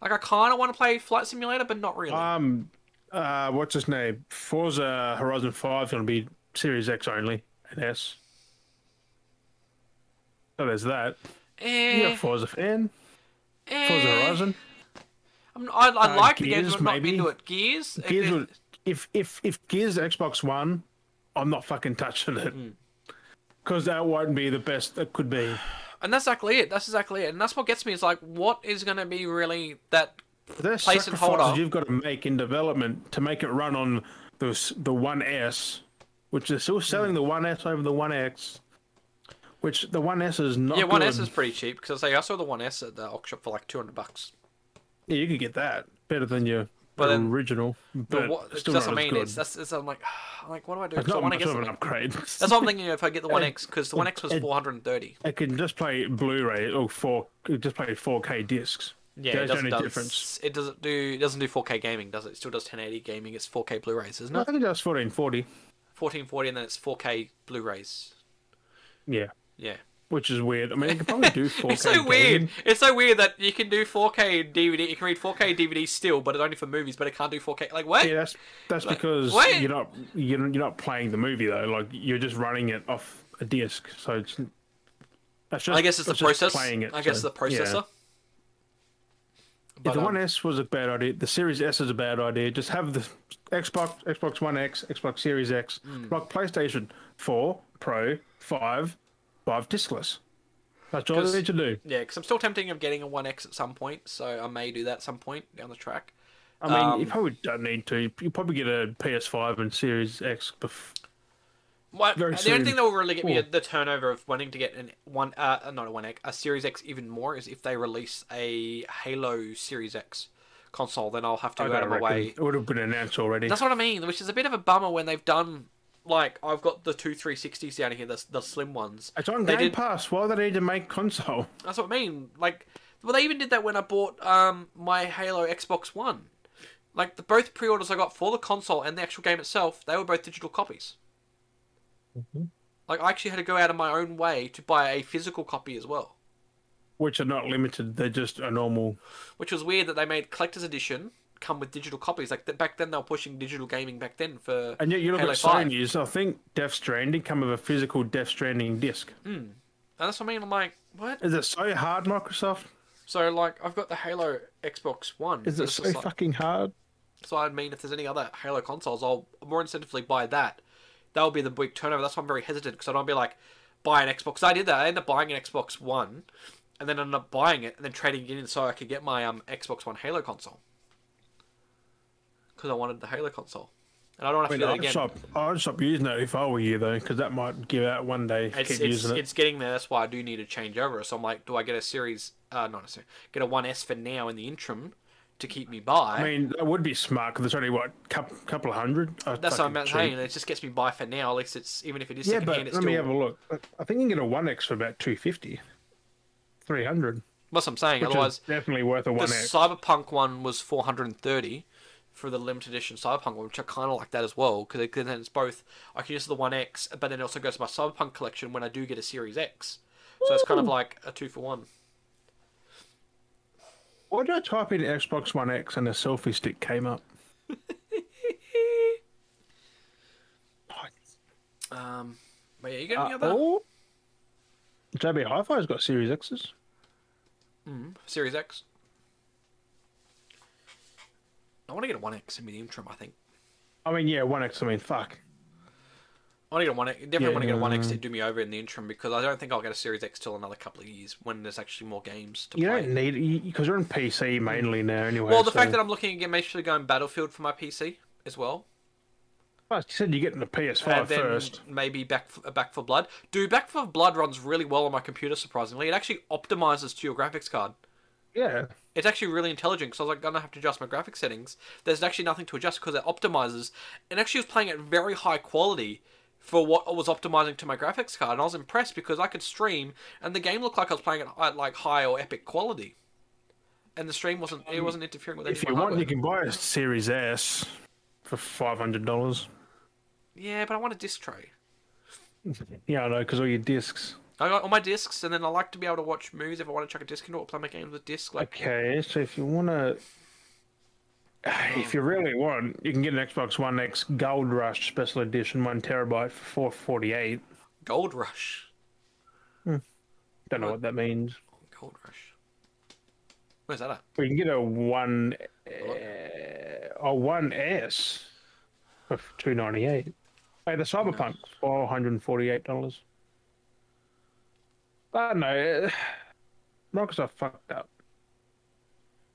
Speaker 2: Like I kind of want to play Flight Simulator, but not really.
Speaker 1: um, uh, what's his name? Forza Horizon Five going to be Series X only and S. So there's that.
Speaker 2: eh,
Speaker 1: You're a Forza fan.
Speaker 2: eh,
Speaker 1: Forza Horizon.
Speaker 2: I'm, I, I
Speaker 1: Uh,
Speaker 2: like the games,
Speaker 1: Gears,
Speaker 2: but I'm not
Speaker 1: maybe?
Speaker 2: into it. Gears, it-
Speaker 1: Gears
Speaker 2: it-
Speaker 1: would, if if if Gears Xbox One, I'm not fucking touching it
Speaker 2: Hmm.
Speaker 1: because that won't be the best it could be.
Speaker 2: and that's exactly it. That's exactly it, and that's what gets me. Is like, what is going to be really that?
Speaker 1: There's
Speaker 2: Place and hold
Speaker 1: sacrifices
Speaker 2: off.
Speaker 1: you've got to make in development to make it run on the s- the One S, which is still
Speaker 2: Hmm.
Speaker 1: selling the One S over the One X, which the One S is not.
Speaker 2: Yeah, One S
Speaker 1: Oh, good.
Speaker 2: is pretty cheap because I saw the One S at the Ox shop for like two hundred bucks.
Speaker 1: Yeah, you could get that better than your
Speaker 2: But then-
Speaker 1: original, but
Speaker 2: But what,
Speaker 1: still
Speaker 2: that's
Speaker 1: not
Speaker 2: what I
Speaker 1: as
Speaker 2: mean.
Speaker 1: good.
Speaker 2: It's, that's, it's, I'm like, <sighs> I'm like, what do I do?
Speaker 1: It's
Speaker 2: 'Cause I
Speaker 1: not
Speaker 2: want to
Speaker 1: much
Speaker 2: get
Speaker 1: of an
Speaker 2: something.
Speaker 1: upgrade.
Speaker 2: That's what I'm thinking if I get the One X because the One X was
Speaker 1: it-
Speaker 2: four hundred and thirty.
Speaker 1: It can just play Blu-ray or four, just play 4K discs.
Speaker 2: Yeah, it
Speaker 1: There's
Speaker 2: doesn't,
Speaker 1: only
Speaker 2: does-
Speaker 1: difference.
Speaker 2: it doesn't do it doesn't do four K gaming, does it? It still does ten eighty gaming. It's four K Blu-rays, isn't
Speaker 1: I
Speaker 2: it?
Speaker 1: think it does 1440.
Speaker 2: Fourteen forty, and then it's four K Blu-rays.
Speaker 1: Yeah,
Speaker 2: Yeah.
Speaker 1: which is weird. I mean, it can probably
Speaker 2: <laughs>
Speaker 1: do 4K.
Speaker 2: It's so weird. It's so weird that you can do 4K DVD. You can read 4K DVD still, but it's only for movies. But it can't do 4K. Like what?
Speaker 1: Yeah, that's that's because
Speaker 2: what?
Speaker 1: you're not you're, not- you're not playing the movie though. Like you're just running it off a disc, so it's. That's just,
Speaker 2: I guess it's the
Speaker 1: just
Speaker 2: process.
Speaker 1: Playing it,
Speaker 2: I guess
Speaker 1: so,
Speaker 2: the processor.
Speaker 1: Yeah. If
Speaker 2: But,
Speaker 1: the One
Speaker 2: um,
Speaker 1: S was a bad idea. The Series S is a bad idea. Just have the Xbox, Xbox One X, Xbox Series X,
Speaker 2: Hmm.
Speaker 1: like PlayStation Four Pro, Five, Five discless. That's all
Speaker 2: Because-
Speaker 1: they need to do.
Speaker 2: yeah, because I'm still tempting of getting a One X at some point, so I may do that at some point down the track.
Speaker 1: I mean, you
Speaker 2: Um,
Speaker 1: probably don't need to. You probably get a PS5 and Series X bef-
Speaker 2: What,
Speaker 1: Very
Speaker 2: the only
Speaker 1: soon.
Speaker 2: thing that will really get me the turnover of wanting to get an one, uh, not a one X, a Series X even more is if they release a Halo Series X console, then I'll have to go out
Speaker 1: I
Speaker 2: of my
Speaker 1: reckon
Speaker 2: way.
Speaker 1: It would have been announced already.
Speaker 2: That's what I mean, which is a bit of a bummer when they've done like I've got the two 360s down here, the, the slim ones.
Speaker 1: It's on
Speaker 2: They
Speaker 1: Game
Speaker 2: did-
Speaker 1: Pass. Why do they need to make console? <laughs>
Speaker 2: That's what I mean. Like, well, they even did that when I bought um my Halo Xbox One. Like the both pre-orders I got for the console and the actual game itself, they were both digital copies.
Speaker 1: Mm-hmm.
Speaker 2: Like I actually had to go out of my own way to buy a physical copy as well,
Speaker 1: Which are not limited. They're just a normal.
Speaker 2: which was weird that they made collector's edition come with digital copies. Like th- back then they were pushing digital gaming back then for
Speaker 1: And yet you look
Speaker 2: Halo
Speaker 1: at
Speaker 2: 5.
Speaker 1: Sony's. I think Death Stranding come with a physical Death Stranding disc.
Speaker 2: Hmm. And that's what I mean. I'm like, what?
Speaker 1: Is it so hard, Microsoft?
Speaker 2: So like I've got the Halo Xbox One.
Speaker 1: Is it
Speaker 2: It's
Speaker 1: so
Speaker 2: just like-
Speaker 1: fucking hard?
Speaker 2: So I mean, if there's any other Halo consoles, I'll more incentively buy that. That will be the big turnover. That's why I'm very hesitant because I don't be like buy an Xbox. I did that. I ended up buying an Xbox One, and then ended up buying it and then trading it in so I could get my um Xbox One Halo console because I wanted the Halo console, and I don't have
Speaker 1: I mean,
Speaker 2: to do that
Speaker 1: I'd
Speaker 2: again.
Speaker 1: stop. I'd stop using that if I were you though, because that might give out one day. if you
Speaker 2: It's
Speaker 1: keep
Speaker 2: it's,
Speaker 1: using it.
Speaker 2: it's getting there. That's why I do need to change over. So I'm like, do I get a series? Uh, not a series. Get a One S for now in the interim to keep me by.
Speaker 1: I mean, that would be smart because there's only what couple, couple of hundred. Oh,
Speaker 2: That's what
Speaker 1: fucking
Speaker 2: I'm
Speaker 1: cheap.
Speaker 2: saying. It just gets me by for now. At least it's even if it is
Speaker 1: Yeah,
Speaker 2: secondhand,
Speaker 1: but let
Speaker 2: it's still
Speaker 1: me have a look. I think you can get a one X for about two fifty. three hundred.
Speaker 2: That's what I'm saying.
Speaker 1: Which
Speaker 2: Otherwise,
Speaker 1: is definitely worth a
Speaker 2: the
Speaker 1: one X.
Speaker 2: Cyberpunk one was 430 for the limited edition Cyberpunk one, which I kind of like that as well because then it's both. I can use the One X, but then it also goes to my Cyberpunk collection when I do get a Series X. So it's kind of like a two for one.
Speaker 1: Why did I type in Xbox One X and a selfie stick came up?
Speaker 2: Um, but yeah, you got
Speaker 1: Uh,
Speaker 2: <laughs> any other
Speaker 1: oh, JB Hi-Fi's got Series X's.
Speaker 2: Series X? I want to get a One X in the interim. I think
Speaker 1: I mean, yeah, One X. I mean, fuck.
Speaker 2: I want to get a One X. Definitely want to get a
Speaker 1: Yeah.
Speaker 2: One X to do me over in the interim because I don't think I'll get a Series X till another couple of years when there's actually more games to
Speaker 1: You
Speaker 2: play.
Speaker 1: don't need because you're on PC mainly now anyway.
Speaker 2: Well, the
Speaker 1: so-
Speaker 2: fact that I'm looking at basically going Battlefield for my PC as well,
Speaker 1: Well, you said you're getting the PS5
Speaker 2: and then
Speaker 1: Oh, first.
Speaker 2: maybe back for, Back for Blood. Dude, Back for Blood runs really well on my computer. Surprisingly, it actually optimizes to your graphics card.
Speaker 1: Yeah,
Speaker 2: It's actually really intelligent because I was like, gonna have to adjust my graphic settings. There's actually nothing to adjust because it optimizes, and actually was playing at very high quality for what I was optimizing to my graphics card, and I was impressed because I could stream, and the game looked like I was playing it at like high or epic quality, and the stream wasn't it wasn't interfering with any
Speaker 1: Um, if
Speaker 2: of my
Speaker 1: you want,
Speaker 2: hardware.
Speaker 1: you can buy a Series S for five hundred dollars.
Speaker 2: Yeah, but I want a disc tray.
Speaker 1: Yeah, I know because all your discs.
Speaker 2: I got all my discs, and then I like to be able to watch movies if I want to chuck a disc into it, or play my games with disc. Like,
Speaker 1: Okay, so if you want to, if you really want, you can get an Xbox One X Gold Rush Special Edition, one terabyte for four forty eight.
Speaker 2: Gold Rush.
Speaker 1: Don't know what that means.
Speaker 2: Gold Rush. Where's that at?
Speaker 1: We can get a one,
Speaker 2: Look.
Speaker 1: a Oh, one S <laughs> for two ninety eight. Hey, the Cyberpunk four hundred and forty eight dollars. I don't know. Microsoft fucked up.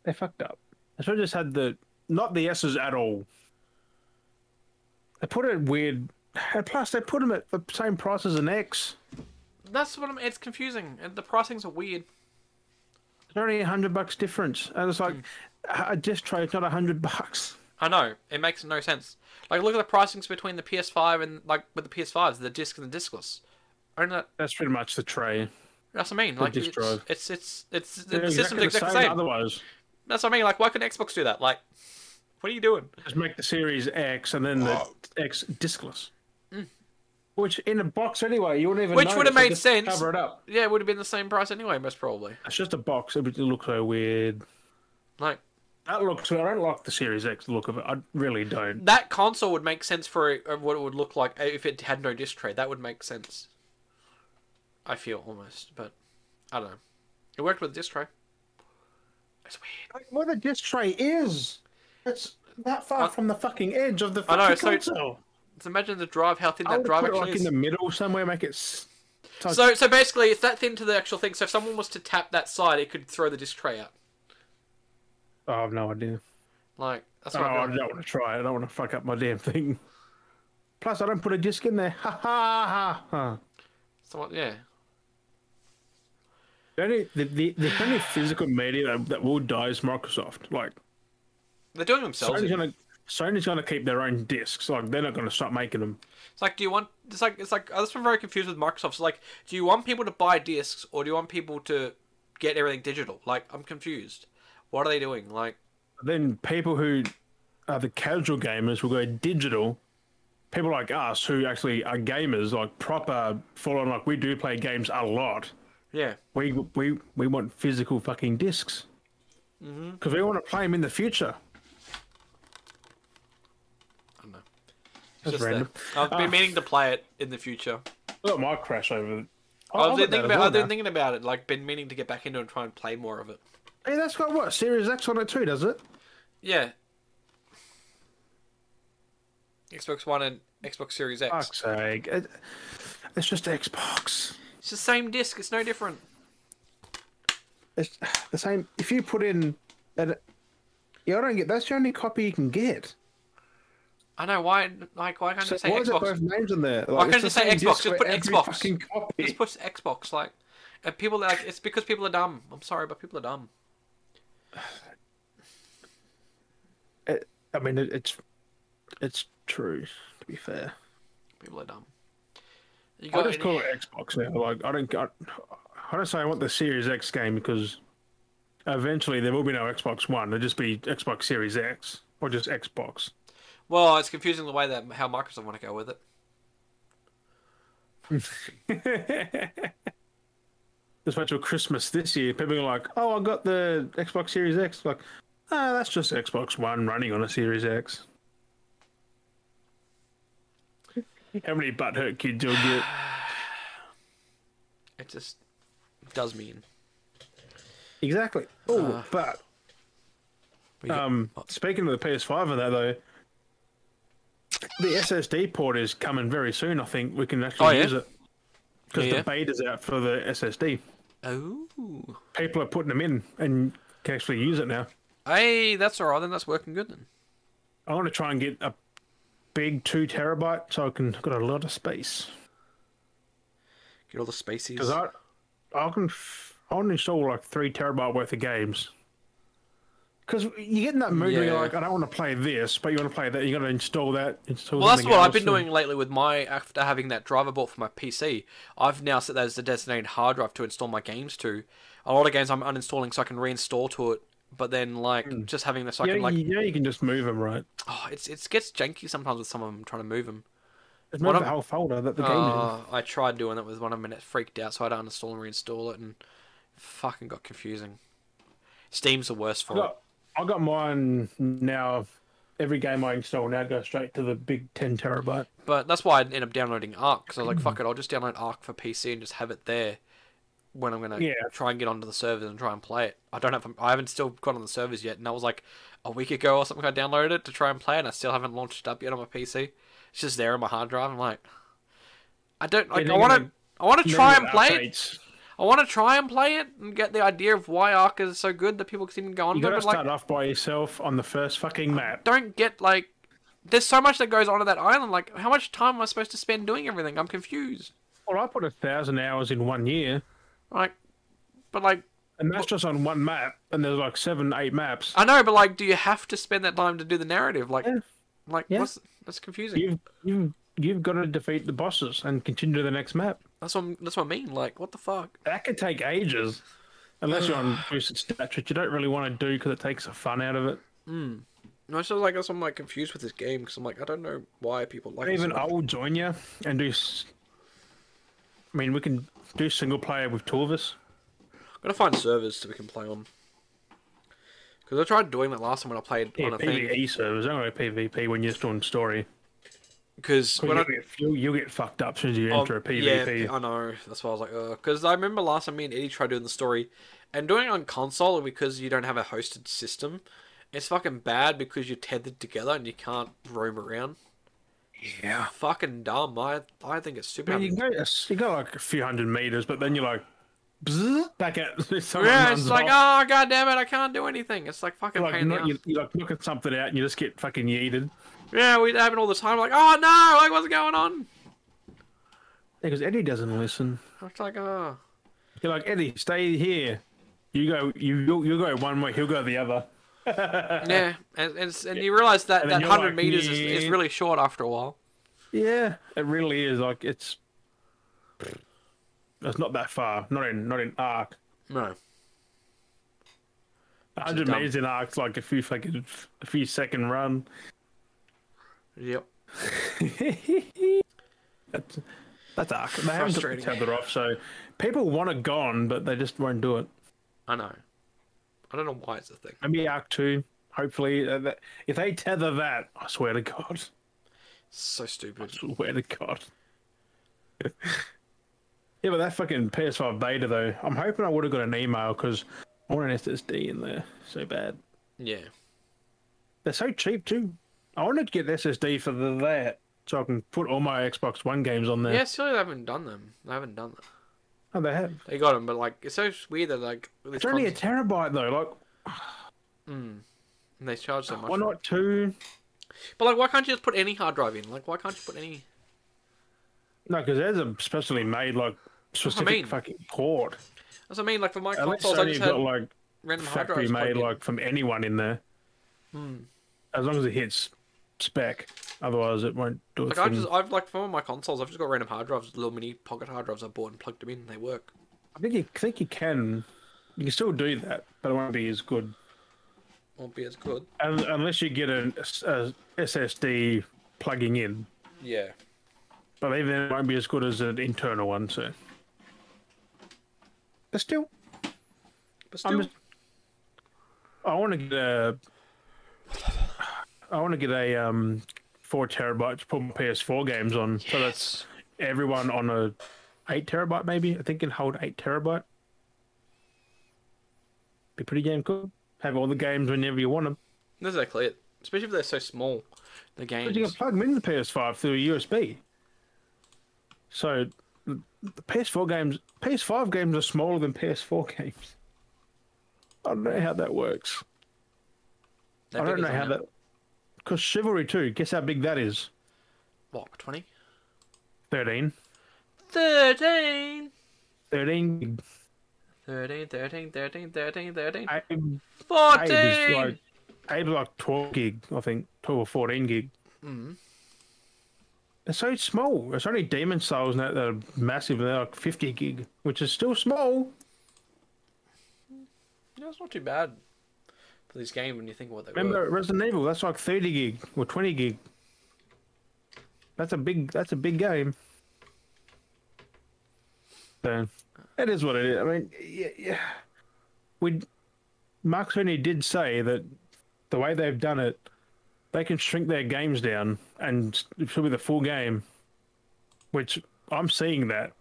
Speaker 1: They fucked up. They should have just had the not the S's at all. They put it weird. And plus, they put them at the same price as an X.
Speaker 2: That's what I'm. It's confusing, and the pricings are weird.
Speaker 1: It's only a hundred bucks difference, and it's like a a disc tray is not a hundred bucks.
Speaker 2: I know it makes no sense. Like, look at the pricings between the PS5 and like with the PS5s, the disc and the discless. Only that,
Speaker 1: That's pretty much the tray.
Speaker 2: that's what I mean. Like,
Speaker 1: disc
Speaker 2: it's,
Speaker 1: drive.
Speaker 2: it's it's it's
Speaker 1: They're
Speaker 2: the system's exactly the same.
Speaker 1: Otherwise,
Speaker 2: That's what I mean. Like, why couldn't Xbox do that? Like, what are you doing?
Speaker 1: just make the Series X and then the X discless. Which in a box anyway, you wouldn't even.
Speaker 2: Which
Speaker 1: know,
Speaker 2: would've
Speaker 1: so
Speaker 2: made
Speaker 1: just
Speaker 2: sense.
Speaker 1: Cover it up.
Speaker 2: Yeah, it would have been the same price anyway, most probably.
Speaker 1: It's just a box. It would look so weird.
Speaker 2: Like,
Speaker 1: That looks. I don't like the Series X look of it. I really don't.
Speaker 2: that console would make sense for it- of what it would look like uh, if it had no disc tray. That would make sense. I feel almost, but I don't know. It worked with the disc tray. It's weird.
Speaker 1: What a disc tray is. It's that far
Speaker 2: I-
Speaker 1: from the fucking edge of the
Speaker 2: I
Speaker 1: fucking
Speaker 2: know, so-
Speaker 1: console.
Speaker 2: So imagine the drive, how thin
Speaker 1: I
Speaker 2: that
Speaker 1: would
Speaker 2: drive
Speaker 1: put it like
Speaker 2: actually
Speaker 1: in
Speaker 2: is.
Speaker 1: the middle somewhere, make it. s- like-
Speaker 2: So, so basically, it's that thin to the actual thing. So if someone was to tap that side, it could throw the disc tray out.
Speaker 1: Oh, I have no idea.
Speaker 2: Like that's
Speaker 1: Oh,
Speaker 2: what
Speaker 1: I
Speaker 2: I
Speaker 1: don't want to try. it. I don't want to fuck up my damn thing. Plus, I don't put a disc in there. Ha ha ha ha.
Speaker 2: Someone, yeah.
Speaker 1: The only, the, the, the only physical media that, that will die is Microsoft. Like
Speaker 2: They're doing themselves.
Speaker 1: Sony's
Speaker 2: in.
Speaker 1: gonna Sony's gonna keep their own discs. Like they're not gonna start making them.
Speaker 2: It's like, do you want? It's like, it's like. That's what I'm very confused with Microsoft. It's like, do you want people to buy discs or do you want people to get everything digital? Like, I'm confused. What are they doing? Like,
Speaker 1: Then people who are the casual gamers will go digital. People like us who actually are gamers, like proper full on, like we do play games a lot.
Speaker 2: yeah,
Speaker 1: We we we want physical fucking discs because we want to play them in the future.
Speaker 2: I don't know. It's
Speaker 1: That's
Speaker 2: just
Speaker 1: random.
Speaker 2: that. I've been
Speaker 1: Ah. Oh,
Speaker 2: meaning to play it in the future.
Speaker 1: Look at my crash over.
Speaker 2: I've been thinking about. I've been
Speaker 1: Oh, think...
Speaker 2: thinking about it. Like, been meaning to get back into it and try and play more of it.
Speaker 1: Hey, that's got what Series X on it too, does it?
Speaker 2: Yeah. Xbox One and Xbox Series X.
Speaker 1: Fuck's sake! It, it's just Xbox.
Speaker 2: It's the same disc. It's no different.
Speaker 1: It's the same. If you put in, an, yeah, I don't get. That's the only copy you can get.
Speaker 2: I know why. Like, why can't
Speaker 1: So
Speaker 2: you say
Speaker 1: why is it
Speaker 2: Xbox?
Speaker 1: both names in there? Like, it's
Speaker 2: can't you
Speaker 1: the
Speaker 2: say
Speaker 1: same disc
Speaker 2: Xbox? Just
Speaker 1: for
Speaker 2: put
Speaker 1: every
Speaker 2: Xbox.
Speaker 1: Fucking copy.
Speaker 2: Just push Xbox. Like, and people are like, it's because people are dumb. I'm sorry, but people are dumb.
Speaker 1: It- I mean, it, it's it's true. To be fair,
Speaker 2: People are dumb. You
Speaker 1: I
Speaker 2: got
Speaker 1: just
Speaker 2: any-
Speaker 1: call it Xbox now. Like I don't. I, I don't say I want the Series X game because eventually there will be no Xbox One. It'll just be Xbox Series X or just Xbox.
Speaker 2: Well, it's confusing the way that how Microsoft want to go with it.
Speaker 1: Just wait till Christmas this year. People are like, "Oh, I got the Xbox Series X." Like, ah, that's just Xbox One running on a Series X. How many butthurt kids you'll get?
Speaker 2: It just does mean.
Speaker 1: Exactly. Oh, but
Speaker 2: We got-
Speaker 1: um, speaking of the PS5 and that though, the SSD port is coming very soon. I think we can actually
Speaker 2: Oh, yeah?
Speaker 1: use it because
Speaker 2: Yeah, yeah.
Speaker 1: the beta's out for the SSD.
Speaker 2: oh,
Speaker 1: People are putting them in and can actually use it now.
Speaker 2: hey, that's all right. Then that's working good. Then
Speaker 1: I want to try and get a big two terabyte so I can got a lot of space
Speaker 2: get all the spaces.
Speaker 1: because I I can f- I want to install like three terabyte worth of games. Because you get in that mood where
Speaker 2: Yeah.
Speaker 1: you're like, I don't want to play this, but you want to play that. You got to install that. Install
Speaker 2: Well, that's
Speaker 1: something
Speaker 2: what I've been
Speaker 1: else, and-
Speaker 2: doing lately with my after having that driver bought for my PC. I've now set that as the designated hard drive to install my games to. A lot of games I'm uninstalling so I can reinstall to it. But then, like, just having this, so I
Speaker 1: Hmm. Yeah,
Speaker 2: can like,
Speaker 1: you, yeah, you can just move them, right?
Speaker 2: oh, it's it gets janky sometimes with some of them trying to move them.
Speaker 1: It's not
Speaker 2: I'm-
Speaker 1: the whole folder that the game is.
Speaker 2: Uh, I tried doing that with one of them and it freaked out, so I had to uninstall and reinstall it, and fucking got confusing. Steam's the worst for
Speaker 1: in. I got, I got mine now. Every game I install now goes straight to the big 10 terabyte.
Speaker 2: it. But that's why I end up downloading Arc because I was like, fuck it, I'll just download Arc for PC and just have it there when I'm gonna
Speaker 1: Yeah.
Speaker 2: try and get onto the servers and try and play it. I don't have, I haven't still got on the servers yet, and that was like a week ago or something. I downloaded it to try and play, it, and I still haven't launched it up yet on my PC. It's just there on my hard drive. I'm like, I don't, like,
Speaker 1: they're
Speaker 2: I want to,
Speaker 1: gonna-
Speaker 2: I want to try
Speaker 1: Then
Speaker 2: and play it.
Speaker 1: updates.
Speaker 2: I want to try and play it and get the idea of why Ark is so good that people seem to go on
Speaker 1: You
Speaker 2: to it,
Speaker 1: gotta
Speaker 2: but
Speaker 1: start
Speaker 2: like,
Speaker 1: off by yourself on the first fucking map.
Speaker 2: don't get like, there's so much that goes on to that island. Like, how much time am I supposed to spend doing everything? I'm confused.
Speaker 1: Well, I put a thousand hours in one year,
Speaker 2: Like, but like,
Speaker 1: and that's just on one map, and there's like seven, eight maps.
Speaker 2: I know, but like, do you have to spend that time to do the narrative? Like,
Speaker 1: Yeah.
Speaker 2: like
Speaker 1: Yeah.
Speaker 2: what's that's confusing.
Speaker 1: You've, you've, you've got to defeat the bosses and continue to the next map.
Speaker 2: That's what I'm- that's what I mean. Like, what the fuck?
Speaker 1: That could take ages. Unless you're
Speaker 2: <sighs>
Speaker 1: on boosted stats, which you don't really want to do because it takes the fun out of it.
Speaker 2: No, so like, that's why I'm like confused with this game because I'm like, I don't know why people like. it so
Speaker 1: Even
Speaker 2: much.
Speaker 1: I will join you and do. s- I mean, we can do single player with two of us.
Speaker 2: I'm gonna find servers that we can play on. Because I tried doing that last time when I played
Speaker 1: Yeah,
Speaker 2: on a thing.
Speaker 1: PvE servers. I don't know PvP when you're still in story.
Speaker 2: Because
Speaker 1: But
Speaker 2: when I
Speaker 1: you'll, get, you'll, you'll get fucked up as soon as you
Speaker 2: Oh,
Speaker 1: enter a PvP.
Speaker 2: Yeah, I know. That's why I was like, because I remember last time me and Eddie tried doing the story, and doing it on console because you don't have a hosted system. It's fucking bad because you're tethered together and you can't roam around.
Speaker 1: yeah.
Speaker 2: Fucking dumb. I I think it's super.
Speaker 1: I mean, you can go, you go like a few hundred meters, but then you're like, bzzz, back at <laughs> someone
Speaker 2: yeah,
Speaker 1: runs
Speaker 2: it's like,
Speaker 1: off.
Speaker 2: oh god damn it, I can't do anything. It's like fucking
Speaker 1: like
Speaker 2: pain in the
Speaker 1: not,
Speaker 2: ass.
Speaker 1: you, you like looking something out and you just get fucking yeeted.
Speaker 2: Yeah, we have it all the time. Like, oh no, like what's going on?
Speaker 1: Because Eddie doesn't listen.
Speaker 2: It's
Speaker 1: <laughs>
Speaker 2: like, oh.
Speaker 1: You're like Eddie, stay here. You go, you you you go one way, he'll go the other.
Speaker 2: Yeah, and, and, it's- and you realize that,
Speaker 1: And
Speaker 2: that
Speaker 1: then
Speaker 2: 100
Speaker 1: you're like,
Speaker 2: meters is, is
Speaker 1: "Yeah."
Speaker 2: really short after a while.
Speaker 1: Yeah, it really is. Like it's it's not that far. Not in not in arc.
Speaker 2: No.
Speaker 1: hundred
Speaker 2: dumb.
Speaker 1: meters in arc's like a few fucking a few second run.
Speaker 2: Yep.
Speaker 1: That's that's arc. They haven't took
Speaker 2: Frustrating.
Speaker 1: each other off, so people want it gone, but they just won't do it.
Speaker 2: I know. I don't know why it's a thing.
Speaker 1: Maybe arc two. Hopefully, uh, that- if they tether that, I swear to God, <laughs>
Speaker 2: So stupid.
Speaker 1: swear to God. <laughs> yeah, but that fucking PS5 beta though, I'm hoping I would have got an email because I want an SSD in there so bad.
Speaker 2: Yeah.
Speaker 1: They're so cheap too. I wanted to get the SSD for the, that so I can put all my Xbox One games on there.
Speaker 2: Yeah, still they haven't done them. They haven't done them.
Speaker 1: Oh, they have.
Speaker 2: They got them, but like it's so weird that like with
Speaker 1: It's
Speaker 2: these
Speaker 1: only a
Speaker 2: cons-
Speaker 1: terabyte though. Like,
Speaker 2: mm, and they charge so much.
Speaker 1: why
Speaker 2: for
Speaker 1: not two?
Speaker 2: it. But like, why can't you just put any hard drive in? Like, why can't you put any?
Speaker 1: No, because theirs are specially made like specific
Speaker 2: mean.
Speaker 1: fucking port.
Speaker 2: That's what I mean. Like for my
Speaker 1: Unless
Speaker 2: consoles, I
Speaker 1: Sony
Speaker 2: just
Speaker 1: got
Speaker 2: had
Speaker 1: like
Speaker 2: random hard
Speaker 1: factory
Speaker 2: drives. Hmm.
Speaker 1: made
Speaker 2: plugged in.
Speaker 1: like from anyone in there. As long as it hits spec, otherwise it won't do it.
Speaker 2: like I just I've like for all my consoles, I've just got random hard drives, little mini pocket hard drives I bought and plugged them in. and They work.
Speaker 1: I think you I think you can, you can still do that, but it won't be as good
Speaker 2: Won't be as good.
Speaker 1: Un- unless you get an S- a SSD plugging in.
Speaker 2: Yeah.
Speaker 1: But even then, it won't be as good as an internal one. So, but still,
Speaker 2: But still,
Speaker 1: I'm just, I want to get a. I want to get a um, four terabyte to put my PS4 games on. So that's everyone on a eight terabyte, maybe. I think can hold eight terabyte. Be pretty damn cool. Have all the games whenever you want them.
Speaker 2: that's exactly it. Especially if they're so small, the
Speaker 1: But you can
Speaker 2: games.
Speaker 1: plug them into the PS5 through a USB. So the PS4 games, PS5 games are smaller than PS4 <laughs> games. I don't know how that works.
Speaker 2: They're
Speaker 1: I don't
Speaker 2: bigger
Speaker 1: know
Speaker 2: than
Speaker 1: how
Speaker 2: it.
Speaker 1: that. Because Chivalry 2, guess how big that is?
Speaker 2: What? Twenty?
Speaker 1: 13.
Speaker 2: Thirteen.
Speaker 1: 13 gig.
Speaker 2: 13, 13, 13, 13, 13,
Speaker 1: Abe, Abe
Speaker 2: 14!
Speaker 1: is like, Abe's like 12 gig, I think. 12 or 14 gig.
Speaker 2: Mm.
Speaker 1: It's so small. It's only Demon Souls now that are massive. They're like 50 gig, which is still small.
Speaker 2: No, it's not too bad for this game when you think what they
Speaker 1: Remember
Speaker 2: were.
Speaker 1: Resident Evil? That's like 30 gig or 20 gig. That's a big. That's a big game. So it is what it is. I mean, yeah, yeah. We Mark Cerny did say that the way they've done it, they can shrink their games down and it should be the full game. Which I'm seeing that.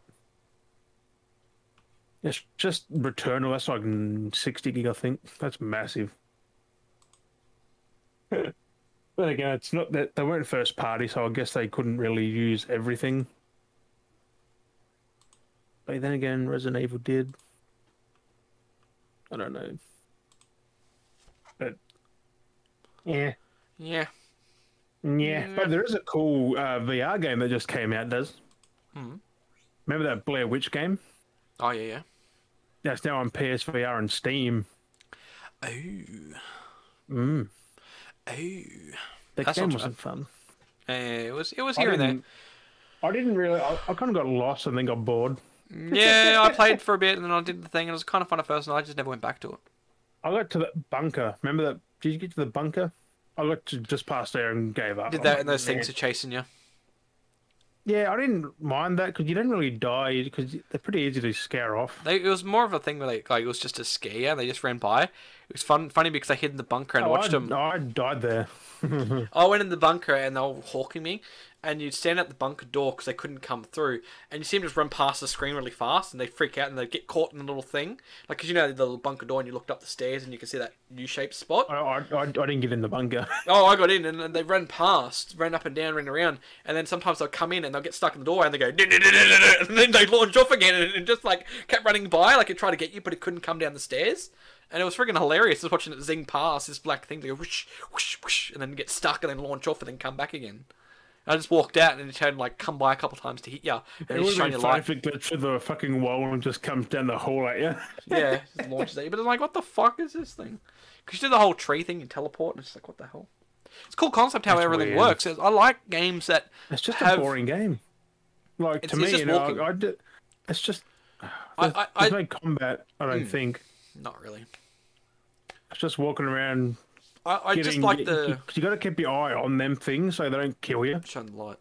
Speaker 1: It's just Returnal. That's like 60 gig, I think. That's massive. But again, it's not that they weren't first party, so I guess they couldn't really use everything. But then again, Resident Evil did. I don't know. But yeah,
Speaker 2: Yeah.
Speaker 1: yeah. But there is a cool uh, VR game that just came out. Does
Speaker 2: Hmm.
Speaker 1: remember that Blair Witch game?
Speaker 2: Oh, yeah,
Speaker 1: That's now on PSVR and Steam.
Speaker 2: yeah. Oh.
Speaker 1: Mm.
Speaker 2: Oh.
Speaker 1: That
Speaker 2: That's
Speaker 1: game
Speaker 2: not
Speaker 1: wasn't fun.
Speaker 2: Eh, it was it was
Speaker 1: I
Speaker 2: here and there.
Speaker 1: didn't- I didn't really. I, I kind of got lost and then got bored.
Speaker 2: Yeah, I played for a bit and then I did the thing and it was kind of fun at first and I just never went back to it.
Speaker 1: I got to the bunker. Remember that? Did you get to the bunker? I got to just past there and gave up.
Speaker 2: Did
Speaker 1: I'm
Speaker 2: that
Speaker 1: like,
Speaker 2: and those things
Speaker 1: "Man."
Speaker 2: are chasing you.
Speaker 1: Yeah, I didn't mind that because you didn't really die because they're pretty easy to scare off.
Speaker 2: They, it was more of a thing where like, like it was just a scare you and they just ran by. It was fun, funny because I hid in the bunker and
Speaker 1: Oh,
Speaker 2: watched
Speaker 1: I,
Speaker 2: them.
Speaker 1: I died there.
Speaker 2: I went in the bunker and they were hawking me, and you'd stand at the bunker door because they couldn't come through, and you see them just run past the screen really fast, and they freak out and they get caught in the little thing, like because you know the little bunker door, and you looked up the stairs and you can see that U-shaped spot.
Speaker 1: I, I, I, I didn't get in the bunker.
Speaker 2: Oh, I got in, and, and they ran past, ran up and down, ran around, and then sometimes they'll come in and they'll get stuck in the doorway and they go, "Du-du-du-du-du-du," and then they launch off again, and it just like kept running by, like it tried to get you, but it couldn't come down the stairs. And it was freaking hilarious just watching it zing past this black thing to go whoosh, whoosh, whoosh, and then get stuck and then launch off and then come back again. And I just walked out and it had like come by a couple times to hit you,
Speaker 1: <laughs> it
Speaker 2: and it just
Speaker 1: was
Speaker 2: shone your
Speaker 1: funny
Speaker 2: light.
Speaker 1: if it glitched through the fucking wall and just comes down the hall at you. <laughs>
Speaker 2: yeah, just launches at you. But I'm like, what the fuck is this thing? Because you do the whole tree thing, you teleport, and it's like, what the hell? It's a cool concept how
Speaker 1: That's
Speaker 2: everything
Speaker 1: weird.
Speaker 2: works. I like games that
Speaker 1: It's just
Speaker 2: Have-
Speaker 1: a boring game. Like
Speaker 2: It's-
Speaker 1: to me,
Speaker 2: it's just
Speaker 1: you know,
Speaker 2: walking.
Speaker 1: I, I did, it's just
Speaker 2: I, I, I Hmm.
Speaker 1: there's <laughs> no combat. I don't think
Speaker 2: not really.
Speaker 1: it's just walking around.
Speaker 2: I, I just
Speaker 1: Getting,
Speaker 2: like
Speaker 1: you,
Speaker 2: the
Speaker 1: you got to keep your eye on them things so they don't kill you.
Speaker 2: shine the light.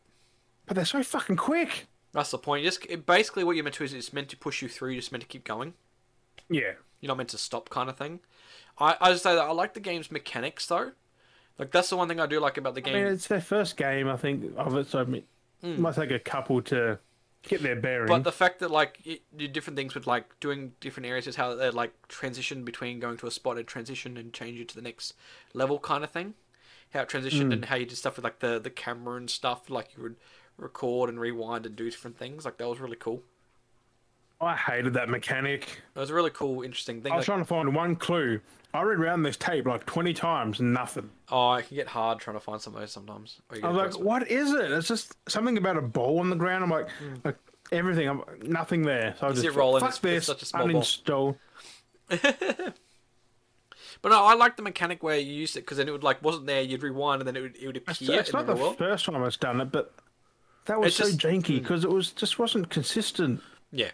Speaker 1: But they're so fucking quick.
Speaker 2: That's the point. Just it, basically what you're meant to is it's meant to push you through. You're just meant to keep going.
Speaker 1: Yeah.
Speaker 2: You're not meant to stop, kind of thing. I I just say that I like the game's mechanics though. Like that's the one thing I do like about the
Speaker 1: I
Speaker 2: game.
Speaker 1: mean, it's their first game, I think, of it, so it might take a couple to get their bearing.
Speaker 2: Hmm. But the fact that like you do different things with like doing different areas is how they like transition between going to a spot and transition and change you to the next level kind of thing. How it
Speaker 1: Hmm.
Speaker 2: transitioned and how you did stuff with like the the camera and stuff. Like you would record and rewind and do different things. Like that was really cool.
Speaker 1: I hated that mechanic.
Speaker 2: It was a really cool, interesting thing.
Speaker 1: I was
Speaker 2: Like,
Speaker 1: trying to find one clue. I read around this tape like 20 times, nothing.
Speaker 2: oh, it can get hard trying to find some of those sometimes. Or you
Speaker 1: I
Speaker 2: get
Speaker 1: was like,
Speaker 2: desperate.
Speaker 1: what is it? It's just something about a ball on the ground. I'm like, like everything, I'm, nothing there. So I
Speaker 2: Hmm. Is
Speaker 1: just
Speaker 2: it rolling?
Speaker 1: fuck
Speaker 2: It's-
Speaker 1: this,
Speaker 2: it's such a small ball."
Speaker 1: uninstall.
Speaker 2: but no, I like the mechanic where you used it because then it would like wasn't there. You'd rewind and then it would it would
Speaker 1: It's,
Speaker 2: appear
Speaker 1: it's
Speaker 2: in
Speaker 1: not
Speaker 2: the
Speaker 1: the
Speaker 2: real world.
Speaker 1: first time it's done it, but that was
Speaker 2: It's
Speaker 1: so
Speaker 2: just- Hmm.
Speaker 1: janky because it was just wasn't consistent.
Speaker 2: Yeah.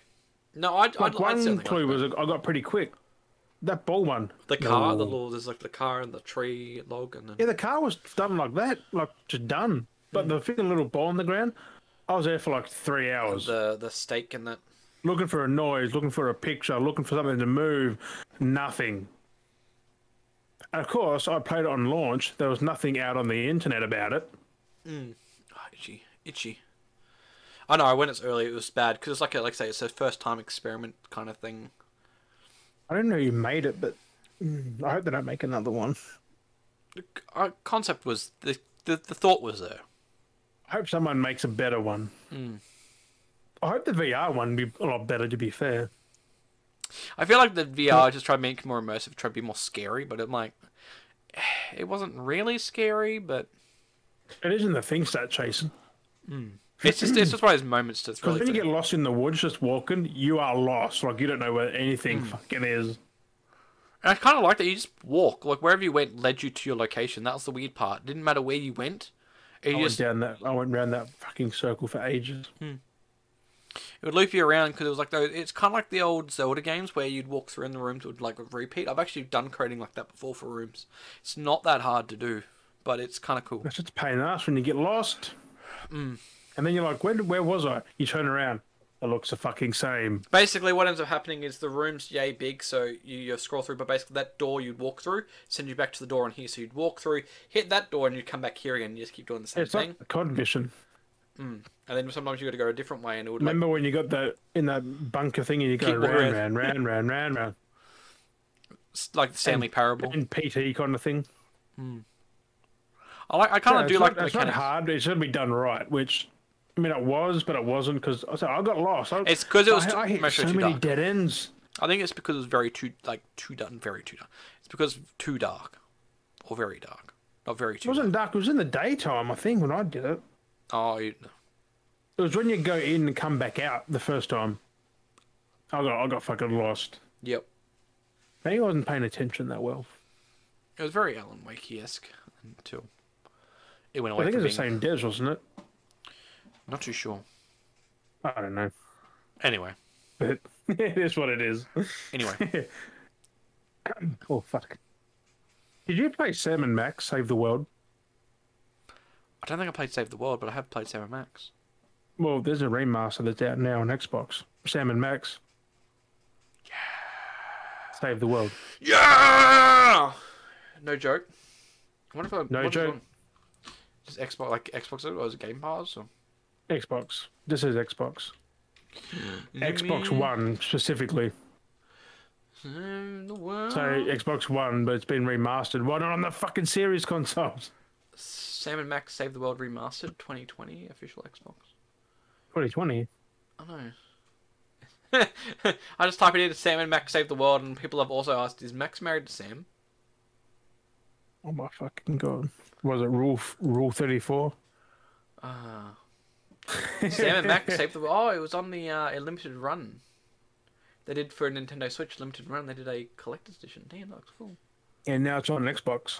Speaker 2: No, I, I,
Speaker 1: Like
Speaker 2: I'd
Speaker 1: one
Speaker 2: certainly
Speaker 1: clue
Speaker 2: like
Speaker 1: was I got pretty quick. That ball one.
Speaker 2: that. the car, the law. There's like the car and the tree log, and then
Speaker 1: Yeah, the car was done like that, like just done. But the fucking little ball on the ground, I was there for like three hours
Speaker 2: the the stake and that.
Speaker 1: looking for a noise, looking for a picture, looking for something to move. Nothing. And of course, I played it on launch. There was nothing out on the internet about it.
Speaker 2: Oh, itchy, itchy. I know. When it's early, it was bad because it's like a, like I say, it's a first time experiment kind of thing.
Speaker 1: I don't know who made it, but mm, I hope they don't make another one.
Speaker 2: The c- Our concept was the the, the thought was there.
Speaker 1: I hope someone makes a better one.
Speaker 2: Hmm.
Speaker 1: I hope the VR one be a lot better. To be fair,
Speaker 2: I feel like the VR just tried to make it more immersive, tried to be more scary, but it like it wasn't really scary, but
Speaker 1: it isn't the thing start chasing.
Speaker 2: it's just it's just one of those moments to
Speaker 1: Because
Speaker 2: really
Speaker 1: when you
Speaker 2: think-
Speaker 1: get lost in the woods just walking, you are lost. Like you don't know where
Speaker 2: Hmm.
Speaker 1: anything fucking is.
Speaker 2: And I kind of like that you just walk, like wherever you went led you to your location. That was the weird part. didn't matter where you went, it
Speaker 1: I went
Speaker 2: just Hmm.
Speaker 1: down that. I went round that fucking circle for ages.
Speaker 2: it would loop you around because it was like those. It's kind of like the old Zelda games where you'd walk through and the rooms would like repeat. I've actually done coding like that before for rooms. It's not that hard to do, but it's kind
Speaker 1: <laughs>
Speaker 2: of cool.
Speaker 1: It's just a pain in the ass when you get lost.
Speaker 2: Hmm.
Speaker 1: And then you're like, where, where was I? You turn around. It looks the fucking same.
Speaker 2: Basically, what ends up happening is the room's yay big, so you, you scroll through, but basically that door you'd walk through send you back to the door on here, so you'd walk through, hit that door, and you'd come back here again, and you just keep doing the same
Speaker 1: It's
Speaker 2: thing.
Speaker 1: like a COD mission.
Speaker 2: And then sometimes you got to go a different way, and it would like,
Speaker 1: Remember when you got the in that bunker thing and you go
Speaker 2: Keep
Speaker 1: round,
Speaker 2: walking.
Speaker 1: round, round, round, round, round,
Speaker 2: s- like the Stanley Parable.
Speaker 1: and PT kind of thing.
Speaker 2: I like, I kind of
Speaker 1: Yeah,
Speaker 2: do
Speaker 1: it's
Speaker 2: like
Speaker 1: not,
Speaker 2: the
Speaker 1: it's not
Speaker 2: mechanics.
Speaker 1: hard. It's going to be done right, which I mean, it was, but it wasn't because I, said I got lost. I,
Speaker 2: It's 'cause it was
Speaker 1: I,
Speaker 2: too-
Speaker 1: I hit
Speaker 2: mostly
Speaker 1: so
Speaker 2: too
Speaker 1: many
Speaker 2: dark.
Speaker 1: dead ends.
Speaker 2: I think it's because it was very too like too dark, very too dark. It's because too dark, or very dark, not very
Speaker 1: It
Speaker 2: too. Dark.
Speaker 1: wasn't dark. It was in the daytime, I think, when I did it.
Speaker 2: Oh, you,
Speaker 1: It was when you go in and come back out the first time. I got I got fucking lost.
Speaker 2: yep.
Speaker 1: Maybe I wasn't paying attention that well.
Speaker 2: It was very Alan Wake esque until it went
Speaker 1: I
Speaker 2: away.
Speaker 1: think it
Speaker 2: from
Speaker 1: was the
Speaker 2: being,
Speaker 1: same Des, wasn't it?
Speaker 2: Not too sure.
Speaker 1: I don't know, <laughs>
Speaker 2: Anyway,
Speaker 1: but it is what it is. <laughs>
Speaker 2: anyway.
Speaker 1: Oh fuck! Did you play Sam and Max Save the World?
Speaker 2: I don't think I played Save the World, but I have played Sam and Max.
Speaker 1: Well, there's a remaster that's out now on Xbox. Sam and Max. Yeah. Save the world.
Speaker 2: Yeah. No joke. I wonder if I,
Speaker 1: No
Speaker 2: what is
Speaker 1: joke.
Speaker 2: on- Just Xbox, like Xbox, or was it Game Pass? Or?
Speaker 1: Xbox. This is Xbox. Xbox One specifically.
Speaker 2: Save the world.
Speaker 1: So Xbox One, but it's been remastered. Why not on the fucking series consoles? <laughs>
Speaker 2: Sam and Max Save the World Remastered 2020 official Xbox.
Speaker 1: 2020.
Speaker 2: I know. Oh. <laughs> I just type it into Sam and Max Save the World, and people have also asked, is Max married to Sam?
Speaker 1: Oh my fucking god. Was it rule f- rule 34?
Speaker 2: Ah. Sam
Speaker 1: <laughs>
Speaker 2: and Max Save the World. Oh, it was on the uh, a limited run. They did for a Nintendo Switch limited run. They did a collector's edition. Damn, that looks cool.
Speaker 1: And now it's on Xbox.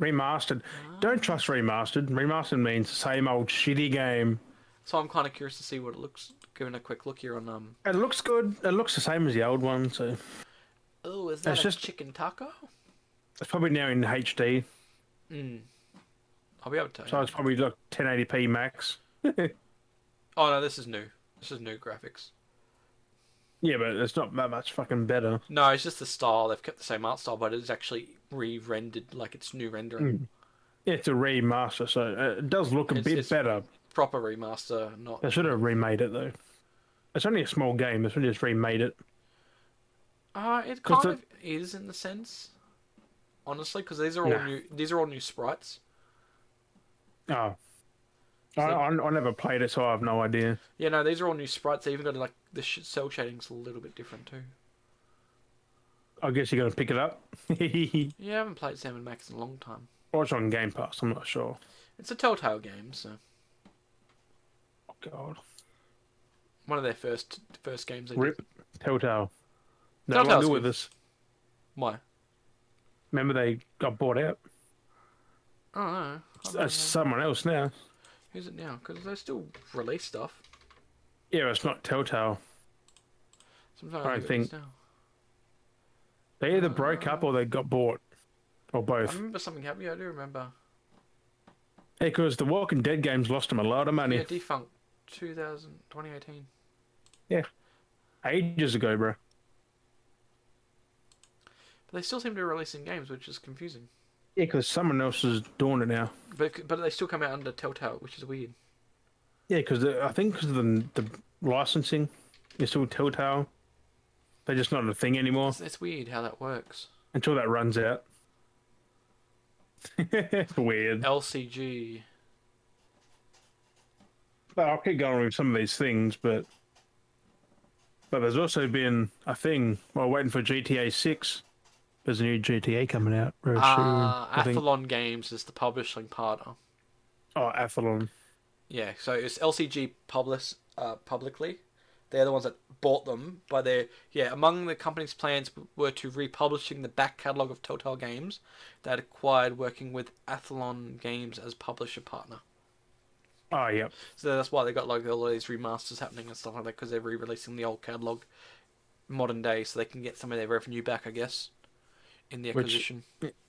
Speaker 1: Remastered. Don't trust remastered. Remastered means same old shitty game.
Speaker 2: So I'm kind of curious to see what it looks. Giving a quick look here on um.
Speaker 1: It looks good. It looks the same as the old one, so
Speaker 2: Oh, is that
Speaker 1: It's
Speaker 2: a
Speaker 1: just-
Speaker 2: chicken taco?
Speaker 1: it's probably now in HD.
Speaker 2: Mm. I'll be able to tell
Speaker 1: So
Speaker 2: you.
Speaker 1: it's probably like 1080p max. <laughs> yeah,
Speaker 2: Oh no, this is new. This is new graphics.
Speaker 1: but it's not that much fucking better.
Speaker 2: No, it's just the style. They've kept the same art style, but it's actually re-rendered, like it's new
Speaker 1: Hmm.
Speaker 2: rendering,
Speaker 1: It's a remaster, so uh, it does look a
Speaker 2: It's-
Speaker 1: bit
Speaker 2: it's-
Speaker 1: better.
Speaker 2: proper remaster, not.
Speaker 1: They should have remade it though. It's only a small game. They should have just remade it.
Speaker 2: Uh, it
Speaker 1: Cause
Speaker 2: kind of is in the sense, honestly, because these are all
Speaker 1: Nah.
Speaker 2: new. These are all new sprites.
Speaker 1: Oh, I,
Speaker 2: that-
Speaker 1: I, I never played it, so I have no idea.
Speaker 2: Yeah, no, these are all new sprites. They even got like the sh- cell shading's a little bit different too.
Speaker 1: I guess you're gonna pick it up. <laughs> or
Speaker 2: Yeah, I haven't played Sam and Max in a long time.
Speaker 1: it's on Game Pass. I'm not sure.
Speaker 2: It's a Telltale game, so
Speaker 1: Oh, God,
Speaker 2: one of their first first games. They did.
Speaker 1: rip Telltale. No
Speaker 2: Telltale's
Speaker 1: longer
Speaker 2: good.
Speaker 1: with us.
Speaker 2: Why?
Speaker 1: Remember they got bought out.
Speaker 2: I don't know. I don't
Speaker 1: That's
Speaker 2: know.
Speaker 1: someone else now.
Speaker 2: Who's it now? Because they still release stuff.
Speaker 1: Yeah, it's not Telltale.
Speaker 2: Sometimes
Speaker 1: I
Speaker 2: look at
Speaker 1: think-
Speaker 2: this now.
Speaker 1: They either broke up or they got bought, or
Speaker 2: I
Speaker 1: both.
Speaker 2: remember something happening. I do remember.
Speaker 1: Because the Walking Dead games lost them a lot of money
Speaker 2: Yeah, defunct. 2000, 2018.
Speaker 1: ages ago, bro.
Speaker 2: But they still seem to be releasing games, which is confusing.
Speaker 1: Yeah, because someone else is doing it now.
Speaker 2: But but they still come out under Telltale, which is weird.
Speaker 1: Yeah, because I think because of the, the licensing, it's all Telltale. They're just not a thing anymore
Speaker 2: It's, it's weird how that works.
Speaker 1: until that runs out. <laughs> it's weird.
Speaker 2: LCG.
Speaker 1: But I'll keep going with some of these things, but but there's also been a thing while waiting for GTA Six. There's a new GTA coming out very soon.
Speaker 2: Uh,
Speaker 1: I think.
Speaker 2: Athlon Games is the publishing partner.
Speaker 1: Oh, Athlon.
Speaker 2: Yeah, so it's LCG publis uh, publicly. They're the ones that bought them by their yeah. Among the company's plans were to republishing the back catalog of Telltale Games that acquired, working with Athlon Games as publisher partner.
Speaker 1: Oh, yeah.
Speaker 2: So that's why they got like all these remasters happening and stuff like that because they're re-releasing the old catalog, modern day, so they can get some of their revenue back, I guess, in the
Speaker 1: Which-
Speaker 2: acquisition.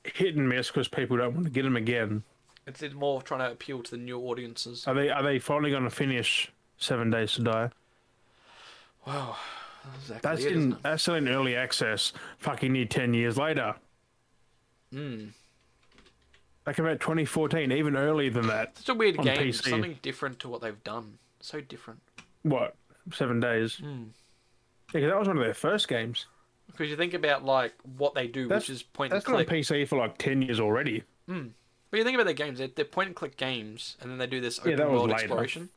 Speaker 1: Hit and miss because people don't want to get them again.
Speaker 2: It's it's more trying to appeal to the new audiences.
Speaker 1: Are they are they finally going to finish Seven Days to Die?
Speaker 2: Wow, that's exactly
Speaker 1: That's
Speaker 2: it,
Speaker 1: in
Speaker 2: isn't
Speaker 1: that's still in early access. Fucking near ten years later,
Speaker 2: it? Mm.
Speaker 1: like about 2014, even earlier than that.
Speaker 2: Such a weird
Speaker 1: On
Speaker 2: game.
Speaker 1: PC.
Speaker 2: Something different to what they've done. So different.
Speaker 1: What Seven Days?
Speaker 2: Mm.
Speaker 1: Yeah, 'cause that was one of their first games.
Speaker 2: Because you think about like what they do,
Speaker 1: That's-
Speaker 2: which is point and
Speaker 1: That's been on
Speaker 2: click.
Speaker 1: PC for like ten years already.
Speaker 2: But you think about their games, they're, they're point and click games, and then they do this
Speaker 1: Yeah,
Speaker 2: open
Speaker 1: that was
Speaker 2: world
Speaker 1: later.
Speaker 2: exploration.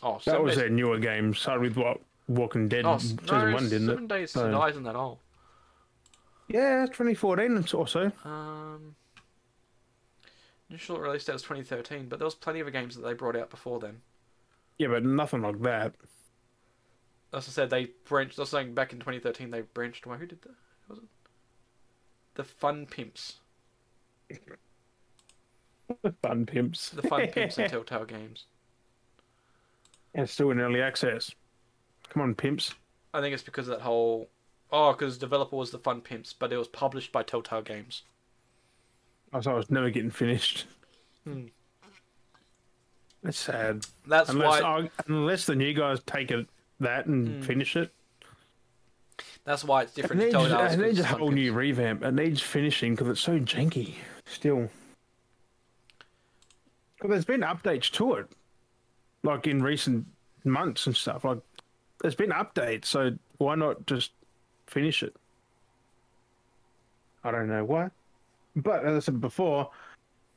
Speaker 2: Oh,
Speaker 1: That
Speaker 2: seven
Speaker 1: was
Speaker 2: days.
Speaker 1: their newer game. Started with what Walking Dead
Speaker 2: Oh, s-
Speaker 1: season
Speaker 2: no,
Speaker 1: one, didn't
Speaker 2: seven
Speaker 1: it?
Speaker 2: days
Speaker 1: So-
Speaker 2: to die isn't that old.
Speaker 1: Yeah, 2014 and so- or so.
Speaker 2: Um, initial release date was 2013, but there was plenty of games that they brought out before then.
Speaker 1: Yeah, but nothing like that.
Speaker 2: As I said, they branched. I was saying back in 2013, they branched away. Who did that? Who was it? The Fun Pimps.
Speaker 1: The Fun Pimps.
Speaker 2: The Fun Pimps and Telltale Games.
Speaker 1: And it's still in early access. Come on, pimps.
Speaker 2: I think it's because of that whole. Oh, because developer was the Fun Pimps, but it was published by Telltale Games.
Speaker 1: I thought I was never getting finished.
Speaker 2: Hmm.
Speaker 1: That's sad.
Speaker 2: That's
Speaker 1: unless
Speaker 2: why. Hmm.
Speaker 1: I- unless the new guys take it that and finish it.
Speaker 2: That's why it's
Speaker 1: It
Speaker 2: different. to
Speaker 1: needs,
Speaker 2: Telltale.
Speaker 1: it needs a
Speaker 2: Fun
Speaker 1: whole
Speaker 2: Pimps.
Speaker 1: new revamp. It needs finishing because it's so janky still. Because there's been updates to it, like in recent months and stuff. Like there's been updates, so why not just finish it? I don't know why, but as I said before,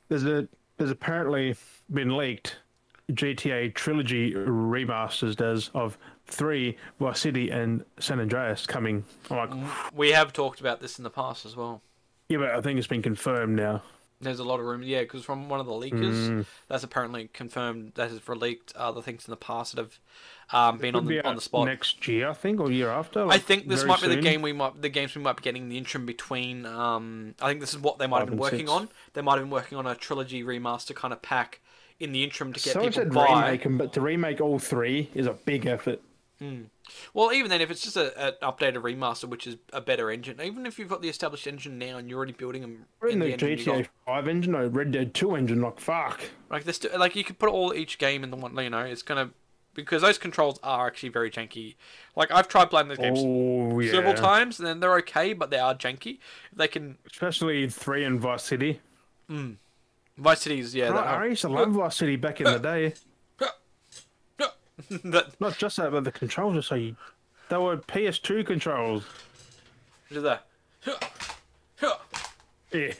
Speaker 1: there's a there's apparently been leaked GTA trilogy remasters does of three Vice City and San Andreas coming. I'm like,
Speaker 2: We have talked about this in the past as well.
Speaker 1: yeah, but I think it's been confirmed now.
Speaker 2: There's a lot of room, yeah, because from one of the leakers,
Speaker 1: Mm.
Speaker 2: that's apparently confirmed that has leaked other things in the past that have um, been on
Speaker 1: Could be
Speaker 2: the, on
Speaker 1: out
Speaker 2: the spot.
Speaker 1: next year, I think, or year after.
Speaker 2: I
Speaker 1: like,
Speaker 2: think this
Speaker 1: very
Speaker 2: might be the
Speaker 1: soon.
Speaker 2: game we might the games we might be getting in the interim between. Um, I think this is what they might have
Speaker 1: Five and
Speaker 2: been working
Speaker 1: six.
Speaker 2: on. They might have been working on a trilogy remaster kind of pack in the interim to get
Speaker 1: Someone
Speaker 2: people
Speaker 1: said
Speaker 2: buy.
Speaker 1: remake 'em, but to remake all three is a big effort.
Speaker 2: Well, even then, if it's just a, an updated remaster, which is a better engine, even if you've got the established engine now and you're already building them
Speaker 1: We're in the,
Speaker 2: engine you got-
Speaker 1: GTA Five engine or Red Dead Two engine, like fuck.
Speaker 2: like this, like you could put all each game in the one. You know, it's gonna because those controls are actually very janky. Like I've tried playing those games
Speaker 1: Oh yeah,
Speaker 2: several times, and then they're okay, but they are janky. They can
Speaker 1: especially three and Vice City.
Speaker 2: Vice Cities, yeah.
Speaker 1: I,
Speaker 2: that-
Speaker 1: I used to <laughs> love Vice City back in the day.
Speaker 2: that
Speaker 1: Not just that, but the controls are so. They were PS2 controls.
Speaker 2: do that.
Speaker 1: Yeah.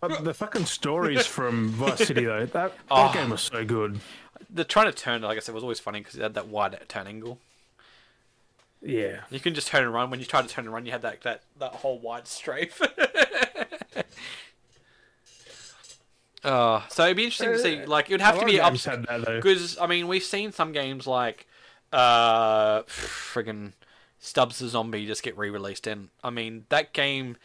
Speaker 1: But the fucking stories from Vice City though, that, that
Speaker 2: Oh.
Speaker 1: game was so good.
Speaker 2: The trying to turn, like I said, was always funny because it had that wide turn angle.
Speaker 1: Yeah.
Speaker 2: You can just turn and run. When you try to turn and run, you had that that, that whole wide strafe. <laughs> uh, so it'd be interesting to see. Like it would have
Speaker 1: A
Speaker 2: to
Speaker 1: lot
Speaker 2: be
Speaker 1: of
Speaker 2: up
Speaker 1: games had that though.
Speaker 2: because I mean we've seen some games like uh friggin' Stubbs the Zombie just get re-released, and I mean that game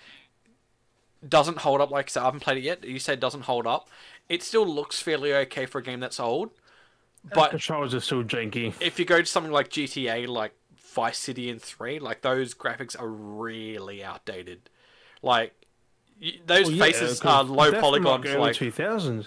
Speaker 2: doesn't hold up. Like I said, I haven't played it yet. You said it doesn't hold up. It still looks fairly okay for a game that's old. But
Speaker 1: Controls are still janky.
Speaker 2: if you go to something like GTA, like Vice City and Three, like those graphics are really outdated. Like y- those
Speaker 1: Well, yeah,
Speaker 2: faces
Speaker 1: 'cause
Speaker 2: are uh, low
Speaker 1: they're from,
Speaker 2: polygons,
Speaker 1: early
Speaker 2: like,
Speaker 1: 2000s.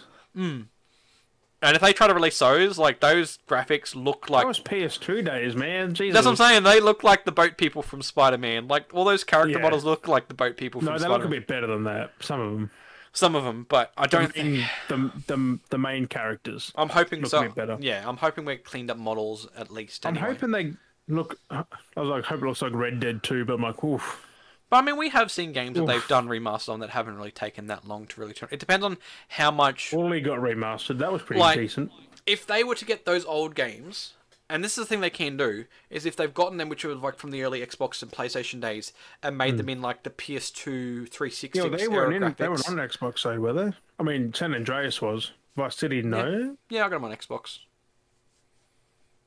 Speaker 2: and if they try to release those, like those graphics look like
Speaker 1: That was PS2 days, man. Jesus.
Speaker 2: That's what I'm saying. They look like the boat people from Spider-Man. Like all those character
Speaker 1: Yeah.
Speaker 2: models look like the boat people from
Speaker 1: No, they look a
Speaker 2: Spider-Man.
Speaker 1: bit better than that. Some of them.
Speaker 2: Some of them, but I don't Oh,
Speaker 1: The
Speaker 2: think.
Speaker 1: main, the, the, the main characters.
Speaker 2: I'm hoping
Speaker 1: look a
Speaker 2: so.
Speaker 1: bit better.
Speaker 2: Yeah, I'm hoping we're cleaned up models at least.
Speaker 1: I'm
Speaker 2: Anyway.
Speaker 1: hoping they look. I was like, hope it looks like Red Dead 2, but I'm like, oof.
Speaker 2: But I mean, we have seen games that they've done remastered on that haven't really taken that long to really turn. It depends on how much.
Speaker 1: Wally got remastered. That was pretty
Speaker 2: Like-
Speaker 1: decent.
Speaker 2: If they were to get those old games, and this is the thing they can do, is if they've gotten them, which were like from the early Xbox and PlayStation days, and made them in like the PS2, 360
Speaker 1: Mm. Yeah, well, they
Speaker 2: era
Speaker 1: weren't in. They
Speaker 2: graphics.
Speaker 1: weren't on Xbox, though, were they? I mean, San Andreas was. Vice City, no.
Speaker 2: Yeah, I got them on Xbox.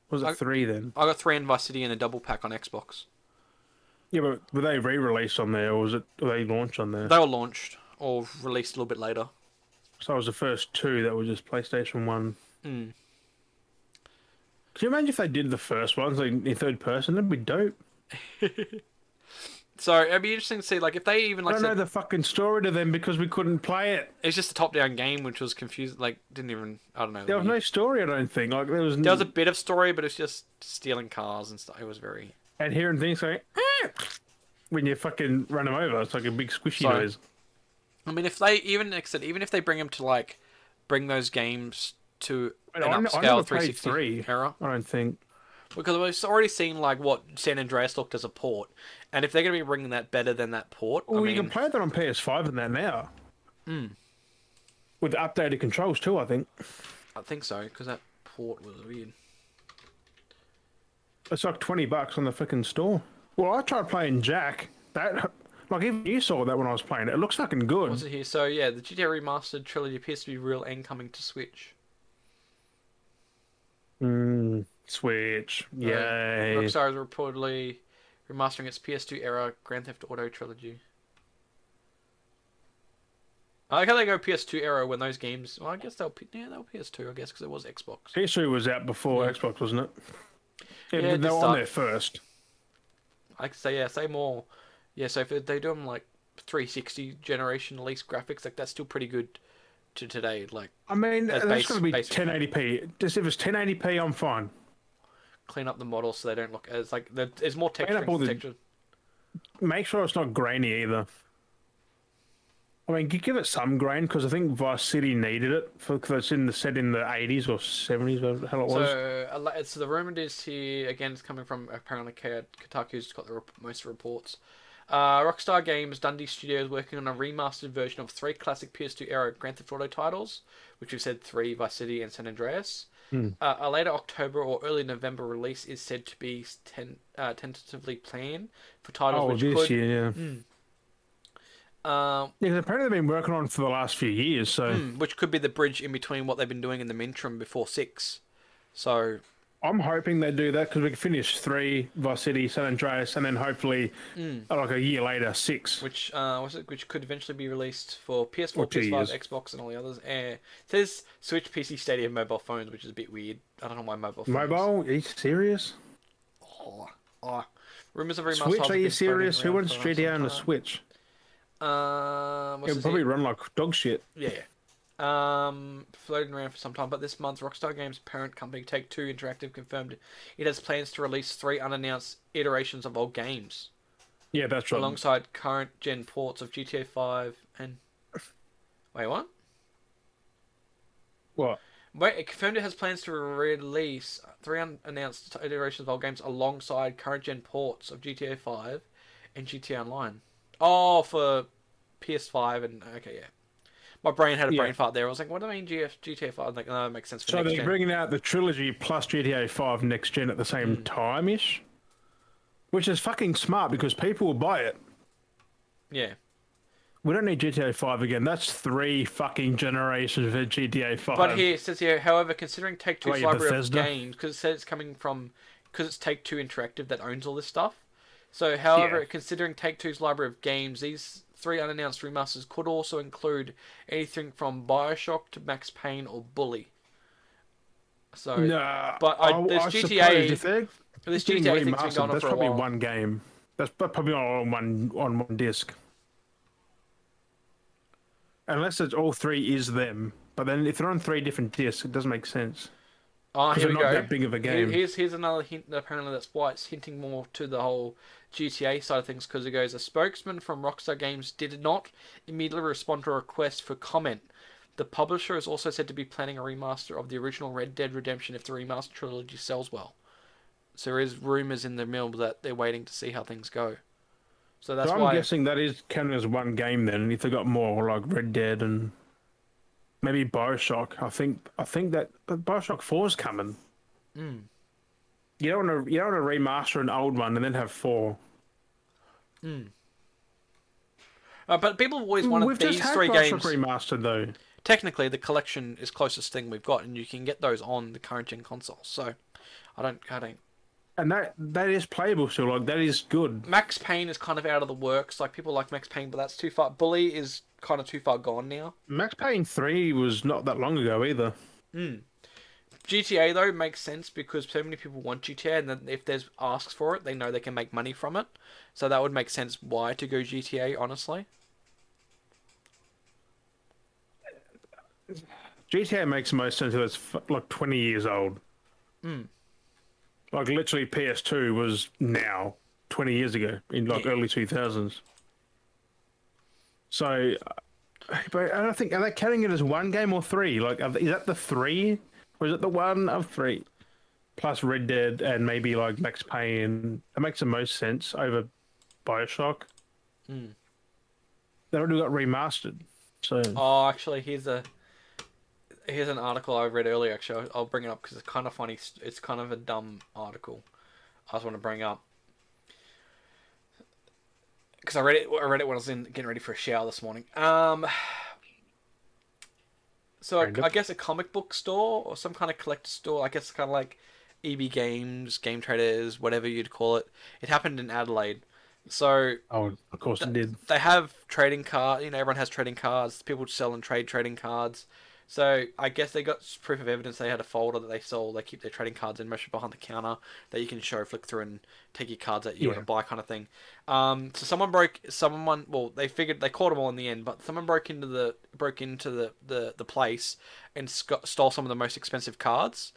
Speaker 1: Was it
Speaker 2: I-
Speaker 1: three then?
Speaker 2: I got three in Vice City and a double pack on Xbox.
Speaker 1: Yeah, but were they re-released on there, or was it? Were they launched on there?
Speaker 2: They were launched or released a little bit later.
Speaker 1: So it was the first two that were just PlayStation One.
Speaker 2: Hmm.
Speaker 1: Can you imagine if they did the first ones like, in third person? That'd be dope.
Speaker 2: So it'd be interesting to see, like, if they
Speaker 1: I
Speaker 2: even like
Speaker 1: don't
Speaker 2: said,
Speaker 1: know the fucking story to them because we couldn't play it.
Speaker 2: it's just a top-down game, which was confusing. Like, didn't even I don't know.
Speaker 1: There was no story, I don't think. Like there was,
Speaker 2: Hmm. There was a bit of story, but it's just stealing cars and stuff. It was very
Speaker 1: and hearing things going "Ah," when you fucking run them over. It's like a big squishy
Speaker 2: Sorry.
Speaker 1: noise.
Speaker 2: I mean, if they even like I said, even if they bring them to like bring those games to
Speaker 1: Wait,
Speaker 2: an
Speaker 1: I ne- I
Speaker 2: upscale
Speaker 1: never played
Speaker 2: 360
Speaker 1: three.
Speaker 2: era,
Speaker 1: I don't think.
Speaker 2: because we've already seen like what San Andreas looked as a port, and if they're going to be bringing that better than that port,
Speaker 1: Well,
Speaker 2: I
Speaker 1: you
Speaker 2: mean, Hmm.
Speaker 1: can play that on PS5 and that now. With updated controls too, I think.
Speaker 2: I think so because that port was weird.
Speaker 1: It's like twenty bucks on the fucking store. Well, I tried playing Jack. That like even you saw that when I was playing it. It looks fucking good.
Speaker 2: What's it here? So yeah, the GTA Remastered trilogy appears to be real and coming to Switch.
Speaker 1: Mm, Switch, yay!
Speaker 2: Rockstar is reportedly remastering its PS2 era Grand Theft Auto trilogy. I like how they go PS2 era when those games. Well, I guess they'll P- yeah they'll PS2 I guess because it was Xbox.
Speaker 1: PS2 was out before Xbox, wasn't it? Yeah,
Speaker 2: Yeah,
Speaker 1: but
Speaker 2: it
Speaker 1: they
Speaker 2: did
Speaker 1: were on
Speaker 2: start-
Speaker 1: there first.
Speaker 2: I could say yeah, say more. Yeah, so if they do them like 360 generation at least graphics, like that's still pretty good to today. Like
Speaker 1: I mean,
Speaker 2: That's
Speaker 1: that's,
Speaker 2: base-
Speaker 1: going to be
Speaker 2: basic.
Speaker 1: 1080p. Just if it's 1080p, I'm fine.
Speaker 2: clean up the models so they don't look as like there- there's more
Speaker 1: up
Speaker 2: texture.
Speaker 1: all the-
Speaker 2: texture.
Speaker 1: Make sure it's not grainy either. I mean, g- give it some grain because I think Vice City needed it because it's in the set in the 80s or 70s, whatever the hell it was.
Speaker 2: So, oh, a la- so the rumored is here again. It's coming from apparently K- Kotaku's got the rep- most reports. Uh, Rockstar Games Dundee Studios working on a remastered version of three classic PS2 era Grand Theft Auto titles, which we've said three Vice City and San Andreas.
Speaker 1: Hmm.
Speaker 2: Uh, a later October or early November release is said to be ten- uh, tentatively planned for titles
Speaker 1: oh,
Speaker 2: which
Speaker 1: this
Speaker 2: could.
Speaker 1: year, yeah.
Speaker 2: Um,
Speaker 1: Yeah, 'cause apparently they've been working on it for the last few years, so
Speaker 2: which could be the bridge in between what they've been doing in the interim before six. So
Speaker 1: I'm hoping they do that because we can finish three Vice City, San Andreas, and then hopefully, uh, like a year later, six.
Speaker 2: which uh, what's it, which could eventually be released for PS4,
Speaker 1: Or two
Speaker 2: PS5,
Speaker 1: years.
Speaker 2: Xbox, and all the others. Eh, it says Switch, PC, Stadia, and mobile phones, which is a bit weird. I don't know why mobile. Phones.
Speaker 1: Mobile? Are you serious?
Speaker 2: Oh, oh. Rumors of remaster.
Speaker 1: Switch? Are you serious? Who wants GTA on the Switch?
Speaker 2: Um, what's
Speaker 1: It'll
Speaker 2: this
Speaker 1: probably
Speaker 2: here?
Speaker 1: run like dog shit.
Speaker 2: yeah. yeah. Um, floating around for some time, but this month, Rockstar Games' parent company Take Two Interactive confirmed it has plans to release three unannounced iterations of old games.
Speaker 1: Yeah, that's right.
Speaker 2: alongside current gen ports of GTA 5 and. Wait, what?
Speaker 1: What?
Speaker 2: Wait, it confirmed it has plans to release three unannounced iterations of old games alongside current gen ports of GTA 5 and GTA Online. Oh, for PS5 and. Okay, yeah. My brain had a
Speaker 1: Yeah.
Speaker 2: brain fart there. I was like, what do I mean GF, GTA 5? I'm like, no, it makes sense for
Speaker 1: So
Speaker 2: next
Speaker 1: they're
Speaker 2: gen.
Speaker 1: bringing out the trilogy plus GTA 5 next gen at the same time ish, which is fucking smart because people will buy it.
Speaker 2: yeah.
Speaker 1: We don't need GTA 5 again. That's three fucking generations of GTA 5.
Speaker 2: But here it says here, however, considering Take Two's
Speaker 1: Um, Wait,
Speaker 2: library
Speaker 1: Bethesda?
Speaker 2: of games, because it says it's coming from, because it's Take Two Interactive that owns all this stuff. So, however,
Speaker 1: Yeah.
Speaker 2: considering Take Two's library of games, these three unannounced remasters could also include anything from Bioshock to Max Payne or Bully. So
Speaker 1: Nah,
Speaker 2: but I- there's
Speaker 1: suppose
Speaker 2: GTA
Speaker 1: if they're
Speaker 2: this
Speaker 1: getting
Speaker 2: GTA thing's been
Speaker 1: remastered,
Speaker 2: going on
Speaker 1: That's
Speaker 2: for a
Speaker 1: probably
Speaker 2: while.
Speaker 1: one game. That's pro- probably on one on one disc. Unless it's all three is them, but then if they're on three different discs, it doesn't make sense.
Speaker 2: Oh, here
Speaker 1: they're
Speaker 2: we
Speaker 1: not
Speaker 2: go.
Speaker 1: that big of a
Speaker 2: Here-
Speaker 1: game.
Speaker 2: Here's here's another hint. Apparently, that's why it's hinting more to the whole GTA side of things. Because it goes, a spokesman from Rockstar Games did not immediately respond to a request for comment. The publisher is also said to be planning a remaster of the original Red Dead Redemption if the remaster trilogy sells well. So there is rumors in the mill that they're waiting to see how things go. So that's
Speaker 1: so I'm
Speaker 2: why.
Speaker 1: guessing that is counted as one game then. And if they got more like Red Dead and maybe Bioshock, I think I think that but Bioshock Four is coming.
Speaker 2: Mm.
Speaker 1: You don't want to you don't want to remaster an old one and then have four.
Speaker 2: Uh, but people have always wanted
Speaker 1: We've
Speaker 2: these
Speaker 1: just had
Speaker 2: three
Speaker 1: Bioshock
Speaker 2: games.
Speaker 1: remastered though.
Speaker 2: technically the collection is closest thing we've got, and you can get those on the current gen consoles. So I don't, I don't.
Speaker 1: and that that is playable still. Like that is good.
Speaker 2: Max Payne is kind of out of the works. Like people like Max Payne, but that's too far. Bully is kind of too far gone now.
Speaker 1: Max Payne three was not that long ago either.
Speaker 2: GTA though makes sense because so many people want GTA, and then if there's asks for it, they know they can make money from it. So that would make sense why to go GTA. Honestly,
Speaker 1: GTA makes the most sense if it's f- like twenty years old.
Speaker 2: Hmm.
Speaker 1: Like literally, PS2 was now twenty years ago in like
Speaker 2: Yeah.
Speaker 1: early two thousands. So, uh, but I don't think are they counting it as one game or three? Like, are, is that the three, or is it the one of three? Plus Red Dead and maybe like Max Payne. That makes the most sense over Bioshock.
Speaker 2: Hmm.
Speaker 1: They already got remastered, so
Speaker 2: oh, actually, here's a. Here's an article I read earlier. Actually, I'll- I'll bring it up because it's kind of funny. It's kind of a dumb article. I just want to bring up because I read it. I read it when I was in getting ready for a shower this morning. Um, so I,
Speaker 1: Kind of.
Speaker 2: I guess a comic book store or some kind of collector store. I guess kind of like EB Games, Game Traders, whatever you'd call it. It happened in Adelaide. So
Speaker 1: oh, of course it did.
Speaker 2: they have trading card. You know, everyone has trading cards. People sell and trade trading cards. So I guess they got proof of evidence. They had a folder that they sold. They keep their trading cards in, mostly behind the counter, that you can show, flick through, and take your cards that you want
Speaker 1: Yeah.
Speaker 2: to buy, kind of thing. Um, so someone broke. Someone. Well, they figured they caught them all in the end, but someone broke into the broke into the the, the place and sc- stole some of the most expensive cards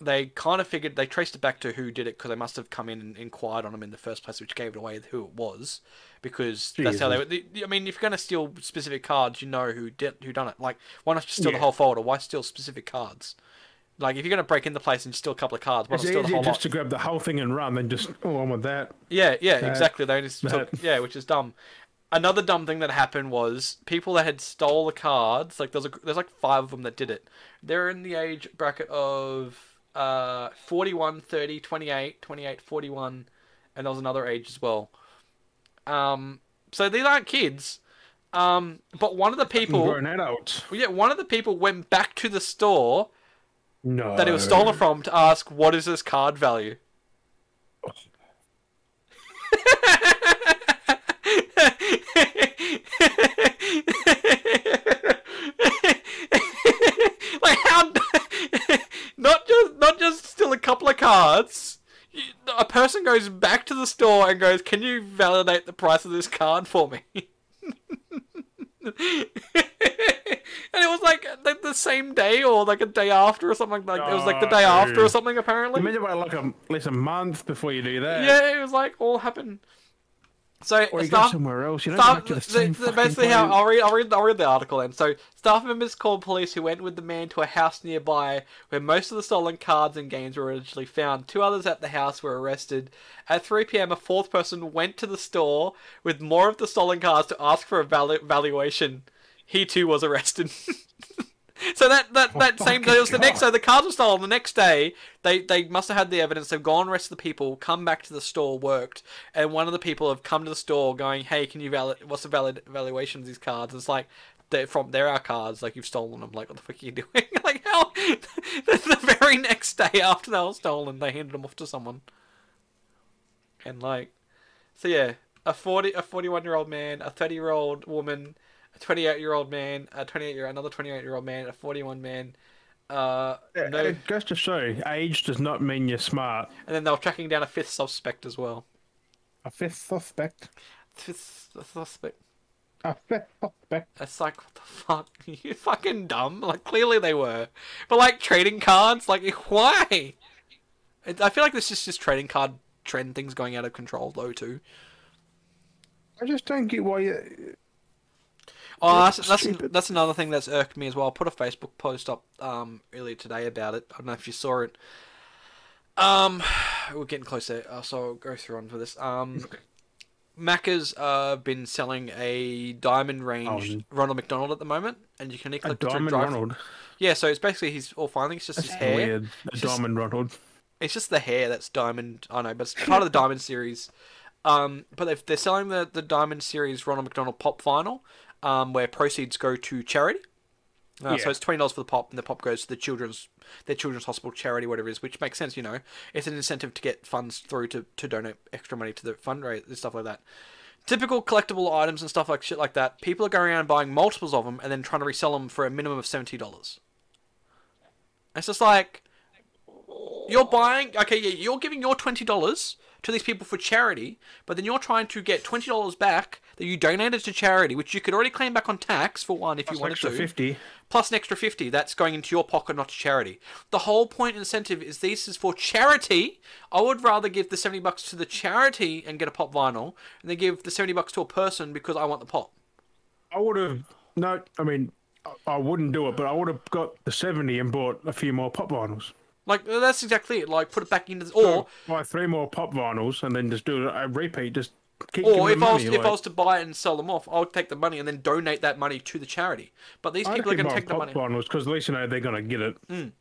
Speaker 2: they kind of figured they traced it back to who did it because they must have come in and inquired on them in the first place, which gave it away who it was, because that's how they. were. the- the- I mean, if you're going to steal specific cards, you know who did who done it. Like, why not just steal the
Speaker 1: Yeah.
Speaker 2: whole folder? Why steal specific cards? Like, if you're going to break in the place and steal a couple of cards, why not
Speaker 1: It's
Speaker 2: steal the
Speaker 1: easier
Speaker 2: whole
Speaker 1: just
Speaker 2: lot?
Speaker 1: to grab the whole thing and run than just oh, I want that.
Speaker 2: Yeah, yeah, exactly. They just
Speaker 1: that.
Speaker 2: took, yeah, which is dumb. Another dumb thing that happened was people that had stole the cards, like there's a, there's like five of them that did it. They're in the age bracket of uh 41, 30, 28, 28, 41, and there was another age as well. Um so these aren't kids. Um but one of the people
Speaker 1: Grown adults.
Speaker 2: yeah, one of the people went back to the store
Speaker 1: No.
Speaker 2: that it was stolen from to ask what is this card value. <laughs> like how not just not just still a couple of cards you- a person goes back to the store and goes can you validate the price of this card for me <laughs> and it was like the, the same day or like a day after or something like it was like the day after or
Speaker 1: Nice.
Speaker 2: something apparently
Speaker 1: Imagine about like a, at least a month before you do that.
Speaker 2: yeah, it was like all happened. So
Speaker 1: Or you go
Speaker 2: staff,
Speaker 1: somewhere else. You don't go
Speaker 2: staff
Speaker 1: back to the
Speaker 2: the,
Speaker 1: same
Speaker 2: the-
Speaker 1: fucking
Speaker 2: basically how
Speaker 1: place.
Speaker 2: I'll read, I'll read I'll read the article then. So staff members called police who went with the man to a house nearby where most of the stolen cards and games were originally found. Two others at the house were arrested. At 3 p.m., a fourth person went to the store with more of the stolen cards to ask for a valu- valuation. He too was arrested. <laughs> So that that, that same
Speaker 1: Oh, fucking
Speaker 2: it was the next
Speaker 1: God.
Speaker 2: so the cards were stolen the next day. They they must have had the evidence. They've gone arrested the people, come back to the store, worked, and one of the people have come to the store going, "Hey, can you valid? What's the valid valuation of these cards?" And it's like they're from they're our cards. Like you've stolen them. Like what the fuck are you <laughs> doing? like how the, the very next day after they were stolen, they handed them off to someone. And like, so yeah, a forty a forty one year old man, a thirty year old woman, a twenty eight year old man, a twenty eight year another twenty eight year old man, a forty one man, Uh,
Speaker 1: Yeah,
Speaker 2: no.
Speaker 1: It goes to show, age does not mean you're smart.
Speaker 2: And then they were tracking down a fifth suspect as well.
Speaker 1: A fifth suspect.
Speaker 2: Fifth suspect.
Speaker 1: A fifth suspect.
Speaker 2: It's like, what the fuck? <laughs> You fucking dumb. Like, clearly they were. But, like, trading cards? Like, <laughs> why? It, I feel like this is just trading card trend things going out of control, though, too.
Speaker 1: I just don't get why you.
Speaker 2: Oh,
Speaker 1: Yeah,
Speaker 2: that's, that's,
Speaker 1: stupid.
Speaker 2: that's another thing that's irked me as well. I put a Facebook post up um, earlier today about it. I don't know if you saw it. Um, <sighs> we're getting closer, uh, so I'll go through on for this. Um, Macca's uh, been selling a diamond range Ronald McDonald at the moment, and you can
Speaker 1: Oh, A
Speaker 2: click through
Speaker 1: Diamond
Speaker 2: drive.
Speaker 1: Ronald.
Speaker 2: Yeah, so it's basically his all finding. It's just his hair.
Speaker 1: Weird. A
Speaker 2: just-
Speaker 1: Diamond Ronald.
Speaker 2: It's just the hair that's diamond. I know, but it's part of the diamond series. Um, but they've, they're selling the the diamond series Ronald McDonald Pop Final, um, where proceeds go to charity. Uh, So
Speaker 1: Yeah.
Speaker 2: it's twenty dollars for the pop, and the pop goes to the children's their children's hospital charity, whatever it is, which makes sense. You know, it's an incentive to get funds through to, to donate extra money to the fundraiser and stuff like that. Typical collectible items and stuff like shit like that. People are going around buying multiples of them and then trying to resell them for a minimum of seventy dollars. It's just like you're buying. Okay, yeah, you're giving your twenty dollars to these people for charity, but then you're trying to get twenty dollars back that you donated to charity, which you could already claim back on tax for one if you
Speaker 1: It's an
Speaker 2: wanted
Speaker 1: extra
Speaker 2: to
Speaker 1: fifty.
Speaker 2: plus an extra 50 that's going into your pocket not to charity the whole point incentive is this is for charity i would rather give the 70 bucks to the charity and get a pop vinyl and then give the 70 bucks to a person because i want the pop
Speaker 1: I would have no. I mean, I- I wouldn't do it, but I would have got the seventy and bought a few more pop vinyls.
Speaker 2: like that's exactly it like put it back into the, or
Speaker 1: buy three more pop vinyls and then just do a repeat. Just keep.
Speaker 2: or
Speaker 1: giving
Speaker 2: if I was
Speaker 1: money,
Speaker 2: if
Speaker 1: like,
Speaker 2: I was to buy it and sell them off, I would take the money and then donate that money to the charity. But these
Speaker 1: I'd
Speaker 2: people are
Speaker 1: keep
Speaker 2: going to
Speaker 1: buying
Speaker 2: take the money. Mm.
Speaker 1: pop vinyls because at least you know they're going to get it.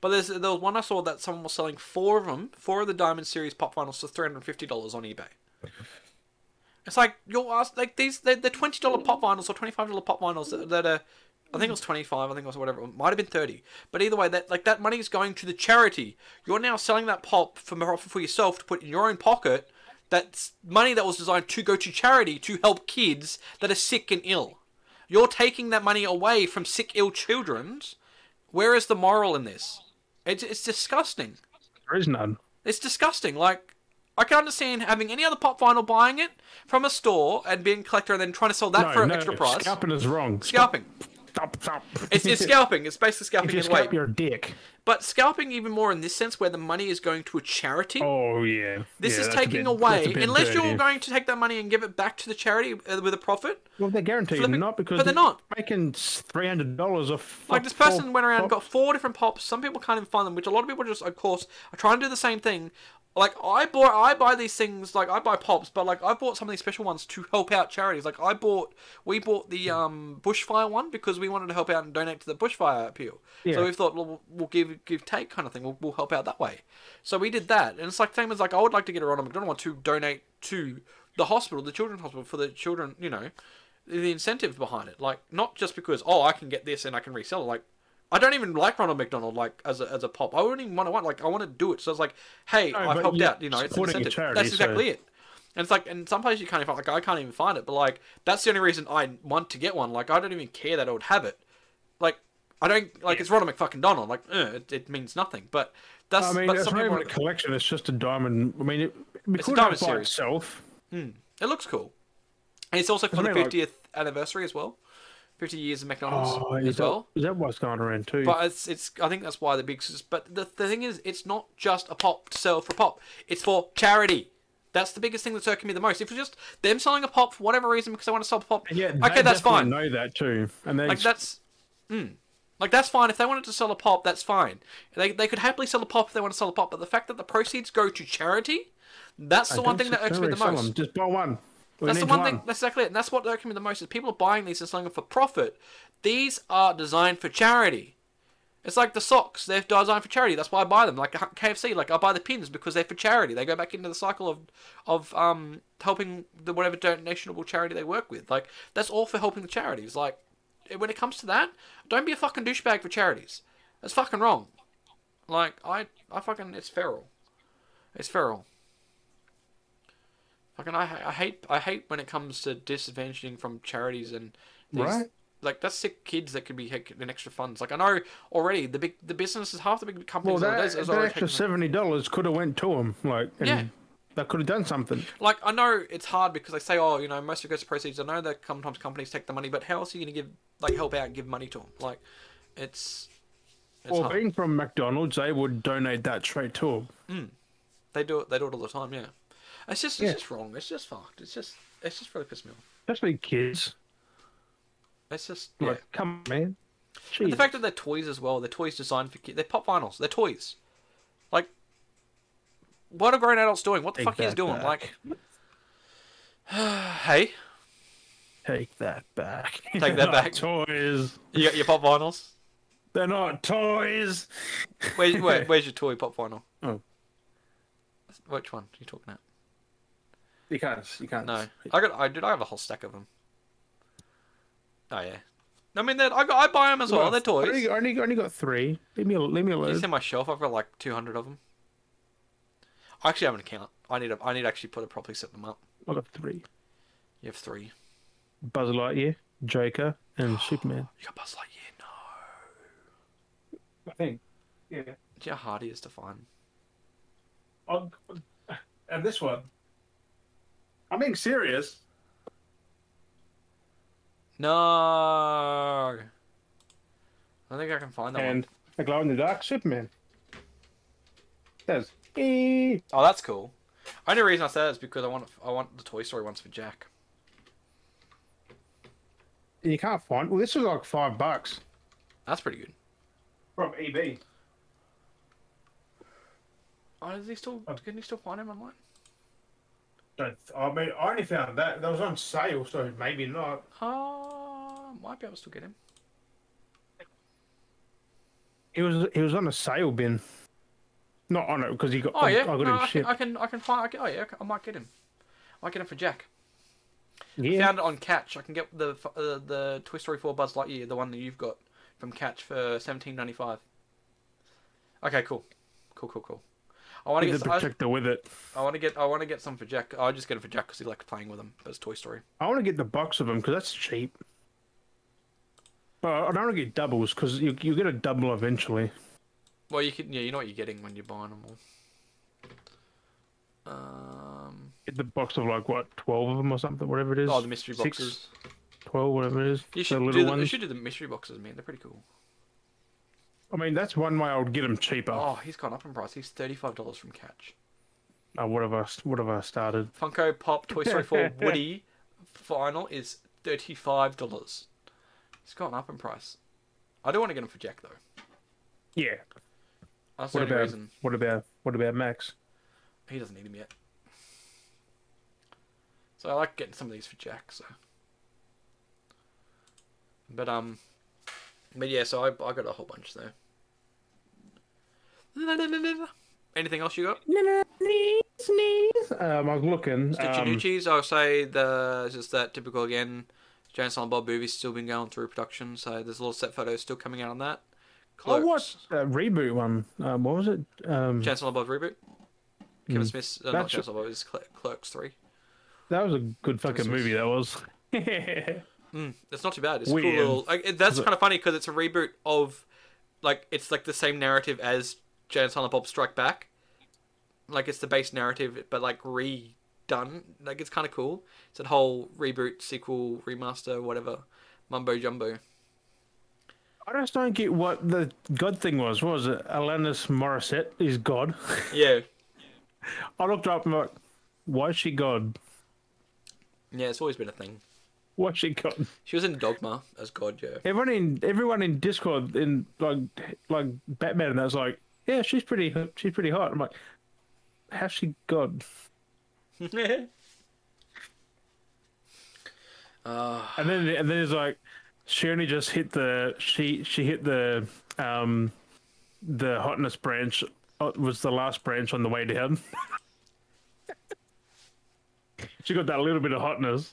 Speaker 2: But there's there was one I saw that someone was selling four of them, four of the Diamond Series pop vinyls for three hundred and fifty dollars on eBay. It's like you're asked like these they're, they're twenty dollar pop vinyls or twenty five dollar pop vinyls that, that are. I think it was twenty five. I think it was whatever. It might have been thirty. But either way, that like that money is going to the charity. You're now selling that pop for for yourself to put in your own pocket. That's money that was designed to go to charity to help kids that are sick and ill. You're taking that money away from sick, ill children's. Where is the moral in this? It's, it's disgusting.
Speaker 1: There is none.
Speaker 2: It's disgusting. Like, I can understand having any other pop vinyl buying it from a store and being a collector and then trying to sell that
Speaker 1: No,
Speaker 2: for an
Speaker 1: no,
Speaker 2: extra price.
Speaker 1: Scalping is wrong.
Speaker 2: Scalping.
Speaker 1: Stop, stop. <laughs>
Speaker 2: It's, it's scalping. It's basically
Speaker 1: If
Speaker 2: scalping
Speaker 1: you
Speaker 2: in a way.
Speaker 1: scalp, you're a dick.
Speaker 2: But scalping even more in this sense where the money is going to a charity.
Speaker 1: Oh yeah.
Speaker 2: This
Speaker 1: Yeah,
Speaker 2: is
Speaker 1: that's a
Speaker 2: taking
Speaker 1: bit-
Speaker 2: away,
Speaker 1: that's a bit
Speaker 2: unless you're
Speaker 1: dirty.
Speaker 2: going to take that money and give it back to the charity uh, with a profit.
Speaker 1: Well, they're guaranteed
Speaker 2: Flipping-
Speaker 1: not because
Speaker 2: but they're not.
Speaker 1: making three hundred dollars off.
Speaker 2: Like this person went around and got four different pops. Some people can't even find them, which a lot of people just, of course, are trying to do the same thing. Like I bought, I buy these things. Like I buy pops, but like I bought some of these special ones to help out charities. Like I bought, we bought the um bushfire one because we wanted to help out and donate to the bushfire appeal.
Speaker 1: Yeah.
Speaker 2: So we thought, well, we'll- we'll give give take kind of thing. We'll, we'll help out that way. So we did that, and it's like same as like I would like to get a Ronald McDonald one to donate to the hospital, the children's hospital for the children. You know, the incentive behind it. Like not just because oh I can get this and I can resell it. Like I don't even like Ronald McDonald like as a, as a pop. I wouldn't even want to want like I want to do it. So it's like hey
Speaker 1: No,
Speaker 2: I've
Speaker 1: but
Speaker 2: helped
Speaker 1: you're
Speaker 2: out. You know it's an
Speaker 1: supporting a
Speaker 2: incentive.
Speaker 1: charity,
Speaker 2: That's
Speaker 1: so-
Speaker 2: exactly it. And it's like, and some places you can't even find, like, I can't even find it, but like, that's the only reason I want to get one. Like, I don't even care that I would have it. Like, I don't, like, it's Ronald McFucking Donald. Like, eh, it, it means nothing. But that's,
Speaker 1: I mean,
Speaker 2: but
Speaker 1: it's
Speaker 2: some
Speaker 1: not
Speaker 2: people,
Speaker 1: even a collection. It's just a diamond. I mean, it, we
Speaker 2: It's a
Speaker 1: could
Speaker 2: diamond
Speaker 1: have by
Speaker 2: series.
Speaker 1: itself.
Speaker 2: it looks cool. And it's also for the
Speaker 1: mean, like-
Speaker 2: 50th anniversary as well. 50 years of McDonald's
Speaker 1: Oh,
Speaker 2: as
Speaker 1: is that,
Speaker 2: well.
Speaker 1: is that what's going around too?
Speaker 2: But it's, it's I think that's why the big. But the, the thing is, it's not just a pop to sell for pop. It's for charity. That's the biggest thing that's irking me the most. If it's just them selling a pop for whatever reason because they want to sell a pop,
Speaker 1: yeah, they
Speaker 2: okay, that's
Speaker 1: definitely
Speaker 2: fine.
Speaker 1: Know that too, and they
Speaker 2: Like that's, mm, like that's fine. If they wanted to sell a pop, that's fine. They they could happily sell a pop if they want to sell a pop. But the fact that the proceeds go to charity, that's the one thing that irks me the most.
Speaker 1: Just buy one. We
Speaker 2: That's the
Speaker 1: need
Speaker 2: one, thing. That's exactly it. And that's what irked me the most is people are buying these and selling them for profit. These are designed for charity. It's like the socks. They're designed for charity. That's why I buy them. Like KFC, like I buy the pins because they're for charity. They go back into the cycle of, of um helping the whatever donationable charity they work with. Like that's all for helping the charities. Like when it comes to that, don't be a fucking douchebag for charities. That's fucking wrong. Like I, I fucking it's feral. It's feral. Fucking I, I hate I hate when it comes to disadvantaging from charities and these,
Speaker 1: Right.
Speaker 2: like that's sick kids that could be heck, an extra funds. Like I know already the big the businesses half the big
Speaker 1: Well,
Speaker 2: companies are
Speaker 1: that,
Speaker 2: those- is
Speaker 1: that
Speaker 2: already
Speaker 1: extra
Speaker 2: taking-
Speaker 1: seventy dollars could have went to him. Like, and
Speaker 2: Yeah.
Speaker 1: that could have done something.
Speaker 2: like I know it's hard because they say oh you know most of it goes to proceeds. I know that sometimes companies take the money, but how else are you going to give like help out and give money to them? Like it's it's
Speaker 1: Well,
Speaker 2: hard.
Speaker 1: being from McDonald's, they would donate that straight to him.
Speaker 2: They do it. They do it all the time. Yeah, it's just it's
Speaker 1: Yeah.
Speaker 2: just wrong. It's just fucked. It's just it's just really pissed me off.
Speaker 1: Especially kids.
Speaker 2: It's just yeah.
Speaker 1: Like, come on, man.
Speaker 2: And
Speaker 1: Jeez.
Speaker 2: the fact that they're toys as well. They're toys designed for kids. They're pop vinyls. They're toys. Like, what are grown adults doing? What the
Speaker 1: Take
Speaker 2: fuck are you
Speaker 1: that
Speaker 2: doing?
Speaker 1: back.
Speaker 2: Like, <sighs> hey,
Speaker 1: Take that back. <laughs>
Speaker 2: that
Speaker 1: They're not
Speaker 2: back.
Speaker 1: Toys.
Speaker 2: you got your pop vinyls.
Speaker 1: They're not toys. <laughs>
Speaker 2: Where's where, where's your toy pop vinyl?
Speaker 1: Oh.
Speaker 2: Which one are you talking about?
Speaker 1: You can't. You can't.
Speaker 2: No, I got. I did. I have a whole stack of them. Oh yeah. I mean, that I got. I buy them as well.
Speaker 1: Well,
Speaker 2: they're
Speaker 1: I
Speaker 2: toys.
Speaker 1: only, I only- I only got three. Leave me. al- Leave me
Speaker 2: You
Speaker 1: alone.
Speaker 2: see my shelf? I've got like 200 of them. I actually have an account. I need. A, I need to actually put it properly set them up.
Speaker 1: I got three.
Speaker 2: You have three.
Speaker 1: Buzz Lightyear, Joker,
Speaker 2: <gasps>
Speaker 1: and Superman.
Speaker 2: You got Buzz Lightyear. No.
Speaker 1: I think. Yeah.
Speaker 2: Do you know how hard it is to find?
Speaker 1: i and this one. I'm being serious.
Speaker 2: No. I don't think I can find that
Speaker 1: And
Speaker 2: one.
Speaker 1: a glow in the dark Superman. Says, "Eee."
Speaker 2: Oh, that's cool. Only reason I said that is because I want. I want the Toy Story ones for Jack.
Speaker 1: and you can't find. Well, this was like five bucks
Speaker 2: That's pretty good.
Speaker 1: from E EB.
Speaker 2: Oh, is he still? Can you still find him online?
Speaker 1: Don't, I mean, I only found that that was on sale, so maybe not.
Speaker 2: Ah, might be able to still get him.
Speaker 1: It was it was on a sale bin, not on it because he got.
Speaker 2: Oh yeah,
Speaker 1: I got
Speaker 2: no,
Speaker 1: him
Speaker 2: I, can,
Speaker 1: shipped.
Speaker 2: I can, I can find. I can, oh yeah, I might get him. I might get him for Jack.
Speaker 1: yeah,
Speaker 2: Found it on Catch. I can get the f- uh, the Toy Story 4 Buzz Lightyear, the one that you've got from Catch for seventeen ninety five. Okay, cool, cool, cool, cool. I want to
Speaker 1: Leave
Speaker 2: get.
Speaker 1: the
Speaker 2: some- I,
Speaker 1: protector with it.
Speaker 2: I want to get. I want to get some for Jack. I'll just get him for Jack because he likes playing with him. But it's Toy Story.
Speaker 1: I want to get the box of them because that's cheap. But I don't want to get doubles because you you get a double eventually.
Speaker 2: Well, you can. Yeah, you know what you're getting when you're buying them all. Um.
Speaker 1: Get the box of like what twelve of them or something, whatever it is.
Speaker 2: Oh, the mystery
Speaker 1: Six,
Speaker 2: boxes.
Speaker 1: twelve, whatever it is.
Speaker 2: You
Speaker 1: The
Speaker 2: should
Speaker 1: little
Speaker 2: do. The, you
Speaker 1: ones.
Speaker 2: should do the mystery boxes, man. They're pretty cool.
Speaker 1: I mean, that's one way I would get them cheaper.
Speaker 2: Oh, he's gone up in price. He's thirty-five dollars from Catch.
Speaker 1: I would Uh, have asked. Would have I started? <laughs>
Speaker 2: Funko Pop Toy Story 4 Woody final is thirty-five dollars. It's gone up in price. I do want to get him for Jack though.
Speaker 1: Yeah.
Speaker 2: That's the
Speaker 1: What
Speaker 2: only
Speaker 1: about?
Speaker 2: reason
Speaker 1: What about? What about Max?
Speaker 2: he doesn't need him yet. So I like getting some of these for Jack. So, but um, but yeah. So I I got a whole bunch there. <laughs> Anything else you got?
Speaker 1: Sneeze, sneeze. Um, I was looking. Um,
Speaker 2: Stitchinucci's, I'll say the it's just that typical again. James and Bob movie's still been going through production, so there's a lot of set photos still coming out on that.
Speaker 1: oh, what
Speaker 2: Clerks,
Speaker 1: uh, reboot one? Um, what was it? Um,
Speaker 2: James and Bob reboot. Kevin Smith's uh, not
Speaker 1: Mm. That's-
Speaker 2: James and Bob, it's Cle- Clerks three.
Speaker 1: that was a good fucking
Speaker 2: Jason-
Speaker 1: movie. That was. <laughs>
Speaker 2: Mm, it's not too bad. It's a cool.
Speaker 1: Weird.
Speaker 2: Little, like, it- that's kind of funny because it's a reboot of, like, it's like the same narrative as James and Bob Strike Back. Like it's the base narrative, but like redone. Like it's kind of cool. It's a whole reboot, sequel, remaster, whatever, mumbo jumbo.
Speaker 1: I just don't get what the God thing was. What was it? Alanis Morissette is God. <laughs>
Speaker 2: Yeah.
Speaker 1: I looked her up and I'm like, why is she God?
Speaker 2: Yeah, it's always been a thing.
Speaker 1: Why is she God?
Speaker 2: She was in Dogma as God, yeah.
Speaker 1: <laughs> Everyone in everyone in Discord in like like Batman and that's like, yeah, she's pretty she's pretty hot. I'm like, how's she God?
Speaker 2: uh,
Speaker 1: And then and then it's like, she only just hit the she she hit the um the hotness branch uh, was the last branch on the way down. <laughs> she got that little bit of hotness.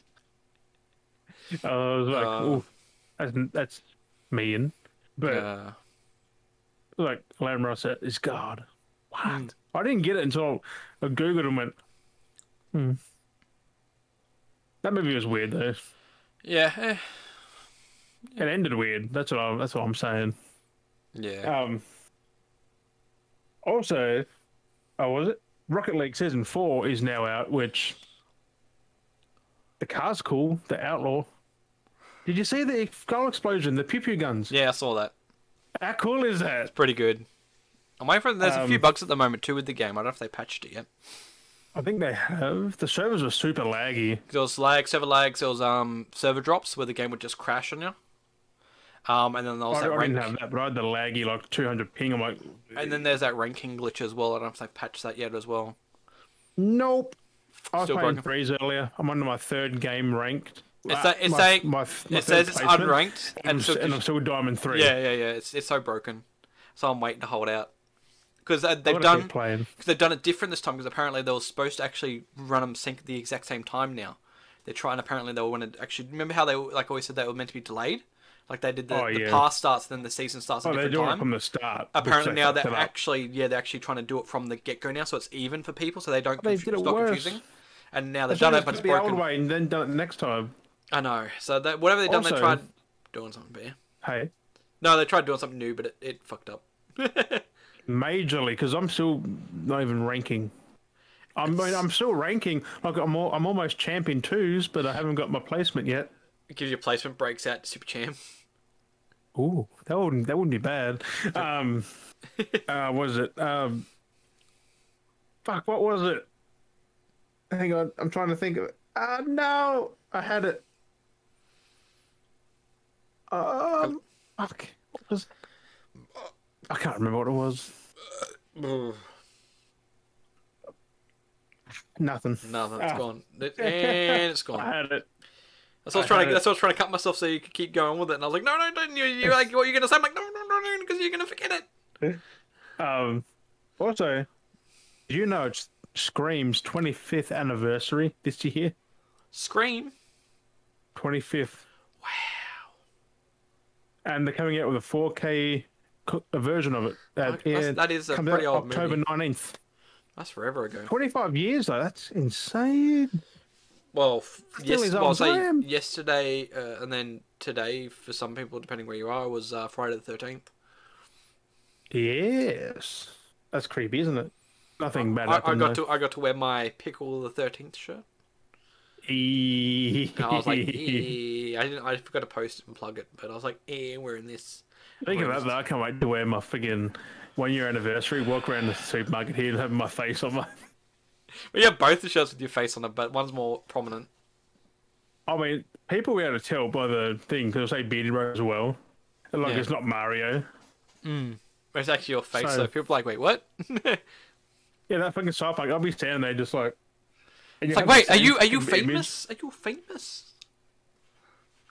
Speaker 1: Uh, I was like,
Speaker 2: Uh.
Speaker 1: ooh, that's that's mean, but.
Speaker 2: uh,
Speaker 1: like Lamb Ross is God. What? I didn't get it until I googled and went, hmm. That movie was weird though.
Speaker 2: yeah, eh.
Speaker 1: It ended weird. That's what I'm, that's what I'm saying.
Speaker 2: Yeah.
Speaker 1: Um. Also, oh, was it Rocket League season four is now out, which the car's cool. The Outlaw. Did you see the skull explosion? The pew pew guns.
Speaker 2: Yeah, I saw that.
Speaker 1: How cool is that?
Speaker 2: Pretty good. I'm waiting for. There's a few
Speaker 1: Um,
Speaker 2: bugs at the moment too with the game. I don't know if they patched it yet.
Speaker 1: I think they have. The servers were super laggy.
Speaker 2: There was lag, server lags. There was um server drops where the game would just crash on you. Um, and then there was
Speaker 1: I,
Speaker 2: that
Speaker 1: I
Speaker 2: rank,
Speaker 1: didn't have that, but I had the laggy like 200 ping. I'm like,
Speaker 2: and then there's that ranking glitch as well. I don't know if they patched that yet as well.
Speaker 1: nope. I was
Speaker 2: Still
Speaker 1: playing
Speaker 2: broken.
Speaker 1: threes earlier. I'm under my third game ranked.
Speaker 2: It's
Speaker 1: Uh,
Speaker 2: that- it's
Speaker 1: my-
Speaker 2: like-
Speaker 1: my- my
Speaker 2: it says
Speaker 1: third
Speaker 2: it's
Speaker 1: placement,
Speaker 2: unranked,
Speaker 1: And, I'm
Speaker 2: and
Speaker 1: s-
Speaker 2: so
Speaker 1: and I'm still diamond three.
Speaker 2: yeah, yeah, yeah. It's it's so broken. So I'm waiting to hold out because uh,
Speaker 1: I'm
Speaker 2: they've
Speaker 1: gonna
Speaker 2: done
Speaker 1: keep playing.
Speaker 2: Because they've done it different this time. Because apparently they were supposed to actually run them sync at the exact same time now. They're trying. Apparently they want to actually remember how they like always said they were meant to be delayed. Like they did the,
Speaker 1: Oh,
Speaker 2: the
Speaker 1: yeah.
Speaker 2: pass starts, then the season starts at
Speaker 1: Oh,
Speaker 2: a
Speaker 1: they're
Speaker 2: different
Speaker 1: doing
Speaker 2: time.
Speaker 1: it from the start. which
Speaker 2: apparently
Speaker 1: they
Speaker 2: now
Speaker 1: fucked
Speaker 2: they're
Speaker 1: it up.
Speaker 2: actually yeah they're actually trying to do it from the get go now, so it's even for people, so they don't
Speaker 1: they
Speaker 2: confu-
Speaker 1: did it
Speaker 2: stop
Speaker 1: worse.
Speaker 2: confusing. And now
Speaker 1: They
Speaker 2: they've done
Speaker 1: should've
Speaker 2: it, but
Speaker 1: just
Speaker 2: it's
Speaker 1: did the old
Speaker 2: broken.
Speaker 1: way and then done it next time.
Speaker 2: I know. So that whatever they've done, they
Speaker 1: Also-
Speaker 2: tried doing something better.
Speaker 1: Hey,
Speaker 2: No, they tried doing something new, but it, it fucked up.
Speaker 1: majorly because I'm still not even ranking. I mean, I'm still ranking. Like I'm, all, I'm almost champion twos, but I haven't got my placement yet.
Speaker 2: It gives you placement breaks out to super <laughs> champ.
Speaker 1: Ooh, that wouldn't that wouldn't be <laughs> bad. Um, uh, what is it? Um, fuck, what was it? Hang on, I'm trying to think of it. Uh, no, I had it. Um, fuck, what was? I can't remember what it was. Nothing.
Speaker 2: No, that's
Speaker 1: Ah. <laughs>
Speaker 2: gone. It- And it's gone.
Speaker 1: I had it.
Speaker 2: That's what I was
Speaker 1: I
Speaker 2: trying
Speaker 1: had
Speaker 2: to.
Speaker 1: it.
Speaker 2: That's what I was trying to cut myself so you could keep going with it. And I was like, no, no, don't you? You like what you're gonna say? I'm like, no, no, no, no, because you're gonna forget it.
Speaker 1: Um, also, did you know it's Scream's 25th anniversary this year?
Speaker 2: Scream.
Speaker 1: 25th
Speaker 2: Wow.
Speaker 1: and they're coming out with a 4K co- a version of it. That,
Speaker 2: Okay, that's- that is a
Speaker 1: comes
Speaker 2: pretty
Speaker 1: out
Speaker 2: old
Speaker 1: October
Speaker 2: movie.
Speaker 1: 19th.
Speaker 2: That's forever ago.
Speaker 1: 25 years though, that's insane.
Speaker 2: Well, f- yes,
Speaker 1: as
Speaker 2: well,
Speaker 1: old
Speaker 2: I'll
Speaker 1: as
Speaker 2: say
Speaker 1: I am.
Speaker 2: yesterday, uh, and then today for some people, depending where you are, was uh, Friday the thirteenth.
Speaker 1: Yes. That's creepy, isn't it? Nothing bad
Speaker 2: I, I
Speaker 1: happened.
Speaker 2: got to I got to wear my pickle the thirteenth shirt.
Speaker 1: <laughs> to.
Speaker 2: And I
Speaker 1: <laughs>
Speaker 2: was like, eh. I didn't. I forgot to post it and plug it, but I was like, eh, wearing this.
Speaker 1: Think about that. though, I can't wait to wear my friggin' one year anniversary, walk around the supermarket here and have my face on my. <laughs>
Speaker 2: Well, you have both the shirts with your face on it, but one's more prominent.
Speaker 1: I mean, people will be able to tell by the thing because they say Beardy Rose as well. Like,
Speaker 2: Yeah.
Speaker 1: it's not Mario.
Speaker 2: But It's actually your face,
Speaker 1: So-
Speaker 2: so people are like,
Speaker 1: <laughs>
Speaker 2: wait, what?
Speaker 1: Yeah, that fucking sci fi. I'll be standing there just like. and you
Speaker 2: It's like,
Speaker 1: have the
Speaker 2: wait, are
Speaker 1: same
Speaker 2: you are you
Speaker 1: fucking image.
Speaker 2: famous? Are you famous?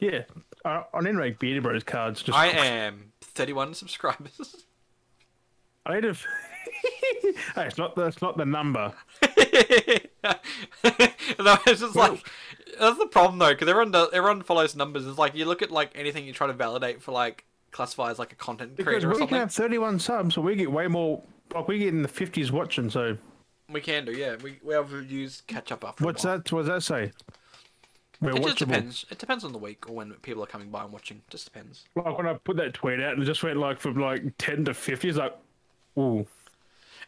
Speaker 1: Yeah. Uh, on Enric Beardy Bros cards, just.
Speaker 2: I am 31 subscribers.
Speaker 1: <laughs>
Speaker 2: <laughs>
Speaker 1: I need to. <laughs> hey, it's not the, it's not the number.
Speaker 2: no, it's just like that's the problem though, because everyone does, everyone follows numbers. It's like you look at like anything you try to validate for like classify as like a content
Speaker 1: Because
Speaker 2: creator or
Speaker 1: we
Speaker 2: something.
Speaker 1: can have 31 subs, so we get way more. Like, we get in the 50s watching, so.
Speaker 2: We can do, yeah. We we have views catch up after. a
Speaker 1: What's
Speaker 2: while.
Speaker 1: that? What does that say? We're
Speaker 2: It just
Speaker 1: watchable.
Speaker 2: depends. It depends on the week or when people are coming by and watching. Just depends.
Speaker 1: Like, when I put that tweet out, it just went like from like 10 to 50. It's like, ooh.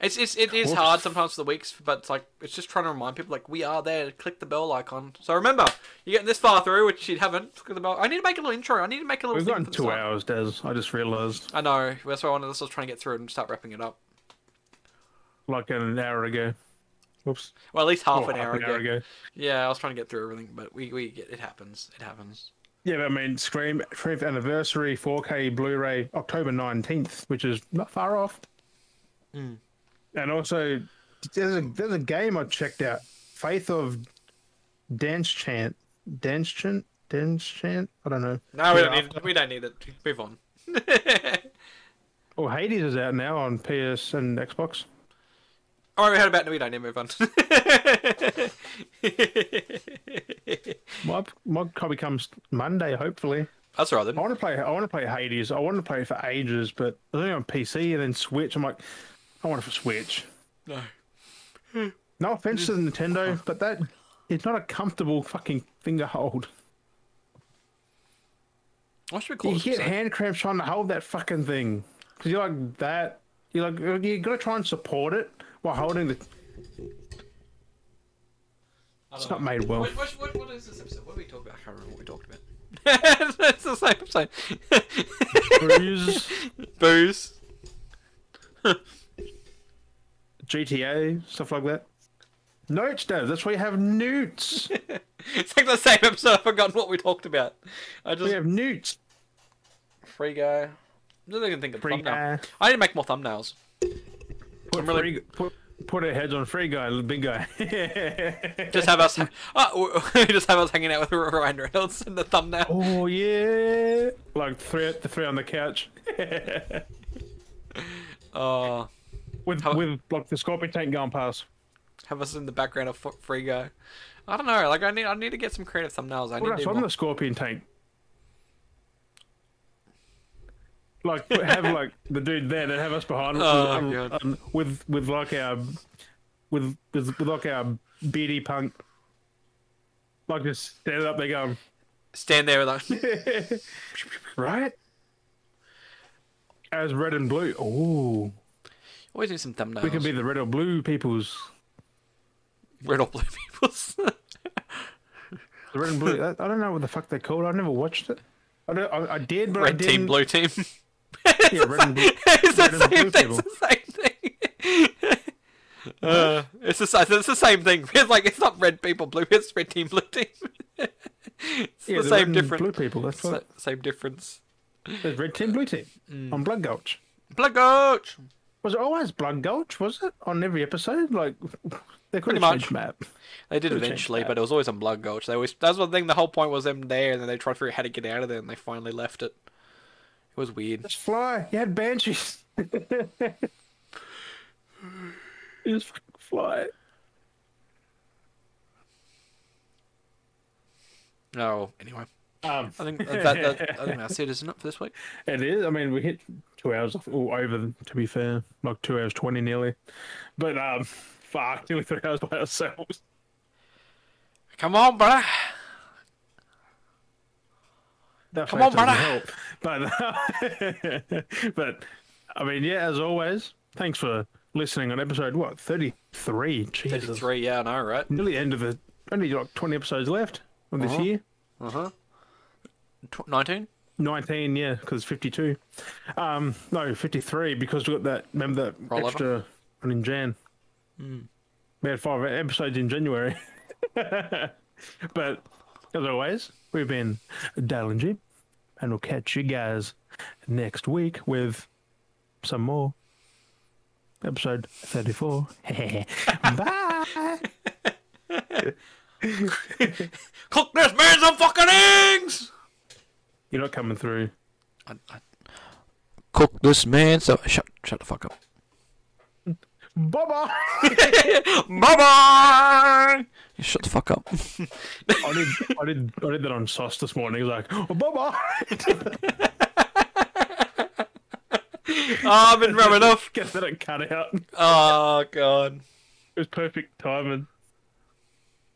Speaker 2: It's it's it is
Speaker 1: Whoops.
Speaker 2: hard sometimes for the weeks, but it's like it's just trying to remind people like we are there. Click the bell icon. So remember, you're getting this far through, which you haven't. Click the bell. I need to make a little intro. I need to make a little.
Speaker 1: We've
Speaker 2: thing
Speaker 1: gone
Speaker 2: for the
Speaker 1: two
Speaker 2: start.
Speaker 1: hours, Des. I just realised,
Speaker 2: I know. That's why I wanted. That's what I was trying to get through and start wrapping it up.
Speaker 1: like an hour ago. Oops.
Speaker 2: Well, at least half
Speaker 1: Or
Speaker 2: an, hour, ago.
Speaker 1: ago.
Speaker 2: Yeah, I was trying to get through everything, but we we get it happens. It happens.
Speaker 1: Yeah, but I mean, Scream 10th anniversary 4K Blu-ray October 19th, which is not far off. And also, there's a there's a game I checked out, Faith of Dance Chant, Dance Chant, Dance Chant. I don't know.
Speaker 2: No, we
Speaker 1: Yeah,
Speaker 2: don't need.
Speaker 1: after-
Speaker 2: We don't need it. Move on.
Speaker 1: Oh, Hades is out now on PS and Xbox.
Speaker 2: All right, we heard about. No, we don't need. to Move on. <laughs>
Speaker 1: My my copy comes Monday, hopefully.
Speaker 2: that's all right
Speaker 1: I
Speaker 2: then.
Speaker 1: want to play. I want to play Hades. I wanted to play it for ages, but I think on PC and then Switch. I'm like, I want it for Switch.
Speaker 2: No.
Speaker 1: No offense to the <laughs> Nintendo, but that it's not a comfortable fucking finger hold.
Speaker 2: What should we call
Speaker 1: You
Speaker 2: this
Speaker 1: get
Speaker 2: episode?
Speaker 1: hand cramps trying to hold that fucking thing because you're like that. You're like you gotta try and support it while holding the.
Speaker 2: I don't
Speaker 1: It's
Speaker 2: know.
Speaker 1: not made well.
Speaker 2: What, what, what, what is this episode? What did we talk about? I can't remember what we talked about. <laughs> it's the same episode. <laughs>
Speaker 1: <laughs> Bruise,
Speaker 2: Booze. <laughs>
Speaker 1: GTA, stuff like that. Notes, Dave. That's why you have <laughs> newts.
Speaker 2: It's like the same episode. I've forgotten what we talked about. I just
Speaker 1: we have newts.
Speaker 2: free guy. I'm not even thinking
Speaker 1: Free
Speaker 2: thumbnail.
Speaker 1: guy.
Speaker 2: I need to make more thumbnails.
Speaker 1: Put,
Speaker 2: I'm really-
Speaker 1: free, put, put our heads on free guy, big guy. <laughs>
Speaker 2: Just have us, <laughs> oh, just have us hanging out with <laughs> Ryan Reynolds in the thumbnail.
Speaker 1: oh yeah, like three, the three on the couch
Speaker 2: Oh,
Speaker 1: with
Speaker 2: How-
Speaker 1: with like the scorpion tank going past.
Speaker 2: have us in the background of F- Free Guy. I don't know. Like I need, I need to get some creative thumbnails.
Speaker 1: Well,
Speaker 2: I need to
Speaker 1: that's
Speaker 2: do
Speaker 1: on
Speaker 2: more.
Speaker 1: the scorpion tank. Like put-
Speaker 2: <laughs>
Speaker 1: have like the dude there, then have us behind
Speaker 2: Oh,
Speaker 1: with, um,
Speaker 2: God.
Speaker 1: um, with with like our with, with with like our beady punk, like just standing up there going
Speaker 2: Stand there with like,
Speaker 1: right as red and blue. Oh,
Speaker 2: <laughs> always do some thumbnails.
Speaker 1: we can be the red or blue peoples.
Speaker 2: red or blue
Speaker 1: <laughs>
Speaker 2: peoples.
Speaker 1: The red and
Speaker 2: <laughs>
Speaker 1: blue. that- I don't know what the fuck they're called. I never watched it. I, don't, I, I did, but I
Speaker 2: red
Speaker 1: didn't.
Speaker 2: team, blue team.
Speaker 1: Yeah, red
Speaker 2: <laughs>
Speaker 1: and blue.
Speaker 2: it's the
Speaker 1: Red and
Speaker 2: same
Speaker 1: blue
Speaker 2: thing. It's the same thing. <laughs> Uh, it's the si- it's the same thing. <laughs> It's like it's not red people blue. It's red team blue team. <laughs> it's
Speaker 1: Yeah,
Speaker 2: the
Speaker 1: red
Speaker 2: same
Speaker 1: and
Speaker 2: difference.
Speaker 1: Blue people. That's what.
Speaker 2: Sa- same difference.
Speaker 1: There's red team, blue team
Speaker 2: Mm.
Speaker 1: on Blood Gulch.
Speaker 2: Blood Gulch.
Speaker 1: Was it always Blood Gulch? Was it on every episode? Like <laughs> they could
Speaker 2: Pretty
Speaker 1: have
Speaker 2: much.
Speaker 1: changed map.
Speaker 2: They did
Speaker 1: Could've changed
Speaker 2: eventually,
Speaker 1: that.
Speaker 2: but it was always on Blood Gulch. They always that's one thing. The whole point was them there, and then they tried to figure out how to get out of there, and they finally left it. It was weird.
Speaker 1: Just fly. You had banshees. <laughs> you just fucking fly.
Speaker 2: No, Oh, anyway,
Speaker 1: Um,
Speaker 2: I think that, that I think that's it, isn't it, for this week?
Speaker 1: it is. I mean, we hit two hours off, all over. To be fair, like two hours twenty nearly. But um, fuck, nearly three hours by ourselves.
Speaker 2: Come on, brother.
Speaker 1: That
Speaker 2: Come
Speaker 1: fact
Speaker 2: on,
Speaker 1: doesn't help. But <laughs> but I mean, yeah. As always, thanks for listening on episode what thirty three. Jesus,
Speaker 2: Thirty-three. Yeah, I know, right?
Speaker 1: nearly the end of the only like twenty episodes left of this
Speaker 2: Uh-huh.
Speaker 1: year.
Speaker 2: Uh huh. Nineteen.
Speaker 1: Nineteen, yeah, because fifty two. Um, no, fifty three because we got that. Remember that
Speaker 2: Rollover?
Speaker 1: extra one in Jan. We had five episodes in January. <laughs> but as always, we've been Dale G, and we'll catch you guys next week with some more episode 34. <laughs> Bye.
Speaker 2: Cook this man some fucking eggs.
Speaker 1: You're not coming through.
Speaker 2: I, I... Cook this man so shut shut the fuck up.
Speaker 1: Bye bye.
Speaker 2: Bye bye. Shut the fuck up.
Speaker 1: I did, I did, I did that on sauce this morning. It was like, oh, bye bye.
Speaker 2: I've been rubbing
Speaker 1: <laughs>
Speaker 2: off.
Speaker 1: Get that it cut out. It
Speaker 2: <laughs> Oh god.
Speaker 1: was perfect timing.